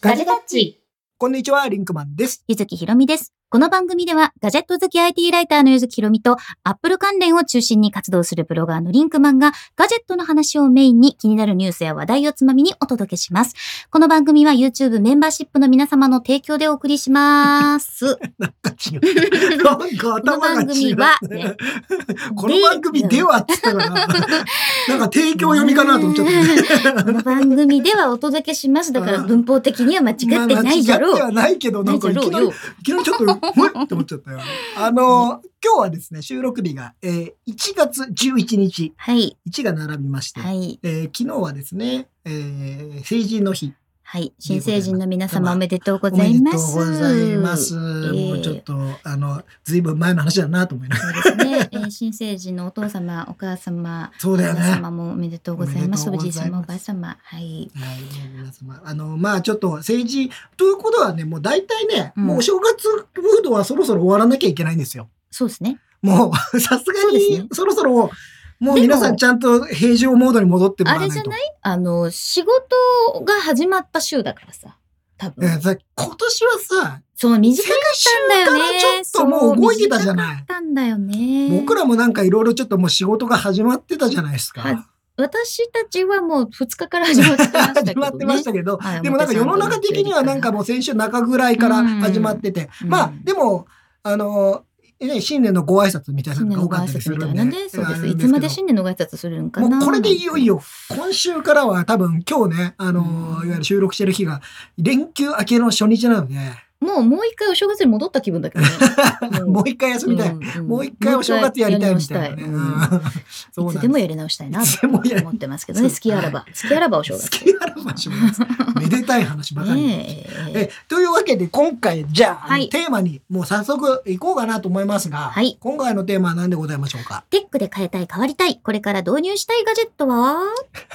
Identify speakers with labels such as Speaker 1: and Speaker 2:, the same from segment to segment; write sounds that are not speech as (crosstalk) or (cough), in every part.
Speaker 1: ガジェタッチ。
Speaker 2: こんにちは、リンクマン
Speaker 3: (laughs)
Speaker 2: です。
Speaker 3: ゆずきひろみです。この番組では、ガジェット好き IT ライターのゆずきひろみと、アップル関連を中心に活動するブロガーのリンクマンが、ガジェットの話をメインに気になるニュースや話題をつまみにお届けします。この番組は YouTube メンバーシップの皆様の提供でお送りします。
Speaker 2: なんか違う。なんか
Speaker 3: この
Speaker 2: 頭が
Speaker 3: 番
Speaker 2: 違
Speaker 3: 組
Speaker 2: う。
Speaker 3: は、ね、
Speaker 2: (laughs) この番組ではって言った
Speaker 3: (laughs)
Speaker 2: からな、なんか提供読みかなと思っちゃった。
Speaker 3: この番組ではお届けします。だから文法的には間違
Speaker 2: まあ
Speaker 3: ってないだろ
Speaker 2: 間違
Speaker 3: う。
Speaker 2: ってはないけど、な
Speaker 3: なんい
Speaker 2: か
Speaker 3: だ
Speaker 2: い
Speaker 3: ろ
Speaker 2: き
Speaker 3: う
Speaker 2: なり、い
Speaker 3: よ。
Speaker 2: きなりちょっと、ふいって思っちゃったよ。あ
Speaker 3: (laughs)
Speaker 2: の、今日はですね、収録日が、えー1月11日、
Speaker 3: はい。
Speaker 2: 1が並びまして、
Speaker 3: はい。
Speaker 2: えー昨日はですね、えー成人の日。
Speaker 3: はい。新成人の皆様おめでとうご
Speaker 2: お
Speaker 3: ざ
Speaker 2: め
Speaker 3: い
Speaker 2: で
Speaker 3: ま
Speaker 2: とう
Speaker 3: す。
Speaker 2: ございます。
Speaker 3: え
Speaker 2: もうちょっと、あの、ずいぶん前の話だなと思いながら。
Speaker 3: そうですね。えー新成人のお父様、お母様、
Speaker 2: そうだよ
Speaker 3: 皆
Speaker 2: ね。
Speaker 3: 様もおめでとうございます。
Speaker 2: お
Speaker 3: お
Speaker 2: めでとう
Speaker 3: じ
Speaker 2: ござい
Speaker 3: い
Speaker 2: ま
Speaker 3: 様、
Speaker 2: す
Speaker 3: おばあ様。
Speaker 2: は
Speaker 3: はい。
Speaker 2: い、もう皆様。あの、まあちょっと政治、ということはね、もう大体ね、
Speaker 3: うん
Speaker 2: もうお正月ムードはそろそろ終わらなきゃいけないんですよ。
Speaker 3: そうですね。
Speaker 2: もう、さすが
Speaker 3: そうです
Speaker 2: に
Speaker 3: ね、
Speaker 2: そろそろ、もう皆さんちゃんと平常モードに戻ってもら
Speaker 3: あ
Speaker 2: わな
Speaker 3: れ
Speaker 2: いと。
Speaker 3: じゃないあの、仕事が始まった週だからさ。多
Speaker 2: え
Speaker 3: 分。
Speaker 2: さ今年はさ、
Speaker 3: そう、短
Speaker 2: 先
Speaker 3: かったん
Speaker 2: 週
Speaker 3: だ
Speaker 2: か
Speaker 3: よ
Speaker 2: ら
Speaker 3: ね。
Speaker 2: ちょっともう動いてたじゃ
Speaker 3: そう短
Speaker 2: ない
Speaker 3: か。ったんだよね。
Speaker 2: 僕らもなんかいろいろちょっともう仕事が始まってたじゃないですか。
Speaker 3: は私たちはもう2日から始まってましたけど、ね。
Speaker 2: 始まってましたけど、
Speaker 3: はい
Speaker 2: でもなんか世の中的にはなんかもう先週中ぐらいから始まってて、
Speaker 3: うん
Speaker 2: ま
Speaker 3: う
Speaker 2: あ
Speaker 3: ん
Speaker 2: でもあのね新年のご挨拶みたいな
Speaker 3: 新
Speaker 2: のが
Speaker 3: 年の
Speaker 2: 多
Speaker 3: ご
Speaker 2: かっ
Speaker 3: 挨
Speaker 2: たりす
Speaker 3: 拶み
Speaker 2: る
Speaker 3: た
Speaker 2: ん
Speaker 3: い
Speaker 2: で
Speaker 3: なね。そうで
Speaker 2: あ
Speaker 3: す。
Speaker 2: の
Speaker 3: いつまで
Speaker 2: すけ
Speaker 3: 新年のご挨拶するんか
Speaker 2: ど
Speaker 3: な。
Speaker 2: もうこれでいよい。よ今週からは多分今日ねあの、
Speaker 3: うん
Speaker 2: いわゆる収録してる日が連休明けの初日なので、
Speaker 3: もうもう一回お正月に戻った気分だけ
Speaker 2: (laughs)
Speaker 3: どね。ん
Speaker 2: もう一回休みたい、
Speaker 3: んん
Speaker 2: もう一回お正月やりたいみたいなね、
Speaker 3: もう一回やり (laughs) 直したいうん
Speaker 2: うんそうなん
Speaker 3: い
Speaker 2: す
Speaker 3: つでもやり直したい (laughs) ない
Speaker 2: つでもやり
Speaker 3: と思ってま
Speaker 2: (laughs)
Speaker 3: すけどね。
Speaker 2: そう
Speaker 3: 好きあらば。好きあらばお正
Speaker 2: 好
Speaker 3: 月。
Speaker 2: きあらば正
Speaker 3: (laughs)
Speaker 2: 月めでたい話ばかり、
Speaker 3: ね
Speaker 2: (laughs) え
Speaker 3: え
Speaker 2: というわけで今回じゃあ、
Speaker 3: はい
Speaker 2: テーマにもう早速いこうかなと思いますが、
Speaker 3: はい
Speaker 2: 今回のテーマは何でございましょうか
Speaker 3: テックで変えたい、変わりたい、これから導入したいガジェットは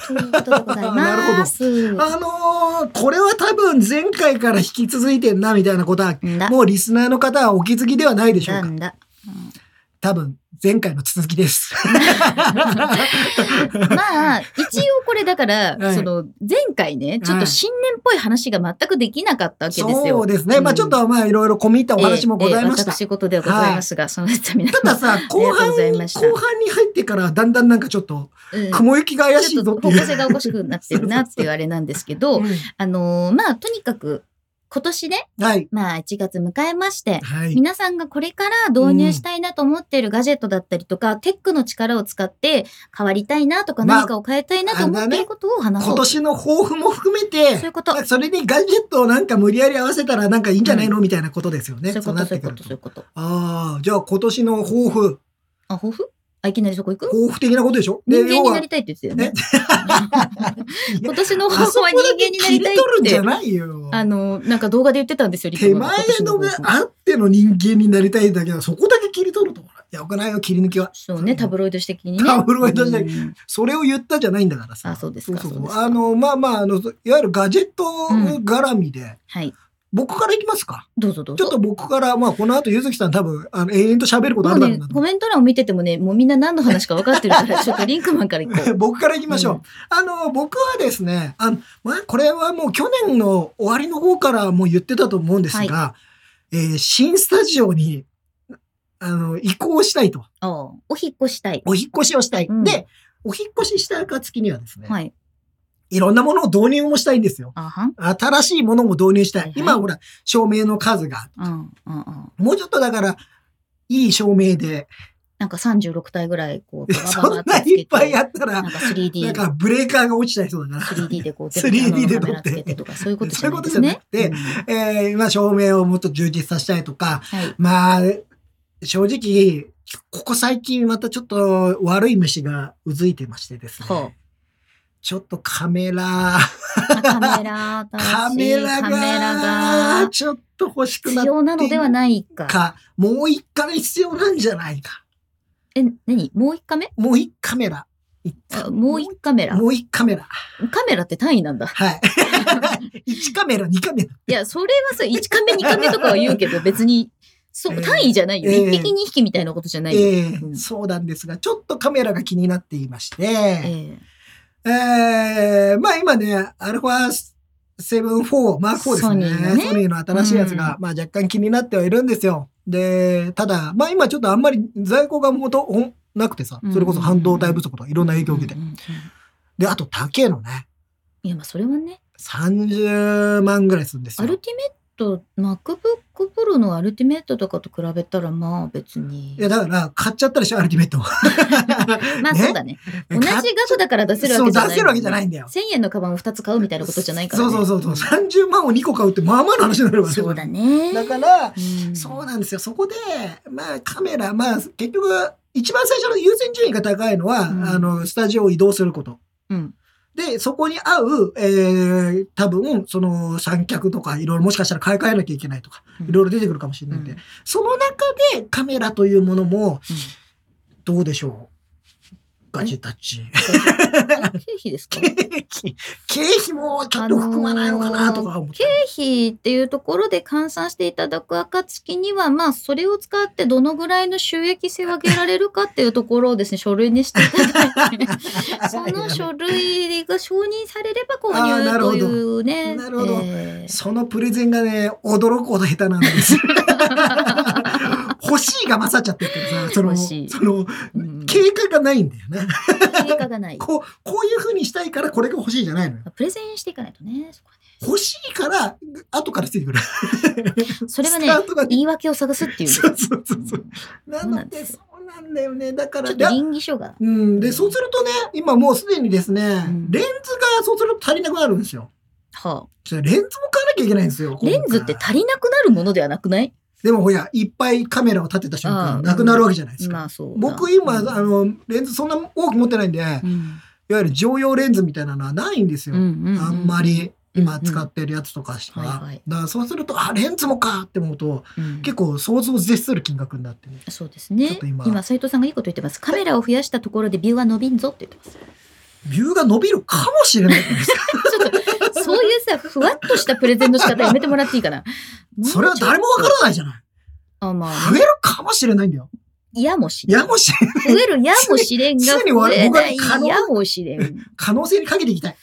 Speaker 3: ということでござい
Speaker 2: なる
Speaker 3: ま
Speaker 2: ほ
Speaker 3: す。
Speaker 2: あのーこれは多分前回から引き続いてんなみたいなことは
Speaker 3: んだ、
Speaker 2: もうリスナーの方はお気づきではないでしょう
Speaker 3: な
Speaker 2: か
Speaker 3: んだ。
Speaker 2: 多分前回の続きです。
Speaker 3: (laughs) まあ、一応これだから、
Speaker 2: (laughs) はい
Speaker 3: その、前回ね、ちょっと新年っぽい話が全くできなかったわけですよ。
Speaker 2: そうですね、まあちょっとまあいろいろ込み入ったお
Speaker 3: お
Speaker 2: 話もございました。
Speaker 3: 私事ではございますが、そのために
Speaker 2: たださ後
Speaker 3: ありがとう
Speaker 2: 半
Speaker 3: ござい
Speaker 2: に
Speaker 3: ました
Speaker 2: 後半に入ってからだんだんなんかちょっと
Speaker 3: うん
Speaker 2: 雲行きが怪し
Speaker 3: ち
Speaker 2: い
Speaker 3: ょっと
Speaker 2: ぞってい
Speaker 3: 方
Speaker 2: う。
Speaker 3: 向性がおかしくなってるなっていうあれなんですけど、
Speaker 2: う
Speaker 3: あのーまあ、とにかく、今年ね、
Speaker 2: んはい。
Speaker 3: まあ、1月迎えまして、
Speaker 2: はい。
Speaker 3: 皆さんがこれから導入したいなと思っているガジェットだったりとか、テックの力を使って変わりたいなとか
Speaker 2: まあ
Speaker 3: 何かを変えたいなと思っていることを話そう。
Speaker 2: 今年の抱負も含めて、
Speaker 3: そういうこと。
Speaker 2: まあそれにガジェットをなんか無理やり合わせたらなんかいいんじゃないの、みたいなことですよね。
Speaker 3: そういう
Speaker 2: そ
Speaker 3: こ
Speaker 2: うな
Speaker 3: と、
Speaker 2: っ
Speaker 3: そうい
Speaker 2: てく
Speaker 3: うこ
Speaker 2: る
Speaker 3: と、
Speaker 2: と
Speaker 3: そういうこと。
Speaker 2: ああ、じゃあ今年の抱負、
Speaker 3: あ、抱負あ、いきなりそこ行く
Speaker 2: 抱負的なことでしょ
Speaker 3: 人間にな
Speaker 2: は
Speaker 3: りたいって言って
Speaker 2: いや
Speaker 3: たよね。(laughs) 今年の
Speaker 2: あ
Speaker 3: 抱負
Speaker 2: そこ
Speaker 3: は
Speaker 2: だ
Speaker 3: 人間
Speaker 2: け
Speaker 3: になり
Speaker 2: 切り
Speaker 3: たい
Speaker 2: 取
Speaker 3: っ
Speaker 2: るんじ
Speaker 3: て
Speaker 2: ゃ。ないよ。
Speaker 3: あの、なんか動画で言ってたんですよ、リ
Speaker 2: 手
Speaker 3: クマ
Speaker 2: 前
Speaker 3: が今
Speaker 2: の
Speaker 3: 年
Speaker 2: が
Speaker 3: 抱負
Speaker 2: あっての人間になりたいだけど、そこだけ切り取ると。よくないよ、切り抜きは。
Speaker 3: そうね、タブロイド紙的にね。
Speaker 2: タブロイド紙的
Speaker 3: うん
Speaker 2: それを言ったじゃないんだからさ。
Speaker 3: あそうですか
Speaker 2: そうそう
Speaker 3: そうですか
Speaker 2: あの、まあまあ、あの、いわゆるガジェット
Speaker 3: うん
Speaker 2: 絡みで、
Speaker 3: はい。
Speaker 2: 僕からいきますか。
Speaker 3: どうぞどう
Speaker 2: ちょっ
Speaker 3: ぞ。
Speaker 2: と僕から、まあ、この後、ゆずきさん多分、あの、永遠と喋ることある
Speaker 3: も
Speaker 2: だ
Speaker 3: う
Speaker 2: ろう
Speaker 3: ね
Speaker 2: な、と
Speaker 3: コメント欄を見ててもね、もうみんな何の話か分かって
Speaker 2: (laughs)
Speaker 3: るから、ちょっとリンクマンから行こう。
Speaker 2: 僕から行きましょう。
Speaker 3: うん
Speaker 2: あの、僕はですね、あの、まあ、これはもう去年の終わりの方からもう言ってたと思うんですが、えー新スタジオに、あの、移行したいと。
Speaker 3: ああお引っ越したい。
Speaker 2: お引っ越しをしたい。
Speaker 3: うん
Speaker 2: で、お引っ越しした暁にはですね、、
Speaker 3: はいい。
Speaker 2: ろんなものを導入もしたいんですよ。
Speaker 3: あはん。
Speaker 2: 新しいものも導入したい。
Speaker 3: はいはい
Speaker 2: 今、ほら、照明の数が、
Speaker 3: うんうんうん。
Speaker 2: もうちょっとだから、いい照明で、
Speaker 3: なんか36体ぐらい、こう、
Speaker 2: そんないっぱいあったら
Speaker 3: な、んか
Speaker 2: なん
Speaker 3: 3D、
Speaker 2: かブレーカーが落ちたりそうだから。
Speaker 3: 3D でこ
Speaker 2: (laughs)
Speaker 3: う、
Speaker 2: 3D で撮って
Speaker 3: カメラつけてとか、そういうことじゃないで
Speaker 2: そ
Speaker 3: す
Speaker 2: ういう
Speaker 3: ね
Speaker 2: こ。とじゃなく
Speaker 3: うん
Speaker 2: えー、まあ照明をもっと充実させたいとか、
Speaker 3: はい。
Speaker 2: まあ、正直、ここ最近またちょっと悪い虫がうずいてましてです
Speaker 3: ほう
Speaker 2: ね。ちょっとカメラ、
Speaker 3: あカメラ、
Speaker 2: カ
Speaker 3: 新し
Speaker 2: メ
Speaker 3: い
Speaker 2: ラ
Speaker 3: カ
Speaker 2: が、
Speaker 3: メラが、
Speaker 2: ちょっと欲しくなっ
Speaker 3: 必
Speaker 2: て
Speaker 3: 要なのではないか。
Speaker 2: か、もう一カメ必要なんじゃないか。
Speaker 3: え、何もう一カメ
Speaker 2: もう一カメラ。
Speaker 3: あもう一カメラ。
Speaker 2: もう一カメラ。
Speaker 3: カメラって単位なんだ。 (laughs)
Speaker 2: はい。一カメラ、二カメラ。
Speaker 3: いや、それはさ、1カメ、2カメとかは言うけど、別に、そ
Speaker 2: え
Speaker 3: う、
Speaker 2: ー
Speaker 3: 単位じゃないよ。
Speaker 2: えー
Speaker 3: 1匹、2匹みたいなことじゃないよ。
Speaker 2: ええ
Speaker 3: うん
Speaker 2: そうなんですが、ちょっとカメラが気になっていまして、
Speaker 3: えー
Speaker 2: えーまあ今ね、アルファセブンフォー、マーク4ですね。ソ
Speaker 3: ソニーのね
Speaker 2: ニーの新しいやつが、まあ若干気になってはいるんですよ。で、ただ、まあ今ちょっとあんまり在庫がもとほんなくてさ
Speaker 3: うん、
Speaker 2: それこそ半導体不足とかいろんな影響を受けて
Speaker 3: う。んうんうん
Speaker 2: で、あと高えのね、
Speaker 3: いや、まあ、それはね、
Speaker 2: 30万ぐらいするんです
Speaker 3: ア
Speaker 2: よ。
Speaker 3: ルティメット、MacBook Pro のアルティメットとかと比べたら、まあ、別に
Speaker 2: い。や、だから買っちゃったでしょ、アルティメットを。
Speaker 3: まあ、
Speaker 2: ね
Speaker 3: そうだね。同じ
Speaker 2: 買っ
Speaker 3: 額だから出せるわ
Speaker 2: そ
Speaker 3: け
Speaker 2: う、
Speaker 3: じゃない。
Speaker 2: 出せるわけじゃないんだよ。
Speaker 3: 1000円のカバンを2つ買うみたいなことじゃないから、ね。
Speaker 2: そうそうそうそう。30万を2個買うって、まあまあの話になるわけ
Speaker 3: そうだね。
Speaker 2: だから、
Speaker 3: うん
Speaker 2: そうなんですよ。そこで、まあカメラ、まあ結局、一番最初の優先順位が高いのは、
Speaker 3: うん
Speaker 2: あの、スタジオを移動すること。
Speaker 3: うん。
Speaker 2: で、そこに合う、えー、多分、その三脚とか、いろいろもしかしたら買い替えなきゃいけないとか、
Speaker 3: うん
Speaker 2: いろいろ出てくるかもしれないんで、
Speaker 3: うん
Speaker 2: その中でカメラというものも、どうでしょう。ガジェタッチ。
Speaker 3: 経費ですか
Speaker 2: 経 (laughs) 費、経費もちょっと含まないのかなとか思って。
Speaker 3: 経費っていうところで換算していただく暁には、まあ、それを使ってどのぐらいの収益性を上げられるかっていうところをですね、書類にしていただいて、
Speaker 2: (laughs)
Speaker 3: その書類が承認されれば購
Speaker 2: あーな
Speaker 3: 入
Speaker 2: るほ
Speaker 3: と
Speaker 2: ど
Speaker 3: いうね。
Speaker 2: なるほど
Speaker 3: えー
Speaker 2: そのプレゼンがね、驚くほど下手なんです。 (laughs) 欲しいが勝っちゃってるからさ、その、
Speaker 3: 欲しい
Speaker 2: その、
Speaker 3: うん
Speaker 2: 経過がないんだよね。
Speaker 3: 経過がない。
Speaker 2: こう、こういう風にしたいからこれが欲しいじゃないのよ。
Speaker 3: プレゼンしていかないとね。そこはね
Speaker 2: 欲しいから、後からついてくる。
Speaker 3: それは
Speaker 2: ス
Speaker 3: ね
Speaker 2: タ、ートがね
Speaker 3: 言い訳を探すっていう。
Speaker 2: そうそうそうそう。な
Speaker 3: そうな
Speaker 2: の
Speaker 3: んで
Speaker 2: で、
Speaker 3: す
Speaker 2: そうなんだよね。だか
Speaker 3: ちょ
Speaker 2: ら、
Speaker 3: っと
Speaker 2: だ
Speaker 3: 倫理書が。
Speaker 2: うん、で、そうするとね、今もうすでにですね、
Speaker 3: ん
Speaker 2: レンズがそうすると足りなくなるんですよ。
Speaker 3: は
Speaker 2: それレンズも買わなきゃいけないんですよ。
Speaker 3: あ、レンズって足りなくなるものではなくない
Speaker 2: でもほら、いっぱいカメラを立てた瞬
Speaker 3: ああ
Speaker 2: 間、なくなるわけじゃないですか。
Speaker 3: まあそうだ。
Speaker 2: 僕今、
Speaker 3: うん
Speaker 2: あの、レンズそんな多く持ってないんで、いわ
Speaker 3: うん
Speaker 2: ゆる常用レンズみたいなのはないんですよ。あんま。り今使ってるやつとかしか。
Speaker 3: はいはい
Speaker 2: だからそうすると、あ、レンズもかって思うと、
Speaker 3: ううん
Speaker 2: 結構想像を絶する金額になってね。
Speaker 3: そうですね。
Speaker 2: ちょっと
Speaker 3: 今
Speaker 2: 今
Speaker 3: 斉藤さんがいいこと言ってます。カメラを増やしたところでビューは伸びんぞって言ってます。
Speaker 2: ビューが伸びるかもしれないじゃないですか。
Speaker 3: ちょっとそういうさふわっとしたプレゼンの仕方やめてもらっていいかな。
Speaker 2: それは誰もわからないじゃない。
Speaker 3: あまあ
Speaker 2: 増えるかもしれないんだよ。
Speaker 3: やもしれん。
Speaker 2: やもしれん、
Speaker 3: 増えるやもしれんが
Speaker 2: 常に
Speaker 3: 増えない
Speaker 2: 僕は可能
Speaker 3: やもしれん。
Speaker 2: 可能性にかけていきたい。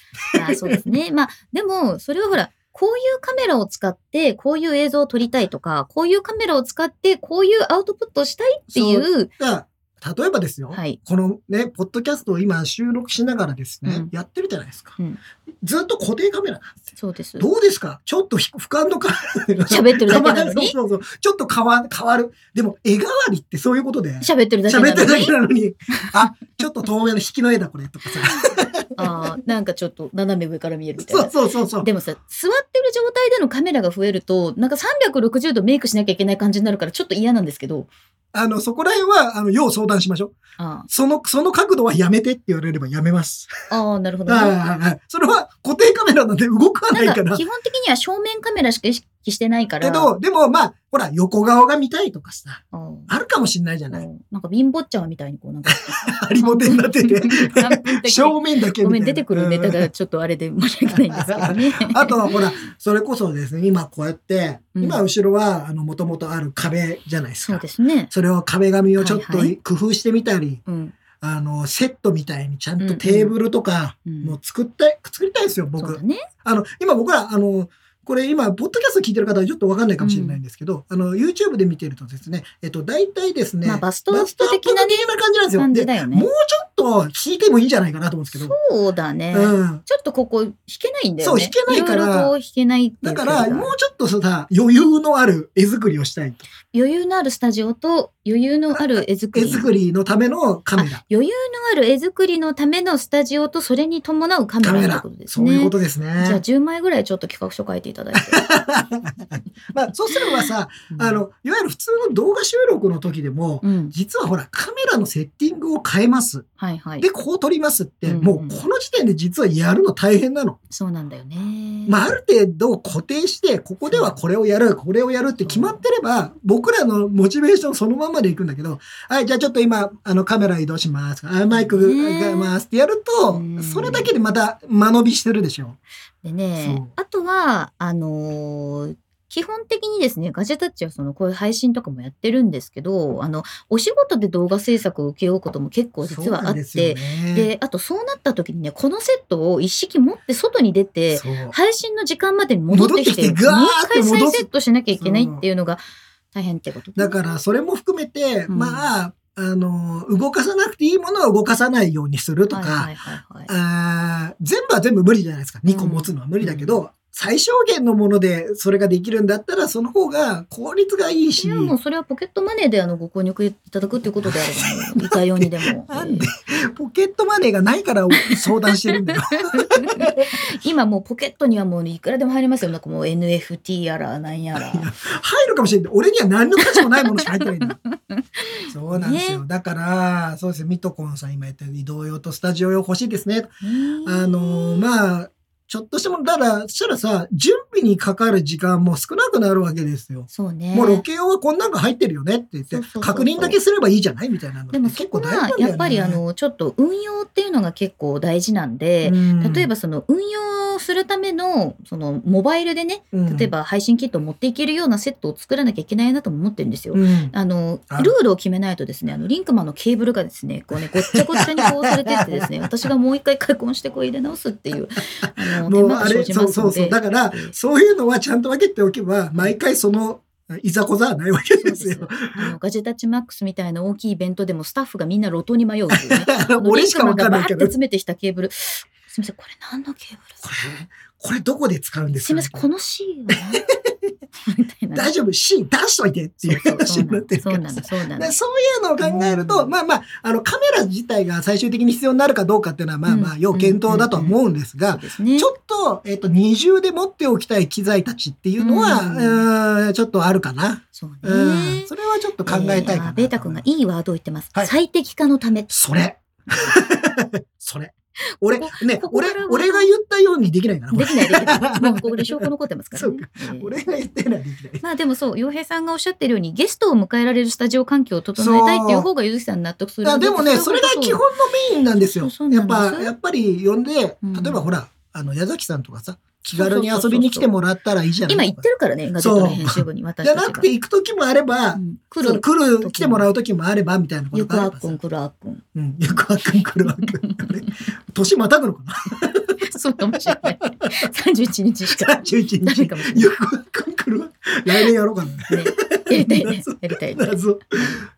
Speaker 3: あそうですね。まあでもそれはほら。こういうカメラを使って、こういう映像を撮りたいとか、こういうカメラを使って、こういうアウトプットをしたいっていう、
Speaker 2: だから例えばですよ、
Speaker 3: はい
Speaker 2: このね、ポッドキャストを今収録しながらですね、
Speaker 3: うん
Speaker 2: やってるじゃないですか。
Speaker 3: うん
Speaker 2: ずっと固定カメラなんですよ。
Speaker 3: そうです。
Speaker 2: どうですかちょっとひ俯瞰のカメラ
Speaker 3: 喋ってるだけなのに
Speaker 2: そうそうそう。ちょっと変わ変わる。でも、絵代わりってそういうことで。
Speaker 3: 喋ってるだけ
Speaker 2: 喋
Speaker 3: な
Speaker 2: ってる
Speaker 3: の
Speaker 2: だ
Speaker 3: に
Speaker 2: け。なのに、あ、ちょっと透明の引きの絵だこれとかさ。
Speaker 3: あーなんかちょっと斜め上から見える (laughs) みたいな
Speaker 2: そう。そうそうそう。
Speaker 3: でもさ、座ってる状態でのカメラが増えると、なんか360度メイクしなきゃいけない感じになるからちょっと嫌なんですけど。
Speaker 2: あの、そこら辺は、あの、要相談しましょう。
Speaker 3: あ
Speaker 2: その、その角度はやめてって言われればやめます。
Speaker 3: あああ、なるほど、ね。
Speaker 2: はい
Speaker 3: な
Speaker 2: はいはい。それは固定カメラなんで動かない
Speaker 3: ん
Speaker 2: か。
Speaker 3: から基本的には正面カメラしか意識してないから。
Speaker 2: けど、でもまあ、ほら、横顔が見たいとかさ、
Speaker 3: あー
Speaker 2: あるかもしんないじゃない。
Speaker 3: うんなんか貧乏っちゃんみたいにこうなんか。
Speaker 2: ハリモテになって
Speaker 3: (laughs)
Speaker 2: て、
Speaker 3: 完璧に
Speaker 2: 正面だけ
Speaker 3: ご
Speaker 2: みた
Speaker 3: め
Speaker 2: い
Speaker 3: ん、
Speaker 2: な
Speaker 3: 出てくるネタ
Speaker 2: う
Speaker 3: が
Speaker 2: ん
Speaker 3: ちょっとあれで申し訳ないんですけどね。
Speaker 2: あとはほら、それこそですね、今こうやって、
Speaker 3: うん
Speaker 2: 今後ろは、あの、もともとある壁じゃないです
Speaker 3: そう
Speaker 2: か
Speaker 3: で。すね。
Speaker 2: それを壁紙をちょっと
Speaker 3: はいはい
Speaker 2: 工夫してみたり、
Speaker 3: うん。
Speaker 2: あの、セットみたいにちゃん
Speaker 3: うんう
Speaker 2: と
Speaker 3: ん
Speaker 2: テーブルとか、
Speaker 3: うん
Speaker 2: もう作ったい、作りたいんですよ、
Speaker 3: そうだ
Speaker 2: 僕。
Speaker 3: ね。
Speaker 2: あの、今僕ら、あの、これ今、ポッドキャスト聞いてる方はちょっとわかんないかもしれないんですけど、あの、YouTube で見てるとですね、えっと、大体ですね、
Speaker 3: まあバストアップ的な
Speaker 2: バ
Speaker 3: ね
Speaker 2: ストアップ的な感じなんですよ。
Speaker 3: 感
Speaker 2: で
Speaker 3: じだよ
Speaker 2: も
Speaker 3: ね
Speaker 2: う。ちょっと引いてもいいんじゃないかなと思うんですけど。
Speaker 3: そうだね。
Speaker 2: うん。
Speaker 3: ちょっとここ弾けないんだよね。
Speaker 2: そう弾けないから
Speaker 3: ろいろこう弾けないってい
Speaker 2: だ
Speaker 3: う
Speaker 2: から、もうちょっとさ、余裕のある絵作りをしたいと。
Speaker 3: 余裕のあるスタジオと余裕のある絵作
Speaker 2: 絵
Speaker 3: り。
Speaker 2: 作りのためのカメラ。
Speaker 3: 余裕のある絵作りのためのスタジオとそれに伴うカメ
Speaker 2: カ
Speaker 3: ラ
Speaker 2: メ
Speaker 3: って
Speaker 2: ラ
Speaker 3: こと。です
Speaker 2: そういう
Speaker 3: ね
Speaker 2: こ。とですね。
Speaker 3: じゃあ10枚ぐらいちょっと企画書書いていただいて。
Speaker 2: まあ、そうすればさ、
Speaker 3: う
Speaker 2: (laughs)
Speaker 3: ん
Speaker 2: あ、の、いわゆる普通の動画収録の時でも、
Speaker 3: うん、
Speaker 2: 実はほら、カメラのセッティングを変えます。
Speaker 3: はいはい
Speaker 2: で、。こう撮りますって、
Speaker 3: うん
Speaker 2: もうこの時点で実はやるの大変なの。
Speaker 3: そうなんだよね。
Speaker 2: まあ、ある程度固定して、ここではこれをやる、これをやるって決まってれば、僕らのモチベーションそのままでいくんだけど、はい、じゃあちょっと今、あの、カメラ移動します。あマイク
Speaker 3: ね
Speaker 2: がますってやる
Speaker 3: う
Speaker 2: と
Speaker 3: ん、
Speaker 2: それだけでまた間延びしてるでしょ。
Speaker 3: でね
Speaker 2: そう、
Speaker 3: あとは、あのー基本的にですね、ガジェタッチはそのこういう配信とかもやってるんですけど、あの、お仕事で動画制作を請け負うことも結構実は
Speaker 2: そ
Speaker 3: あっ
Speaker 2: うなん
Speaker 3: て、
Speaker 2: ですよね
Speaker 3: であとそうなった時にね、このセットを一式持って外に出て、
Speaker 2: そう
Speaker 3: 配信の時間までに戻ってきて、
Speaker 2: 戻ってきてガー
Speaker 3: も
Speaker 2: ッ
Speaker 3: う一回
Speaker 2: て戻す
Speaker 3: 再セットしなきゃいけないっていうのが大変ってこと
Speaker 2: だから、それも含めて、
Speaker 3: うん
Speaker 2: まあ、あの、動かさなくていいものは動かさないようにするとか、
Speaker 3: はいはいはいはい
Speaker 2: あー全部は全部無理じゃないですか。2個持つのは無理だけど、最小限のものでそれができるんだったら、その方が効率がいい
Speaker 3: い
Speaker 2: し
Speaker 3: や、もうそれはポケットマネーであのご購入いただくっていうことであれば、いかようにでも。
Speaker 2: (laughs) なんでポケットマネーがないから相談してる
Speaker 3: (laughs)
Speaker 2: んだよ。
Speaker 3: 今もうポケットにはもういくらでも入りますよ。なんかもう NFT やらなんやら。
Speaker 2: 入るかもしれない。俺には何の価値もないものしか入ってないんだ。
Speaker 3: (laughs)
Speaker 2: そうなんですよ。だから、そうですよ。ミトコンさん今言ったように移動用とスタジオ用欲しいですね。 (laughs) あのーまあ、ちょっとしたもの、ただ、そしたらさ、準備にかかる時間も少なくなるわけですよ。
Speaker 3: そうね。
Speaker 2: もうロケ用はこんなんが入ってるよねって言って
Speaker 3: そうそうそうそう
Speaker 2: 確認だけすればいいじゃないみたいなの
Speaker 3: でもそこがやっぱりあ、のちょっと運用っていうのが結構大事なんで、例えばその運用するためのそのモバイルでね、例え、ば配信キットを持っていけるようなセットを作らなきゃいけないなとも思ってるんですよ。
Speaker 2: うんうん
Speaker 3: あの
Speaker 2: あ
Speaker 3: ルールを決めないとですねあのリンクマンのケーブルがですねこうねごっちゃごっちゃにこうされてってで
Speaker 2: (laughs)
Speaker 3: すね私がもう一回開墾してこう入れ直すっていうあの手
Speaker 2: もう
Speaker 3: 間が
Speaker 2: あ
Speaker 3: 生
Speaker 2: れ
Speaker 3: じ
Speaker 2: そ
Speaker 3: ま
Speaker 2: う
Speaker 3: す
Speaker 2: そ
Speaker 3: の
Speaker 2: うそう
Speaker 3: で。
Speaker 2: だから
Speaker 3: えー
Speaker 2: そういうのはちゃんと分けておけば毎回そのいざこざはないわけ
Speaker 3: そう
Speaker 2: で
Speaker 3: ですすよ
Speaker 2: よ。
Speaker 3: あのガジェタッチマックスみたいな大きいイベントでもスタッフがみんな路頭に迷うっていうね。
Speaker 2: (laughs) 俺しか分かんないけ
Speaker 3: リンクマンがバーって
Speaker 2: ど
Speaker 3: 詰めてきたケーブル。すみません、これ何のケーブ
Speaker 2: これこれどこで使うん (laughs)
Speaker 3: ル
Speaker 2: です
Speaker 3: すみません、このシーンは
Speaker 2: (laughs)
Speaker 3: 何みたいな。
Speaker 2: 大丈夫 C 出しといてっていう話になってる
Speaker 3: そ
Speaker 2: か
Speaker 3: う
Speaker 2: ら
Speaker 3: な
Speaker 2: さ
Speaker 3: の、そうなの。そうなの
Speaker 2: でそういうのを考えると、
Speaker 3: うん
Speaker 2: まあまああのカメラ自体が最終的に必要になるかどうかっていうのはまあまあ
Speaker 3: うん
Speaker 2: 要検討だとは思うんですが、
Speaker 3: そうですね。
Speaker 2: ちょっと、えっ、と、二重で持っておきたい機材たちっていうのは、
Speaker 3: うん
Speaker 2: うーんちょっとあるかな。
Speaker 3: そうね。
Speaker 2: うん。それはちょっと考えたいかな。
Speaker 3: ーベータ君がいいワードを言ってます。
Speaker 2: はい
Speaker 3: 最適化のため。
Speaker 2: それ。 (laughs) それ。俺、
Speaker 3: こ
Speaker 2: ね、
Speaker 3: ここ
Speaker 2: 俺
Speaker 3: からは、
Speaker 2: 俺が言ったようにできないかな。こ
Speaker 3: で
Speaker 2: れ
Speaker 3: きない、できない。もうここで証拠残ってま
Speaker 2: (laughs)
Speaker 3: すからね。えー
Speaker 2: 俺が言ったようにはできない。
Speaker 3: まあでもそう、洋平さんがおっしゃってるように、ゲストを迎えられるスタジオ環境を整えたいっていう方が、ゆずきさん納得する。
Speaker 2: あでもね、それが基本のメインなんですよ
Speaker 3: そう。な
Speaker 2: やっ
Speaker 3: んです
Speaker 2: ぱ、やっぱり呼んで、例
Speaker 3: うん
Speaker 2: えばほら、あの、矢崎さんとかさ、気軽に遊びに来てもらったらいいじゃない
Speaker 3: 今言ってるからね、ガジェットの編集部に私
Speaker 2: じゃ
Speaker 3: たちが。
Speaker 2: なくて行く時もあれば
Speaker 3: う、ん
Speaker 2: そ
Speaker 3: 来
Speaker 2: の
Speaker 3: る、
Speaker 2: 来る、来てもらう時もあれば、みたいなこと
Speaker 3: ゆく
Speaker 2: があ
Speaker 3: あ
Speaker 2: れ
Speaker 3: っ
Speaker 2: ば
Speaker 3: く
Speaker 2: さ
Speaker 3: ん、来るあっくん。
Speaker 2: うん、よくわかんくるわくんく
Speaker 3: (laughs)
Speaker 2: る。年またぐのかな
Speaker 3: そう
Speaker 2: (laughs)
Speaker 3: かもしれない。31日し (laughs) か。
Speaker 2: ?31
Speaker 3: ダメ
Speaker 2: 日。
Speaker 3: かもしれない。
Speaker 2: よくわかんくるわ。来年やろうかな。
Speaker 3: ね、やりたいね。やりたいね。
Speaker 2: 謎。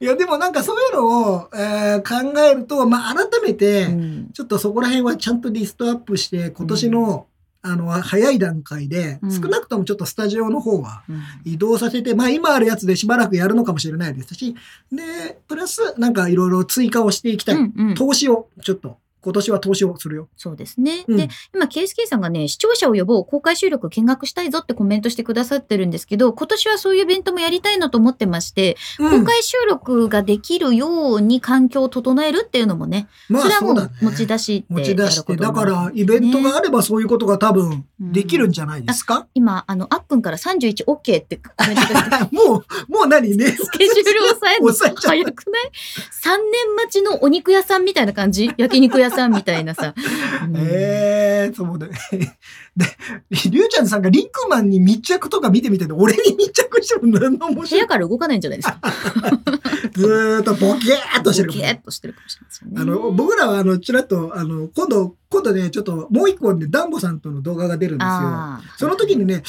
Speaker 2: いや、でもなんかそういうのを、えー考えると、まあ、改めて、
Speaker 3: うん
Speaker 2: ちょっとそこら辺はちゃんとリストアップして、今年の、あの、早い段階で、
Speaker 3: うん
Speaker 2: 少なくともちょっとスタジオの方は、
Speaker 3: うん
Speaker 2: 移動させて、まあ今あるやつでしばらくやるのかもしれないですし、で、プラスなんかいろいろ追加をしていきたい。
Speaker 3: うんうん
Speaker 2: 投資を、ちょっと、今年は投資をするよ。
Speaker 3: そうですね。
Speaker 2: うん
Speaker 3: で、今、KSK さんがね、視聴者を呼ぼう、公開収録見学したいぞってコメントしてくださってるんですけど、今年はそういうイベントもやりたいなと思ってまして、
Speaker 2: うん
Speaker 3: 公開収録ができるように環境を整えるっていうのもね、
Speaker 2: まあ
Speaker 3: それはも
Speaker 2: そううだね。
Speaker 3: 持ち出し
Speaker 2: 持
Speaker 3: て
Speaker 2: ち出して、
Speaker 3: やる
Speaker 2: だ
Speaker 3: こと
Speaker 2: か
Speaker 3: にな
Speaker 2: ら
Speaker 3: るんですね
Speaker 2: イベントがあればそういうことが多分できるんじゃないですか、
Speaker 3: 今、あの、あっくんから 31OK ってコメントが来て
Speaker 2: (laughs) もう、もう何ね。ス
Speaker 3: スケジュールを抑
Speaker 2: (laughs)
Speaker 3: えるの
Speaker 2: 抑えちゃ
Speaker 3: 早くない ?3 年待ちのお肉屋さんみたいな感じ焼肉屋さんみたい
Speaker 2: (laughs)
Speaker 3: なさ。うん
Speaker 2: ええー、そうだね。 (laughs) で、りゅうちゃんさんがリンクマンに密着とか見てみたいで、俺に密着しても何の面
Speaker 3: 部
Speaker 2: 白
Speaker 3: 屋
Speaker 2: い。
Speaker 3: から動かないんじゃないですか。
Speaker 2: ずーっとボケーっとしてる
Speaker 3: ボ。ケーっとしてるかもしれませんね。
Speaker 2: あの、僕らはあの、ちらっと、あの、今度、今度ね、ちょっともう一個ね、ダンボさんとの動画が出るんですよ。
Speaker 3: あー
Speaker 2: その時にね、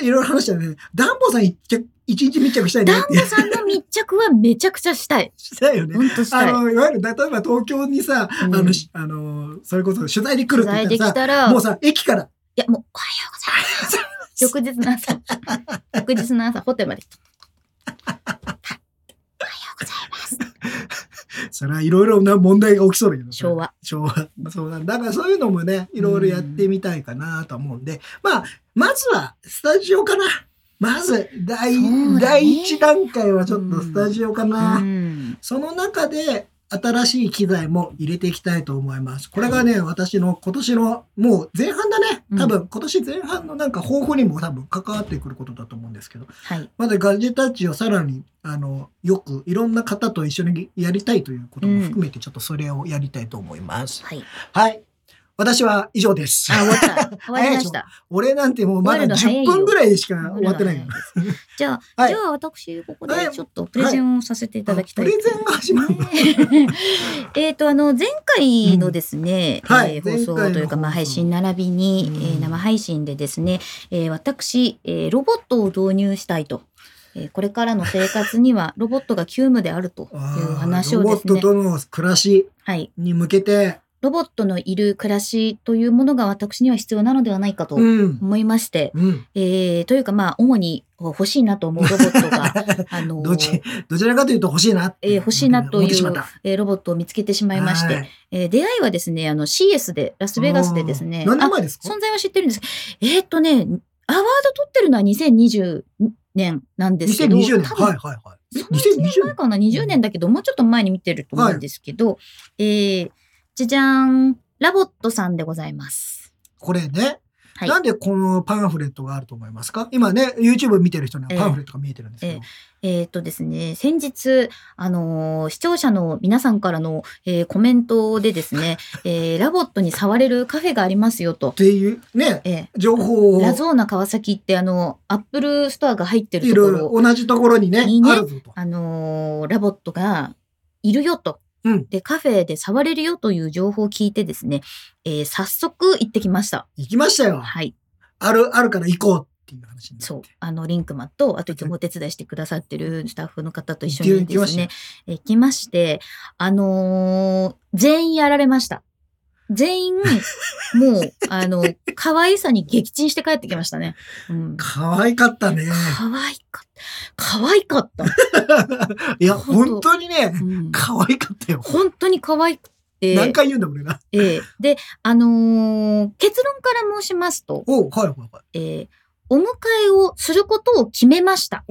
Speaker 2: いろいろ話したらね、ダンボさん一着一日密着したいね
Speaker 3: ダ
Speaker 2: っ
Speaker 3: ン
Speaker 2: て
Speaker 3: ボさんの密着はめちゃくちゃしたい。
Speaker 2: したい (laughs) よね。
Speaker 3: 本当し
Speaker 2: あ
Speaker 3: たい。
Speaker 2: の、いわゆる、例えば東京にさ、
Speaker 3: うん
Speaker 2: あの、しあの、それこそ取材で来
Speaker 3: 取
Speaker 2: るって
Speaker 3: 材
Speaker 2: 言
Speaker 3: で
Speaker 2: ったら
Speaker 3: き
Speaker 2: さ、
Speaker 3: たら、
Speaker 2: もうさ、駅から、
Speaker 3: いや、もう、おはようござ
Speaker 2: (laughs)
Speaker 3: います。翌日の朝、翌日の朝、ホテルまで来た。おはようございます。
Speaker 2: それはいろいろな問題が起きそうだけどさ
Speaker 3: 昭。和。
Speaker 2: 昭和。 (laughs) そうなんだからそういうのもね、いろいろやってみたいかなと思うんで、まあ、まずは、スタジオかな。まず、第、
Speaker 3: そうだね
Speaker 2: 第一段階はちょっとスタジオかな。
Speaker 3: うん。
Speaker 2: その中で、新しい機材も入れていきたいと思います。これがね、私の今年の、もう前半だね。多分、今年前半のなんか抱負にも多分関わってくることだと思うんですけど。
Speaker 3: はい。
Speaker 2: まだガジェタッチをさらに、あの、よくいろんな方と一緒にやりたいということも含めて、ちょっとそれをやりたいと思います。
Speaker 3: はい。
Speaker 2: はい。私は以上です。
Speaker 3: あ、終わった。終わりました。
Speaker 2: 俺なんてもうまだ
Speaker 3: 終わ
Speaker 2: 10
Speaker 3: るの早いよ
Speaker 2: 分ぐらいしか終わってないの。
Speaker 3: (laughs) じゃあ、
Speaker 2: はい
Speaker 3: じゃあ私、ここでちょっとプレゼンをさせていただきたい。
Speaker 2: プレゼンが始まる。
Speaker 3: ね (laughs) えっと、あの、前回のですね、
Speaker 2: うんはい
Speaker 3: えー放送
Speaker 2: 前回の
Speaker 3: というか、まあ、
Speaker 2: 放送
Speaker 3: 配信並び
Speaker 2: う
Speaker 3: に、
Speaker 2: ん
Speaker 3: えー生配信でですね、えー私、えーロボットを導入したいと。えーこれからの生活
Speaker 2: (laughs)
Speaker 3: にはロボットが急務であるという話を
Speaker 2: ロボ
Speaker 3: で
Speaker 2: ッ
Speaker 3: す
Speaker 2: ト
Speaker 3: ね、
Speaker 2: との暮らし
Speaker 3: はい。
Speaker 2: に向けて、
Speaker 3: ロボットのいる暮らしというものが私には必要なのではないかと
Speaker 2: うん。
Speaker 3: 思いまして、
Speaker 2: うん。
Speaker 3: えーというか、まあ、主に欲しいなと思うロボット
Speaker 2: (laughs)
Speaker 3: が、あのー
Speaker 2: どっち、どちらかというと欲しいなって
Speaker 3: えー欲しいなと
Speaker 2: 思
Speaker 3: い
Speaker 2: ってしま
Speaker 3: う
Speaker 2: った、
Speaker 3: えーロボットを見つけてしまいまして、
Speaker 2: はい
Speaker 3: えー出会いはですね、あの CS で、ラスベガスでですね、
Speaker 2: あー何
Speaker 3: あ
Speaker 2: 年前ですか
Speaker 3: 存在は知ってるんですえーっとね、アワード取ってるのは2020年なんですけど、
Speaker 2: 2020年。
Speaker 3: 多分
Speaker 2: はいはいはい。え
Speaker 3: そんな1年前
Speaker 2: 2020
Speaker 3: かな、20年だけど、もうちょっと前に見てると思うんですけど、えーじゃじゃーん、ラボットさんでございます。
Speaker 2: これね、
Speaker 3: はい
Speaker 2: なんでこのパンフレットがあると思いますか今ね、YouTube 見てる人にはパンフレットが見えてるんですけど。
Speaker 3: えーっとですね、先日、あのー視聴者の皆さんからの、えーコメントでですね、えーラボットに触れるカフェがありますよと
Speaker 2: っ、ていうね、
Speaker 3: えー
Speaker 2: 情報を
Speaker 3: ラゾーナ川崎ってあの、アップルストアが入ってる
Speaker 2: い
Speaker 3: とこ
Speaker 2: ろい
Speaker 3: ろ、
Speaker 2: ろ同じところにね、
Speaker 3: にね
Speaker 2: あるぞと。
Speaker 3: あのーラボットがいるよと。
Speaker 2: うん
Speaker 3: で、カフェで触れるよという情報を聞いてですね、えー早速行ってきました。
Speaker 2: 行きましたよ。
Speaker 3: はい。
Speaker 2: ある、あるから行こうっていう話になって。
Speaker 3: そう。あの、リンクマンと、あといつもお手伝いしてくださってるスタッフの方と一緒
Speaker 2: 行
Speaker 3: に
Speaker 2: ってき
Speaker 3: で
Speaker 2: ますした
Speaker 3: ね、えー行きまして、あのー全員やられました。全
Speaker 2: (laughs)
Speaker 3: 員、もう、あの、可愛さに撃沈して帰ってきましたね。うん。
Speaker 2: 可愛かったね。
Speaker 3: 可愛かった。可愛かった。
Speaker 2: (laughs) いや、
Speaker 3: 本当
Speaker 2: 本当にね、
Speaker 3: うん
Speaker 2: 可愛かったよ。
Speaker 3: 本当に可愛くて。
Speaker 2: 何回言うんだ、俺が。
Speaker 3: ええで、あのー結論から申しますと、
Speaker 2: おうはいはいはい。
Speaker 3: えーお迎えをすることを決めました。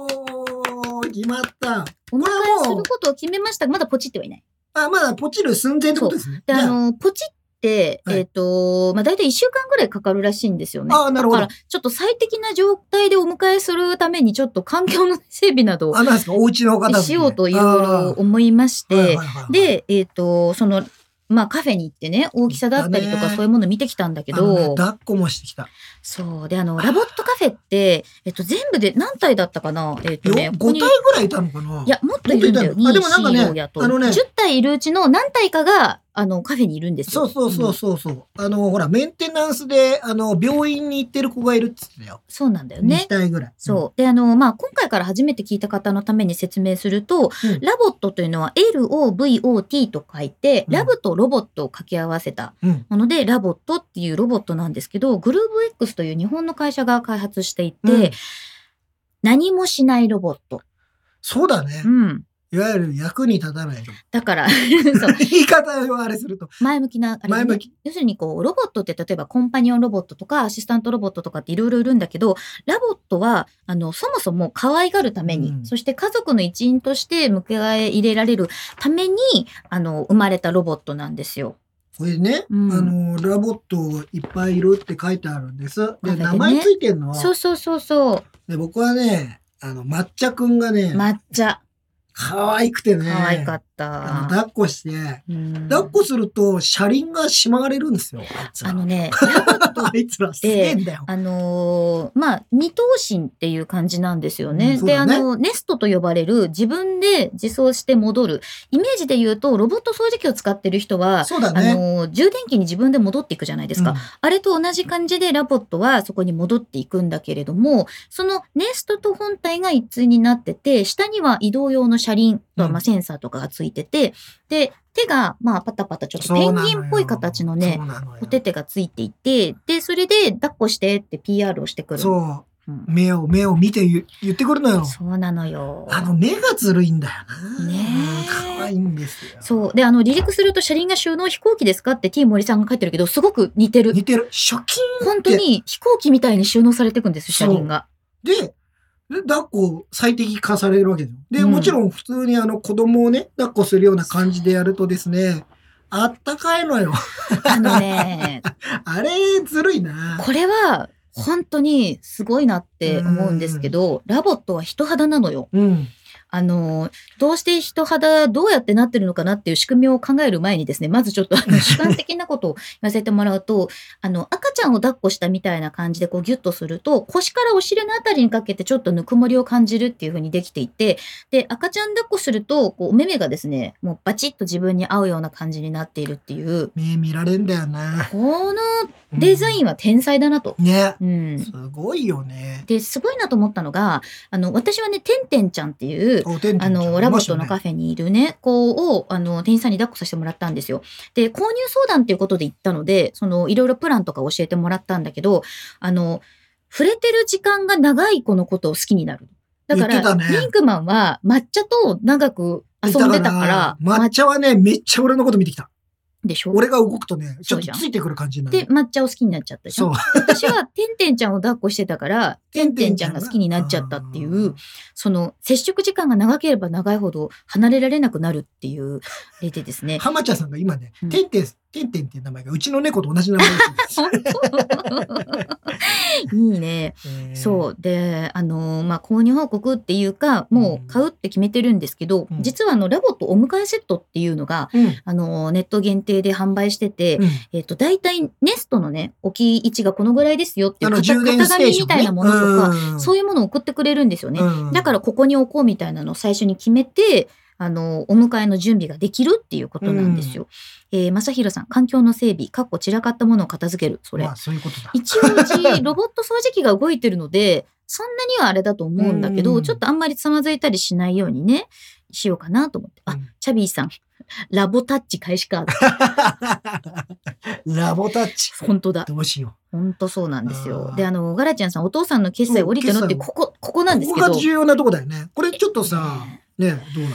Speaker 2: おー、決まった。
Speaker 3: お迎
Speaker 2: れは
Speaker 3: えす
Speaker 2: もう
Speaker 3: ることを決めましたが、まだポチってはいない。
Speaker 2: あ、まだポチる寸前ってことですね。
Speaker 3: で、
Speaker 2: じゃ
Speaker 3: あ
Speaker 2: あ
Speaker 3: のーポチって、
Speaker 2: はい
Speaker 3: えっ、とまあ、大体1週間ぐらいかかるらしいんですよね。
Speaker 2: あーなるほど
Speaker 3: だから、ちょっと最適な状態でお迎えするために、ちょっと環境の整備などを
Speaker 2: あ、なんですか、お家の方
Speaker 3: しようといろいろ思いまして、で、えっ、と、その、まあカフェに行ってね、大きさだったり
Speaker 2: 行
Speaker 3: と
Speaker 2: った
Speaker 3: か
Speaker 2: ね
Speaker 3: そういうもの見てきたんだけ
Speaker 2: け
Speaker 3: ど、
Speaker 2: 抱っこもしてきた。
Speaker 3: そう。で、あの、ラボットカフェって、えっと、全部で何体だったかなえっと
Speaker 2: よ
Speaker 3: ね、
Speaker 2: 5体ぐらいいたのかない
Speaker 3: や、もっといるんだよ。
Speaker 2: もっといたのあでもなんかね
Speaker 3: 4やと。
Speaker 2: あのね
Speaker 3: 10体いるうちの何体かが、あの、カフェにいるんです
Speaker 2: そ
Speaker 3: よ。
Speaker 2: うそうそ
Speaker 3: ん
Speaker 2: うそうそう、あのほらメンテナンスであの病院に行ってる子がいるっつってたよ、
Speaker 3: そうなんだよ
Speaker 2: ね、
Speaker 3: ね
Speaker 2: 2。体ぐらい
Speaker 3: そう。で、あの、まあ、今回から初めて聞いた方のために説明すると、
Speaker 2: うん
Speaker 3: ラボットというのは LOVOT と書いて、
Speaker 2: うん
Speaker 3: ラブとロボットを掛け合わせた
Speaker 2: うん、
Speaker 3: もので、ラボットっていうロボットなんですけど、グルーブ X という日本の会社が開発していて、
Speaker 2: うん
Speaker 3: 何もしないロボット。
Speaker 2: そうだね
Speaker 3: う、ん。
Speaker 2: いわゆる役に立たないと
Speaker 3: だから、そう
Speaker 2: (laughs) 言い方をあれすると
Speaker 3: 前向きな、あれね
Speaker 2: 前向き
Speaker 3: 要するにこう、ロボットって例えばコンパニオンロボットとかアシスタントロボットとかっていろいろいるんだけど、ラボットは、あの、そもそも可愛がるために、
Speaker 2: うん
Speaker 3: そして家族の一員として迎え入れられるために、あの、生まれたロボットなんですよ。
Speaker 2: これね、
Speaker 3: うん
Speaker 2: あのラボットいっぱいいるって書いてあるんです
Speaker 3: 書
Speaker 2: で
Speaker 3: いてね
Speaker 2: 名前ついてんのは
Speaker 3: そうそうそうそ
Speaker 2: で僕はねあの抹茶くんがね
Speaker 3: う。抹茶。
Speaker 2: 可愛くてね
Speaker 3: 可愛かっ
Speaker 2: あの
Speaker 3: た。
Speaker 2: 抱っこして
Speaker 3: うん
Speaker 2: 抱っこすると車輪がしまがれるんですよあいつら
Speaker 3: あのね、
Speaker 2: (laughs) あいつらすげえんだよ、
Speaker 3: あのーまあ、二頭身っていう感じなんですよね。
Speaker 2: うんそう
Speaker 3: で、あ
Speaker 2: だね
Speaker 3: の、ネストと呼ばれる自分で自走して戻る。イメージで言うと、ロボット掃除機を使ってる人は、
Speaker 2: そうだ
Speaker 3: あ
Speaker 2: ね
Speaker 3: のー充電器に自分で戻っていくじゃないですか。
Speaker 2: うん
Speaker 3: あれと同じ感じでラボットはそこに戻っていくんだけれども、そのネストと本体が一対になってて、下には移動用の車輪とか、
Speaker 2: うん
Speaker 3: まあ、センサーとかがついてて、で、手が、まあ、パタパタちょっとペンギンっぽい形のね、
Speaker 2: そうなのよ
Speaker 3: お手手がついていて、で、それで、抱っこしてって PR をしてくる。う。
Speaker 2: そ
Speaker 3: ん
Speaker 2: う、目を、目を見て言言ってくるのよ。
Speaker 3: そうなのよ。
Speaker 2: あの、目がずるいんだよな。
Speaker 3: ねえ
Speaker 2: うん可愛いんですよ。
Speaker 3: そう。で、あの、離陸すると車輪が収納飛行機ですかって T 森さんが書いてるけど、すごく似てる。
Speaker 2: 似てる。ショキーン
Speaker 3: 本当に飛行機みたいに収納されていくんです、車輪が。
Speaker 2: で、で抱っこ最適化されるわけですよ。で、
Speaker 3: うん
Speaker 2: もちろん普通にあの子供をね、抱っこするような感じでやるとですね、あったかいのよ。 (laughs)
Speaker 3: あのね、
Speaker 2: あれ、ずるいな。
Speaker 3: これは、本当にすごいなって思うんですけど、ラボットは人肌なのよ。
Speaker 2: うん。
Speaker 3: あの、どうして人肌どうやってなってるのかなっていう仕組みを考える前にですね、まずちょっとあの主観的なことを言わせてもらうと、あの、赤ちゃんを抱っこしたみたいな感じでこうギュッとすると、腰からお尻のあたりにかけてちょっとぬくもりを感じるっていう風にできていて、で、赤ちゃん抱っこすると、こう、お目目がですね、もうバチッと自分に合うような感じになっているっていう、
Speaker 2: 目見られんだよね。
Speaker 3: このデザインは天才だなと。
Speaker 2: うんね。
Speaker 3: うん。
Speaker 2: すごいよね。
Speaker 3: で、すごいなと思ったのが、あの、私はね、てんてんちゃんっていう、
Speaker 2: おてんてんちゃ
Speaker 3: あ
Speaker 2: ん
Speaker 3: の、ラボットのカフェにいるね、子を、あの、店員さんに抱っこさせてもらったんですよ。で、購入相談っていうことで行ったので、その、いろいろプランとか教えてもらったんだけど、あの、触れてる時間が長い子のことを好きになる。だか
Speaker 2: 言ってた
Speaker 3: ら、
Speaker 2: ね
Speaker 3: リンクマンは抹茶と長く遊んでたから、
Speaker 2: 見な抹
Speaker 3: 抹
Speaker 2: 茶はね、めっちゃ俺のこと見てきた。
Speaker 3: でしょ
Speaker 2: 俺が動くとね、ち
Speaker 3: そ
Speaker 2: ょっと
Speaker 3: うじゃん
Speaker 2: ついてくる感じにな
Speaker 3: で、
Speaker 2: る。
Speaker 3: 抹茶を好きになっちゃったじゃ
Speaker 2: そ
Speaker 3: ん
Speaker 2: う。。
Speaker 3: 私は、てんてんちゃんを抱っこしてたから、
Speaker 2: てん
Speaker 3: (laughs) てんちゃんが好きになっちゃったっていう
Speaker 2: うん。。
Speaker 3: その接触時間が長ければ長いほど離れられなくなるっていう例でですね
Speaker 2: (laughs) 浜ちゃんさんが今ね
Speaker 3: う、ん
Speaker 2: てんてん、てんてんっていう名前がうちの猫と同じ名前です。
Speaker 3: 本当いいね。
Speaker 2: えー
Speaker 3: そうであのまあ購入報告っていうかもう買うって決めてるんですけど、
Speaker 2: うん
Speaker 3: 実はあのラボットお迎えセットっていうのが
Speaker 2: うん。
Speaker 3: あのネット限定で販売してて、
Speaker 2: うん
Speaker 3: えっと大体ネストのね置き位置がこのぐらいですよってい
Speaker 2: あ
Speaker 3: う
Speaker 2: の、充電
Speaker 3: 型
Speaker 2: ステー
Speaker 3: 紙
Speaker 2: ショ
Speaker 3: み
Speaker 2: ン
Speaker 3: た
Speaker 2: ね。
Speaker 3: いなものとか、
Speaker 2: うん
Speaker 3: そういうものを送ってくれるんですよね。
Speaker 2: うん
Speaker 3: だからここに置こうみたいなのを最初に決めて、あの、お迎えの準備ができるっていうことなんですよ。えー、まさひろさん、環境の整備、かっこ散らかったものを片付ける、それ。
Speaker 2: まあ、そういうことだ。
Speaker 3: 一応うち、ロボット掃除機が動いてるので、 (laughs) そんなにはあれだと思うんだけど、
Speaker 2: うん
Speaker 3: ちょっとあんまりつまずいたりしないようにね、しようかなと思って。あ、
Speaker 2: うん
Speaker 3: チャビーさん、 (laughs) ラボタッチ開始か。
Speaker 2: (laughs) ラボタッチ。
Speaker 3: 本当だ。
Speaker 2: どうしよ
Speaker 3: ほんとそうなんですよ
Speaker 2: あ。ー
Speaker 3: で、あの、ガラちゃんさん、お父さんの決済降りたのって、
Speaker 2: そう
Speaker 3: ここ、ここ
Speaker 2: う。
Speaker 3: なんです
Speaker 2: こ
Speaker 3: け
Speaker 2: こ
Speaker 3: ど
Speaker 2: が。重要なとこだよね。これちょっとさ、ね、どうな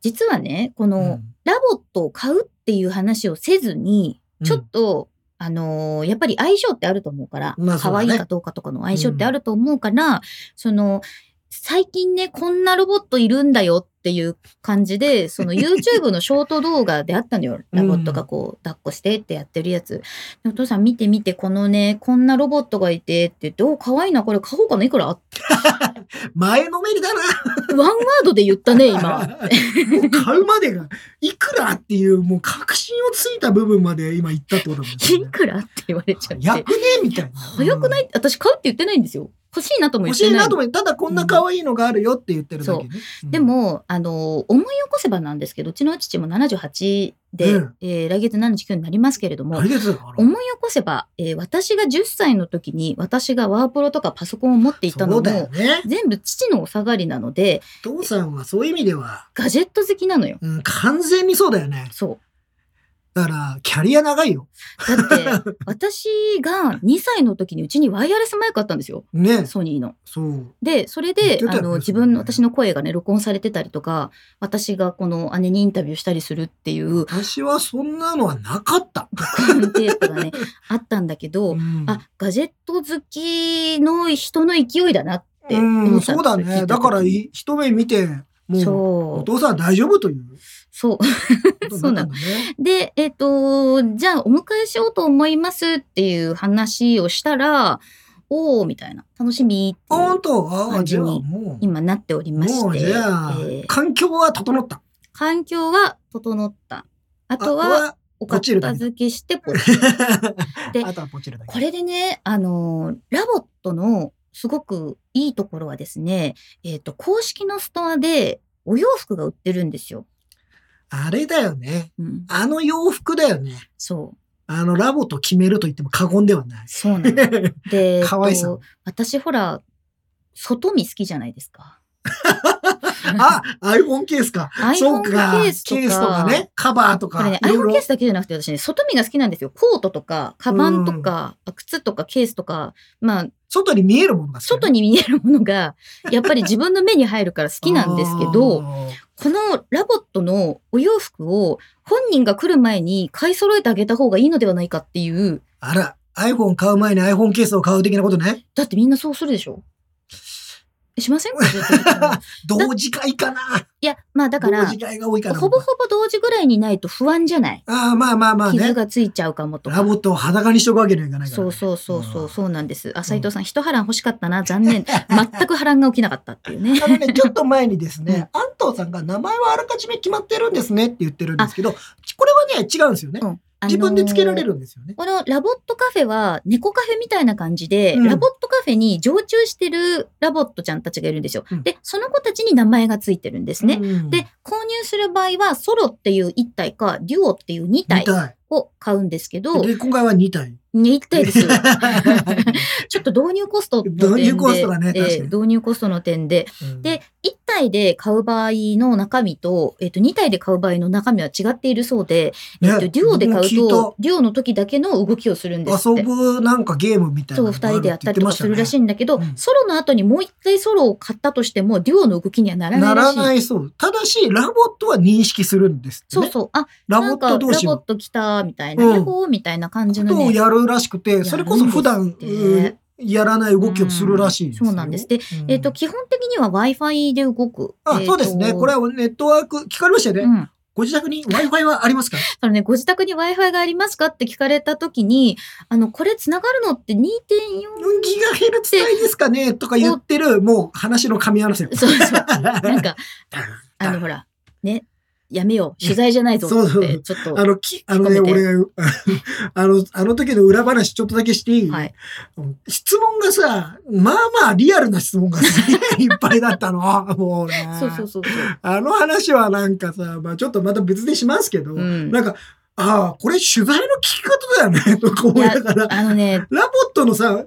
Speaker 3: 実はね、この、
Speaker 2: の
Speaker 3: ラボットを買うっていう話をせずに、
Speaker 2: うん
Speaker 3: ちょっと、あのーやっぱり相性ってあると思うから、
Speaker 2: まあそう
Speaker 3: 可
Speaker 2: だね
Speaker 3: 愛いかどうかとかの相性ってあると思うから、その、最近ね、こんなロボットいるんだよっていう感じで、その YouTube のショート動画であった
Speaker 2: (laughs)
Speaker 3: のよ。ラボットがこう、抱っこしてってやってるやつ。でお父さん見て見て、このね、こんなロボットがいてって言って、お、可愛いな、これ買おうかな、いくらワ
Speaker 2: 前のめりだな。
Speaker 3: ンワードで言ったね、
Speaker 2: (laughs)
Speaker 3: 今。
Speaker 2: もう買うまでが、いくらっていう、もう確信をついた部分まで今言ったってことなんです
Speaker 3: い
Speaker 2: よね。
Speaker 3: くらって言われちゃって。
Speaker 2: 早くねみたいな。
Speaker 3: 早くない、私買うって言ってないんですよ。欲しいなとも
Speaker 2: うん
Speaker 3: 言
Speaker 2: 欲
Speaker 3: っ
Speaker 2: してい
Speaker 3: ない。
Speaker 2: なと思って、ただこんな可愛いのがあるよって言ってるだけね。うん
Speaker 3: で、も、あの、思い起こせばなんですけど、うちの父も78で、
Speaker 2: うん
Speaker 3: えー来月79になりますけれども、
Speaker 2: あれですよあの
Speaker 3: 思い起こせば、えー私が10歳の時に私がワープロとかパソコンを持っていた
Speaker 2: そ
Speaker 3: の
Speaker 2: うだよ
Speaker 3: も、
Speaker 2: ね。
Speaker 3: 全部父のお下がりなので、
Speaker 2: 父さんはそういう意味では、
Speaker 3: ガジェット好きなのよ。
Speaker 2: うん、完全にそうだよね。
Speaker 3: そう。
Speaker 2: だから、キャリア長いよ。
Speaker 3: だ
Speaker 2: (laughs)
Speaker 3: って、私が2歳の時にうちにワイヤレスマイクあったんですよ。
Speaker 2: ね。
Speaker 3: ソニーの。
Speaker 2: そう。
Speaker 3: で、それ
Speaker 2: 言っ
Speaker 3: で
Speaker 2: て、たよ
Speaker 3: あ
Speaker 2: ね
Speaker 3: の、
Speaker 2: それ
Speaker 3: 自分の、
Speaker 2: ね
Speaker 3: 私の声がね、録音されてたりとか、私がこの姉にインタビューしたりするっていう、
Speaker 2: 私はそんなのはなかった。
Speaker 3: 録音テープが
Speaker 2: (laughs)
Speaker 3: ね、あったんだけど、
Speaker 2: うん
Speaker 3: あ、ガジェット好きの人の勢いだなって
Speaker 2: う
Speaker 3: 思
Speaker 2: ん、
Speaker 3: ったんですよ
Speaker 2: そうだ
Speaker 3: 聞いた時
Speaker 2: ね。だから、い一目見て、もう、お
Speaker 3: そ
Speaker 2: 父さんは大丈夫という
Speaker 3: う。そう。
Speaker 2: こ
Speaker 3: (laughs)
Speaker 2: と
Speaker 3: そう
Speaker 2: になっ
Speaker 3: な
Speaker 2: たんだ
Speaker 3: の。
Speaker 2: ね。
Speaker 3: で、えっ、と、じゃあお迎えしようと思いますっていう話をしたら、おおみたいな、楽しみっていう
Speaker 2: 本当ああ、
Speaker 3: 感
Speaker 2: じ
Speaker 3: じ
Speaker 2: ゃあ
Speaker 3: に
Speaker 2: もう、
Speaker 3: 今なっておりまして。
Speaker 2: もうじゃあ
Speaker 3: え、ー
Speaker 2: 環境は整った。
Speaker 3: 環境は整った。あ
Speaker 2: あ
Speaker 3: とは、、お
Speaker 2: ポチるだ
Speaker 3: 片
Speaker 2: けだ
Speaker 3: 付けして、ポチ
Speaker 2: あとは
Speaker 3: (laughs) で
Speaker 2: あとはポチるだけ。
Speaker 3: これでね、あのーラボットのすごくいいところはですね、えっ、と、公式のストアでお洋服が売ってるんですよ。
Speaker 2: あれだよね。
Speaker 3: うん、
Speaker 2: あの洋服だよね。
Speaker 3: そう。
Speaker 2: あの、ラボと決めると言っても過言ではない。
Speaker 3: そうなの。
Speaker 2: (laughs)
Speaker 3: で、えっと
Speaker 2: 可愛さ
Speaker 3: 私ほら、外見好きじゃないですか。
Speaker 2: あ、iPhone ケースか。
Speaker 3: iPhone
Speaker 2: そうか
Speaker 3: ケースとか
Speaker 2: ケースとかね。カバーとか。
Speaker 3: これね、
Speaker 2: いろい
Speaker 3: iPhone
Speaker 2: ろ
Speaker 3: ケースだけじゃなくて私ね、外見が好きなんですよ。コートとか、カバンとか、靴とかケースとか、まあ、
Speaker 2: 外に見えるものが好き。
Speaker 3: 外に見えるものが、やっぱり自分の目に入るから好きなんですけど、
Speaker 2: あー。
Speaker 3: このラボットのお洋服を本人が来る前に買い揃えてあげた方がいいのではないかっていう。
Speaker 2: あら、iPhone 買う前に iPhone ケースを買う的なことね。
Speaker 3: だってみんなそうするでしょしませ
Speaker 2: (laughs)
Speaker 3: んガジェット好きなの
Speaker 2: 同時会かな。
Speaker 3: いや、まあだから、
Speaker 2: 同時
Speaker 3: ほ
Speaker 2: 会が多いかな。
Speaker 3: ぼほぼ同時ぐらいにないと不安じゃない
Speaker 2: ああ、まあまあまあ
Speaker 3: 傷
Speaker 2: ね。
Speaker 3: がついちゃうかもと
Speaker 2: ラ
Speaker 3: か。
Speaker 2: ボットを裸にしとくわけにはいかないから、
Speaker 3: そうそうそうそうう、
Speaker 2: ん
Speaker 3: そうなんです。あ、斎藤さん、一波乱欲しかったな、
Speaker 2: (laughs)
Speaker 3: 残念。全く波乱が起きなかったっていうね。
Speaker 2: あのね、ちょっと前にですね、安藤さんが名前はあらかじめ決まってるんですねって言ってるんですけど、これはね、違うんですよね。
Speaker 3: うんあのー
Speaker 2: 自分でつけられるんですよね。
Speaker 3: このラボットカフェは猫カフェみたいな感じで、
Speaker 2: うん
Speaker 3: ラボットカフェに常駐してるラボットちゃんたちがいるんですよ。
Speaker 2: うん
Speaker 3: で、その子たちに名前がついてるんですね。
Speaker 2: うん
Speaker 3: で、、購入する場合はソロっていう1体か、デュオっていう2
Speaker 2: 2
Speaker 3: 体
Speaker 2: 体。
Speaker 3: を買うんですけど、
Speaker 2: で、今回は2体。
Speaker 3: 2
Speaker 2: (laughs)
Speaker 3: 体 (laughs) ですよ。
Speaker 2: う
Speaker 3: ちょっと導入コストの点で、
Speaker 2: 導入コストがね
Speaker 3: えー
Speaker 2: 確かに
Speaker 3: 導入コストの点で、
Speaker 2: ん、
Speaker 3: で、1体で買う場合の中身と、えっ、と、2体で買う場合の中身は違っているそうで、え
Speaker 2: ね
Speaker 3: っ、と、デュオで買う
Speaker 2: 僕も聞いた
Speaker 3: と、デュオの時だけの動きをするんですって
Speaker 2: 遊。ぶなんかゲームみたいな
Speaker 3: そ
Speaker 2: のが
Speaker 3: う、二人でやったりとかするらし
Speaker 2: あ
Speaker 3: いんだけど、
Speaker 2: うん
Speaker 3: ソロの後にもう一回ソロを買ったとしても、デュオの動きにはな
Speaker 2: るって言
Speaker 3: ら
Speaker 2: ってましたね
Speaker 3: ないらしい。
Speaker 2: ならないそう。ただし、ラボットは認識するんですって
Speaker 3: そ
Speaker 2: ね、
Speaker 3: うそう。あ、
Speaker 2: ラ
Speaker 3: な
Speaker 2: ボ
Speaker 3: ん
Speaker 2: ッ
Speaker 3: かラ
Speaker 2: ト
Speaker 3: ボ
Speaker 2: 同士
Speaker 3: ッ
Speaker 2: の
Speaker 3: ト来た、みたいな、
Speaker 2: うん
Speaker 3: ヤッホーみたいな感じ
Speaker 2: こ
Speaker 3: の
Speaker 2: とを
Speaker 3: ね。
Speaker 2: やるらしくて、それこそ普段
Speaker 3: やるんですっ
Speaker 2: う
Speaker 3: て
Speaker 2: んやらない動きをするらしいですよ
Speaker 3: そうなんです。で、
Speaker 2: うん
Speaker 3: えっ、と、基本的には Wi-Fi で動く。
Speaker 2: あ、そうですね。これ
Speaker 3: は、
Speaker 2: はネットワーク、聞かれましたよね。
Speaker 3: うん。
Speaker 2: ご自宅に Wi-Fi はありますか
Speaker 3: だからね、ご自宅に Wi-Fi がありますかって聞かれたときに、あの、これ繋がるのって
Speaker 2: 4
Speaker 3: 2.4?
Speaker 2: ギガヘルツ帯ですかねとか言ってる、もう話の噛み合わせ。
Speaker 3: (laughs) そうそう。なんか、
Speaker 2: (laughs)
Speaker 3: あ
Speaker 2: あ
Speaker 3: の、ほら、ね、やめよう。取材じゃないぞっ
Speaker 2: そうそ
Speaker 3: て、
Speaker 2: う
Speaker 3: ちょっ
Speaker 2: (laughs)
Speaker 3: と。
Speaker 2: あの、き、あのね、
Speaker 3: 止めて
Speaker 2: 俺、 (laughs) あの、あの時の裏話ちょっとだけしていい、
Speaker 3: はい。
Speaker 2: 質問がさ、まあまあリアルな質問がすげえ (laughs) いっぱいだったの。もうね。
Speaker 3: そうそうそうそう。
Speaker 2: あの話はなんかさ、まあちょっとまた別でしますけど、
Speaker 3: うん
Speaker 2: なんか、ああ、これ取材の聞き方だよね、と (laughs) か思いながら。
Speaker 3: あのね、
Speaker 2: ラボットのさ、あの、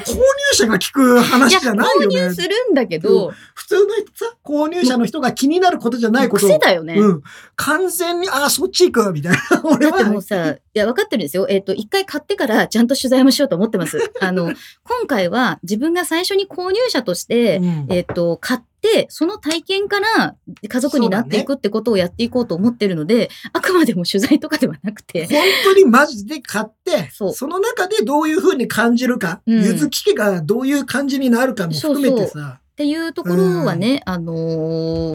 Speaker 2: 購入者が聞く話じゃないよ
Speaker 3: いや購入
Speaker 2: ね
Speaker 3: す。るんだけど、
Speaker 2: 普通のさ、購入者の人が気になることじゃないことを
Speaker 3: 癖だよね。
Speaker 2: うん。完全に、あ、そっち行くみたいな。 (laughs) 俺
Speaker 3: だって
Speaker 2: は
Speaker 3: もうさ、いや、分かってるんですよ。えっ、と、一回買ってからちゃんと取材もしようと思って
Speaker 2: (laughs)
Speaker 3: ます。あの、今回は自分が最初に購入者として、
Speaker 2: うん
Speaker 3: えっ、と、買って、その体験から家族になっていくってことをやっていこうと思ってるので、あくまでも取材とかではなくて、
Speaker 2: 本当にマジで買って、
Speaker 3: そう
Speaker 2: その中でどういう風に感じるか、
Speaker 3: うん
Speaker 2: ゆずき家がどういう感じになるかも含めてさ、
Speaker 3: っていうところはね、あの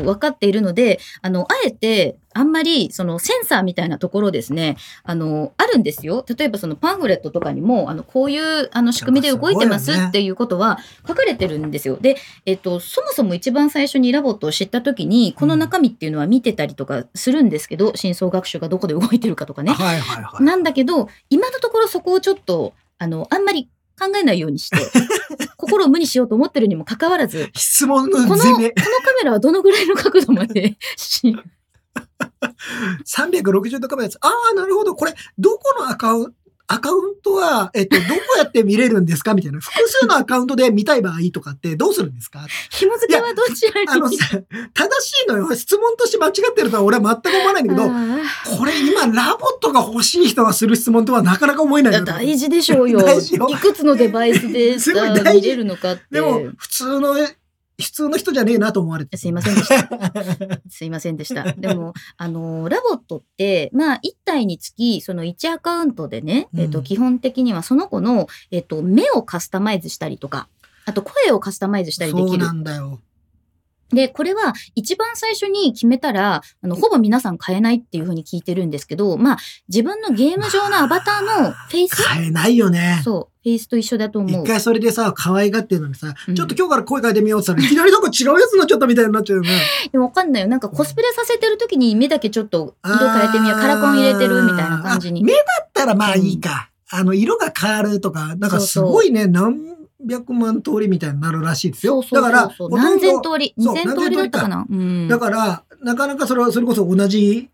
Speaker 3: ー分かっているので、あの、あえて、あんまり、その、センサーみたいなところですね、あのーあるんですよ。例えば、その、パンフレットとかにも、あの、こういう、あの、仕組みで動いてます
Speaker 2: すごいよね
Speaker 3: っていうことは書かれてるんですよ。で、えっと、そもそも一番最初にラボットを知った時に、この中身っていうのは見てたりとかするんですけど、真相学習がどこで動いてるかとかね。
Speaker 2: はいはいはい。
Speaker 3: なんだけど、今のところそこをちょっと、あの、あんまり考えないよう
Speaker 2: (laughs)
Speaker 3: にして、心を無にしようと思ってるにもかかわらず、
Speaker 2: 質問の
Speaker 3: この
Speaker 2: 攻め、
Speaker 3: このカメラはどのぐらいの角度まで (laughs) し
Speaker 2: 360度カメラです。ああ、なるほど。これ、どこのアカウント、アカウントは、えっと、どこやって見れるんですかみたいな。複数のアカウントで見たい場合とかってどうするんですか
Speaker 3: 紐付けはどちらに
Speaker 2: あ
Speaker 3: (laughs)
Speaker 2: のさ、正しいのよ。質問として間違ってるとは俺は全く思わないんだけど、
Speaker 3: あ
Speaker 2: これ今ラボットが欲しい人がする質問とはなかなか思えない
Speaker 3: ーい
Speaker 2: よ
Speaker 3: や大事でしょうよ。
Speaker 2: 大事よ
Speaker 3: いくつのデバイスで
Speaker 2: すごい
Speaker 3: あ
Speaker 2: 大事
Speaker 3: ー見れるのかって。
Speaker 2: でも、普通の、普通の人じゃねえなと思われて。
Speaker 3: す
Speaker 2: (laughs)
Speaker 3: いませんでした。すいませんでした。でも、あのー、ラボットって、まあ、1体につき、その1アカウントでね、えっ、
Speaker 2: う
Speaker 3: と、
Speaker 2: ん
Speaker 3: 基本的にはその子の、えっ、と、目をカスタマイズしたりとか、あと、声をカスタマイズしたりで
Speaker 2: そ
Speaker 3: き
Speaker 2: う
Speaker 3: る
Speaker 2: な。んだよ。
Speaker 3: で、これは一番最初に決めたら、あの、ほぼ皆さん買えないっていうふうに聞いてるんですけど、まあ、自分のゲーム上のアバターのフェイス、
Speaker 2: 買えないよね。
Speaker 3: そう、フェイスと一緒だと思
Speaker 2: 一
Speaker 3: う。
Speaker 2: 回それでさ、可愛がってるのにさ、
Speaker 3: うん
Speaker 2: ちょっと今日から声変えてみようって言ったら、いきなりなんか違うやつになっちゃったみたいになっちゃうよね。
Speaker 3: (laughs) でもわかんないよ。なんかコスプレさせてる時に目だけちょっと色変えてみよう。
Speaker 2: あー
Speaker 3: カラコン入れてるみたいな感じ
Speaker 2: あ
Speaker 3: に。
Speaker 2: 目だったらまあいいか。あの、色が変わるとか、なんかすごいね、何百万通りみたいになるらしいです
Speaker 3: そ
Speaker 2: よ。
Speaker 3: うそう
Speaker 2: だ
Speaker 3: そ
Speaker 2: から、ほ
Speaker 3: うそう。
Speaker 2: とん
Speaker 3: 何
Speaker 2: ど
Speaker 3: 千通り、
Speaker 2: そう
Speaker 3: 二千通りだったかな。うん。
Speaker 2: だから、なかなかそれは、それこそ同じ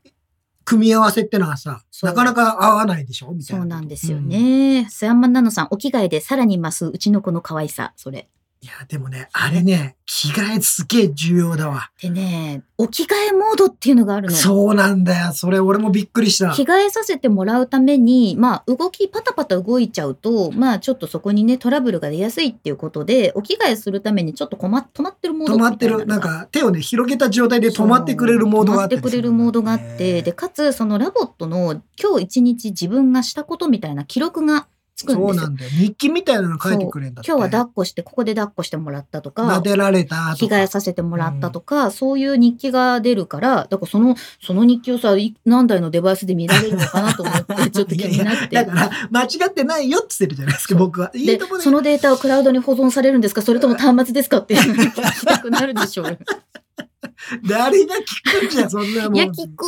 Speaker 2: 組み合わせってのはさ、
Speaker 3: そう
Speaker 2: なかなか合わないでしょみたい
Speaker 3: そ
Speaker 2: な。
Speaker 3: うなんですよね。スヤンマンナノさん、お着替えでさらに増すうちの子の可愛さ、それ。
Speaker 2: いや、でもね、あれね、着替えすげえ重要だわ。
Speaker 3: でね、お着替えモードっていうのがあるの。
Speaker 2: そうなんだよ。それ俺もびっくりした
Speaker 3: 着。替えさせてもらうために、まあ、動きパタパタ動いちゃうと、まあ、ちょっとそこにねトラブルが出やすいっていうことでお着替えするためにちょっと困っ止まってるモード
Speaker 2: 止まってる、なんか手をね、広げた状態で止まってくれるモードがあって。
Speaker 3: 止まってくれるモードがあってでかつそのラボットの今日一日自分がしたことみたいな記録がつくん
Speaker 2: そう
Speaker 3: です
Speaker 2: な
Speaker 3: よ。
Speaker 2: んだよ。日記みたいなの書いてくれるんだって。
Speaker 3: 今日は抱っこして、ここで抱っこしてもらったと
Speaker 2: 撫
Speaker 3: か、
Speaker 2: でられたと
Speaker 3: 着替え
Speaker 2: か。
Speaker 3: させてもらったとか、そういう日記が出るから、だからその、その日記をさ、い何台のデバイスで見られるのかなと
Speaker 2: (laughs)
Speaker 3: 思って、ちょっと気になって。
Speaker 2: だから、間違ってないよって言ってるじゃないですか、僕は。いい
Speaker 3: で
Speaker 2: とこ、で
Speaker 3: そのデータはクラウドに保存されるんですかそれとも端末ですかっ
Speaker 2: (laughs)
Speaker 3: ていうのを聞きたくなるでしょうよ。
Speaker 2: 誰が聞くんじゃん、そんなもん。
Speaker 3: いや、聞く、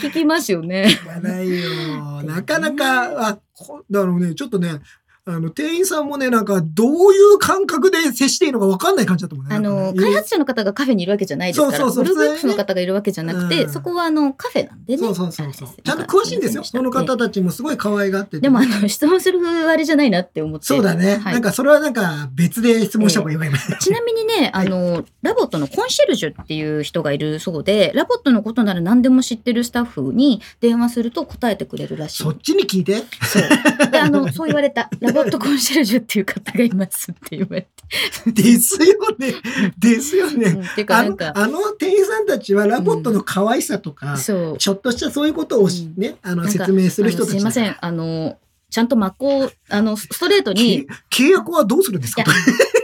Speaker 3: 聞きますよね。
Speaker 2: 聞かないよ。なかなか、あ、こだからね、ちょっとね、あの、店員さんもね、なんか、どういう感覚で接していいのか分かんない感じだと思うね。
Speaker 3: あ
Speaker 2: な
Speaker 3: の、
Speaker 2: んかね
Speaker 3: 開発者の方がカフェにいるわけじゃないですから、
Speaker 2: そうそうそう
Speaker 3: ブルーブックスの方がいるわけじゃなくて、
Speaker 2: うん
Speaker 3: そこはあの、カフェなんでね。
Speaker 2: そうそうそうそう
Speaker 3: あれで。
Speaker 2: ちゃんと詳しいんですよ。この方たちもすごい可愛がってて。
Speaker 3: でも、あの、 (laughs) 質問するあれじゃないなって思って。
Speaker 2: そうだね。
Speaker 3: はい
Speaker 2: なんか、それはなんか、別で質問した方がいいわよね。
Speaker 3: ちなみにね、あの、ラボットのコンシェルジュっていう人がいるそうで、ラボットのことなら何でも知ってるスタッフに電話すると答えてくれるらしい。
Speaker 2: そっちに聞いて。 (laughs)
Speaker 3: そう。で、あの、そう言われた。ラボットコンシェルジュっていう方がいますって言われて。
Speaker 2: ですよね。ですよ
Speaker 3: う
Speaker 2: ね。
Speaker 3: ん、っていう
Speaker 2: あ
Speaker 3: か、なん
Speaker 2: の
Speaker 3: か、
Speaker 2: あの店員さんたちはラボットの可愛さとか、
Speaker 3: そう。
Speaker 2: ちょっとしたそういうことをし
Speaker 3: うん
Speaker 2: ね、あ
Speaker 3: なん
Speaker 2: の
Speaker 3: か
Speaker 2: 説明する人
Speaker 3: あ
Speaker 2: た
Speaker 3: の
Speaker 2: ち
Speaker 3: すいません。あの、ちゃんと真っ向、あの、ストレートに
Speaker 2: き、契約はどうするんですか
Speaker 3: い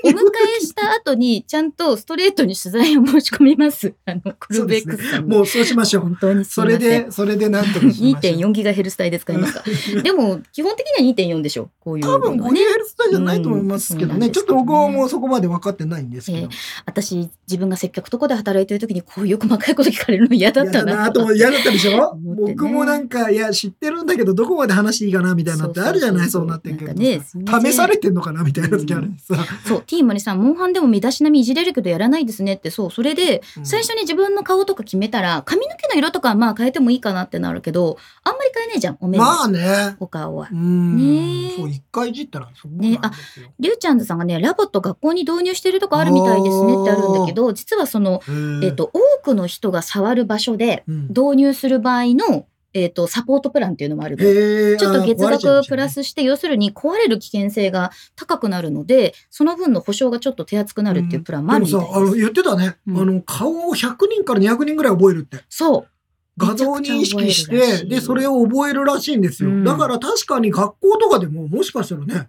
Speaker 3: お迎えした後に、ちゃんとストレートに取材を申し込みます。 (laughs) あの、クルーベックスさんに。
Speaker 2: もうそうしましょう。
Speaker 3: 本当にす
Speaker 2: そ
Speaker 3: いませ
Speaker 2: れ
Speaker 3: ん。 (laughs)
Speaker 2: で、それでなんとかしましょう。
Speaker 3: 2.4ギガヘルス帯で使いました。でも、基本的には2.4でしょ。こういう
Speaker 2: 多分
Speaker 3: のはね。
Speaker 2: 50Hz じゃないと思いますけどね、
Speaker 3: うん
Speaker 2: ちょっと僕はもうそこまで分かってないんですけ
Speaker 3: え
Speaker 2: ど
Speaker 3: え。私、自分が接客とかで働いてる時に、こういう細かいこと聞かれるの嫌だ
Speaker 2: 嫌
Speaker 3: った
Speaker 2: だな
Speaker 3: な
Speaker 2: と
Speaker 3: と
Speaker 2: 思。う嫌だったでしょ、
Speaker 3: 思ってね
Speaker 2: 僕もなんか、いや、知ってるんだけど、どこまで話していいかなみたいなのってあるじゃない、
Speaker 3: そ
Speaker 2: そうう
Speaker 3: そうそう
Speaker 2: なってく
Speaker 3: な
Speaker 2: る
Speaker 3: んかねすいませ
Speaker 2: 試
Speaker 3: ん
Speaker 2: されてんのかなみたいな時あるさ。
Speaker 3: そう、ティーマリさん、モンハンでも身だしなみいじれるけどやらないですねって、そう、それで、
Speaker 2: うん
Speaker 3: 最初に自分の顔とか決めたら、髪の毛の色とかはまあ変えてもいいかなってなるけど、あんまり変えないじゃん、お目目、
Speaker 2: まあね。
Speaker 3: お顔は
Speaker 2: う。ん
Speaker 3: ねえ。
Speaker 2: そう、一回いじったらそうなんですよ。
Speaker 3: リュウちゃんズさんがね、ラボット学校に導入してるとこあるみたいですねってあるんだけど、実はその、えっ、
Speaker 2: え、
Speaker 3: と、多くの人が触る場所で
Speaker 2: うん
Speaker 3: 導入する場合の、えっ、と、サポートプランっていうのもあるのよ
Speaker 2: へー
Speaker 3: ちょっと月
Speaker 2: あー壊れちゃうんで
Speaker 3: 額
Speaker 2: すね
Speaker 3: プラスして、要するに壊れる危険性が高くなるので、その分の保証がちょっと手厚くなるっていうプランもあるみたい
Speaker 2: で
Speaker 3: で
Speaker 2: もさあの
Speaker 3: す。
Speaker 2: 言ってたね、
Speaker 3: うん
Speaker 2: あの顔を100人から200人ぐらい覚えるって
Speaker 3: そう。
Speaker 2: 画像認識し
Speaker 3: めちゃくちゃ覚えるらしてい
Speaker 2: でそれを覚えるらしいんですよ、
Speaker 3: うん
Speaker 2: だから確かに学校とかでももしかしたらね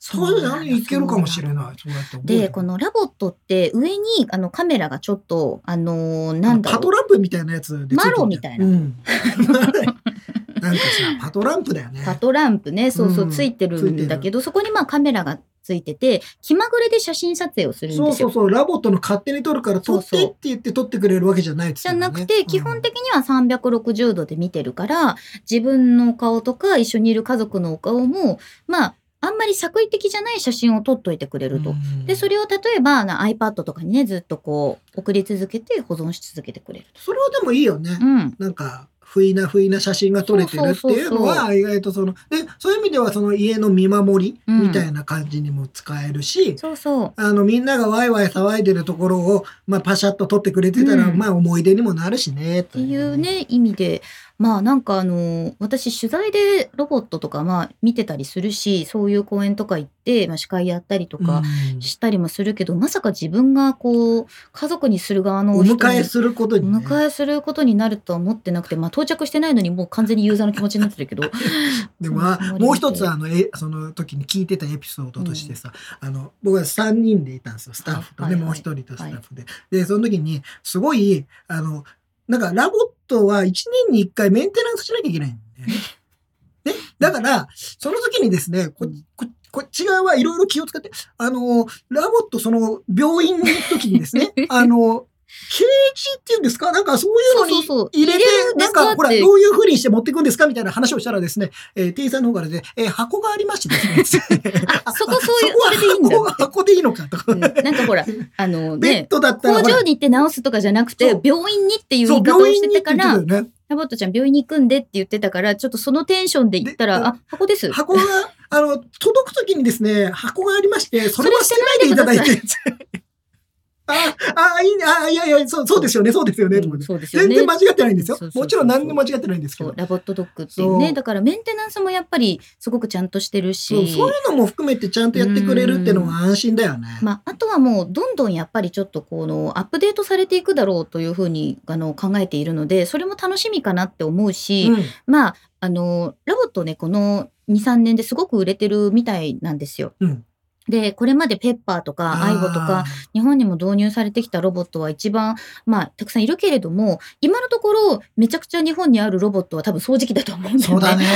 Speaker 3: そ
Speaker 2: そううい
Speaker 3: な
Speaker 2: う
Speaker 3: の
Speaker 2: のにいけるかもしれないそうやって覚える
Speaker 3: で、このラボットって上にあのカメラがちょっと、あのーなんだ
Speaker 2: パト
Speaker 3: ろ
Speaker 2: ランプみたいなやつでつてる
Speaker 3: マロみたいな (laughs)
Speaker 2: うん、なんかさパトランプだよね
Speaker 3: う、パトランプね、そうそうう、
Speaker 2: ん
Speaker 3: ついてるんだけど、そこにまあカメラがついてて、気まぐれで写真撮影をするんです
Speaker 2: そ
Speaker 3: よ。
Speaker 2: うそうそうラボットの勝手に撮るから撮ってって言って撮ってくれるわけじゃないっつって
Speaker 3: じ
Speaker 2: た
Speaker 3: ゃ
Speaker 2: ね
Speaker 3: なくて、基
Speaker 2: う
Speaker 3: 本
Speaker 2: ん
Speaker 3: 的には360度で見てるから、自分の顔とか一緒にいる家族のお顔も、まあ、あんまり作為的じゃない写真を撮っといてくれると。
Speaker 2: うん
Speaker 3: で、それを例えばな iPad とかにね、ずっとこう、送り続けて保存し続けてくれる。
Speaker 2: それはでもいいよね、
Speaker 3: うん。
Speaker 2: なんか不意な不意な写真が撮れてるっていうの
Speaker 3: そうそうそう
Speaker 2: は意外とそのでそういう意味ではその家の見守り
Speaker 3: うん
Speaker 2: みたいな感じにも使えるし、
Speaker 3: そうそう。
Speaker 2: あのみんながワイワイ騒いでるところを、まあ、パシャッと撮ってくれてたら、
Speaker 3: うん
Speaker 2: まあ思い出にもなるしねっ
Speaker 3: っていうね意味でまあなんかあの私取材でロボットとかまあ見てたりするしそういう公演とか行って、まあ、司会やったりと
Speaker 2: うん
Speaker 3: かしたりもするけど、まさか自分がこう家族にする側の
Speaker 2: お
Speaker 3: 人に
Speaker 2: 迎えすることに、
Speaker 3: お
Speaker 2: ね、
Speaker 3: 迎えすることになるとは思ってなくて、まあ、到着してないのにもう完全にユーザーの気持ちになってる
Speaker 2: (laughs)
Speaker 3: けど
Speaker 2: でもあ
Speaker 3: そのつもりで
Speaker 2: もう一つあのえその時に聞いてたエピソードとしてさ、あの僕は3人でいたんですよスタッフとね、
Speaker 3: はいはいはい
Speaker 2: もう一人とスタッフで。でその時にすごいあのなんかラボットは1年に1回メンテナンスしなきゃいけないんだ
Speaker 3: (laughs)
Speaker 2: よね。ね、だからその時にですねこ
Speaker 3: うん
Speaker 2: ここっち側はいろいろ気を使ってあのラボットその病院に行く時にですね
Speaker 3: (laughs)
Speaker 2: あの KG っていうんですかなんかそういうのに
Speaker 3: そうそうそう
Speaker 2: 入れて
Speaker 3: 入れるんで
Speaker 2: なん
Speaker 3: すか
Speaker 2: かほら
Speaker 3: って
Speaker 2: どういうふうにして持っていくんですかみたいな話をしたらですね、えー、店員さんの方からで、ねえー箱がありましてですね
Speaker 3: あそこそういう
Speaker 2: そこは
Speaker 3: それでいいんだ
Speaker 2: 箱箱でいいのかとか、
Speaker 3: うんなんかほらあの
Speaker 2: ベッ
Speaker 3: ね
Speaker 2: ドだった
Speaker 3: 工
Speaker 2: らほら
Speaker 3: 場に行って直すとかじゃなくて
Speaker 2: そう
Speaker 3: 病院にっていう
Speaker 2: そ
Speaker 3: 言
Speaker 2: う
Speaker 3: い方をしてたか
Speaker 2: 病
Speaker 3: ら
Speaker 2: 院にって言ってたよね
Speaker 3: ラボットちゃん病院に行くんでって言ってたから、ちょっとそのテンションで行った
Speaker 2: で
Speaker 3: ら、あ、箱です。
Speaker 2: 箱が、あの、届くときにですね、箱がありまして、それは捨てないでいただいて。あ、 (laughs) あ、いいね。あ、いやいや、そう、そうですよね。そうですよね。と思って
Speaker 3: そうですよね。
Speaker 2: 全然間違ってないんですよ
Speaker 3: そうそう。そう
Speaker 2: もちろん何でも間違ってないんですけ
Speaker 3: そ
Speaker 2: ど
Speaker 3: う。ラボットドッグっていうね
Speaker 2: そう
Speaker 3: だからメンテナンスもやっぱりすごくちゃんとしてる
Speaker 2: そう
Speaker 3: し
Speaker 2: そういうのも含めてちゃんとやってくれるっていうのは安心だよね。
Speaker 3: まあ、あとはもうどんどんやっぱりちょっとこのアップデートされていくだろうというふうにあの考えているのでそれも楽しみかなって思うし、
Speaker 2: うん
Speaker 3: まああのラボットねこの23年ですごく売れてるみたいなんですよ。
Speaker 2: うん
Speaker 3: でこれまでペッパーとかアイゴとか
Speaker 2: あー
Speaker 3: 日本にも導入されてきたロボットは一番、まあ、たくさんいるけれども今のところめちゃくちゃ日本にあるロボットは多分掃除機だと思うんだよね。
Speaker 2: そう
Speaker 3: (laughs)
Speaker 2: だね。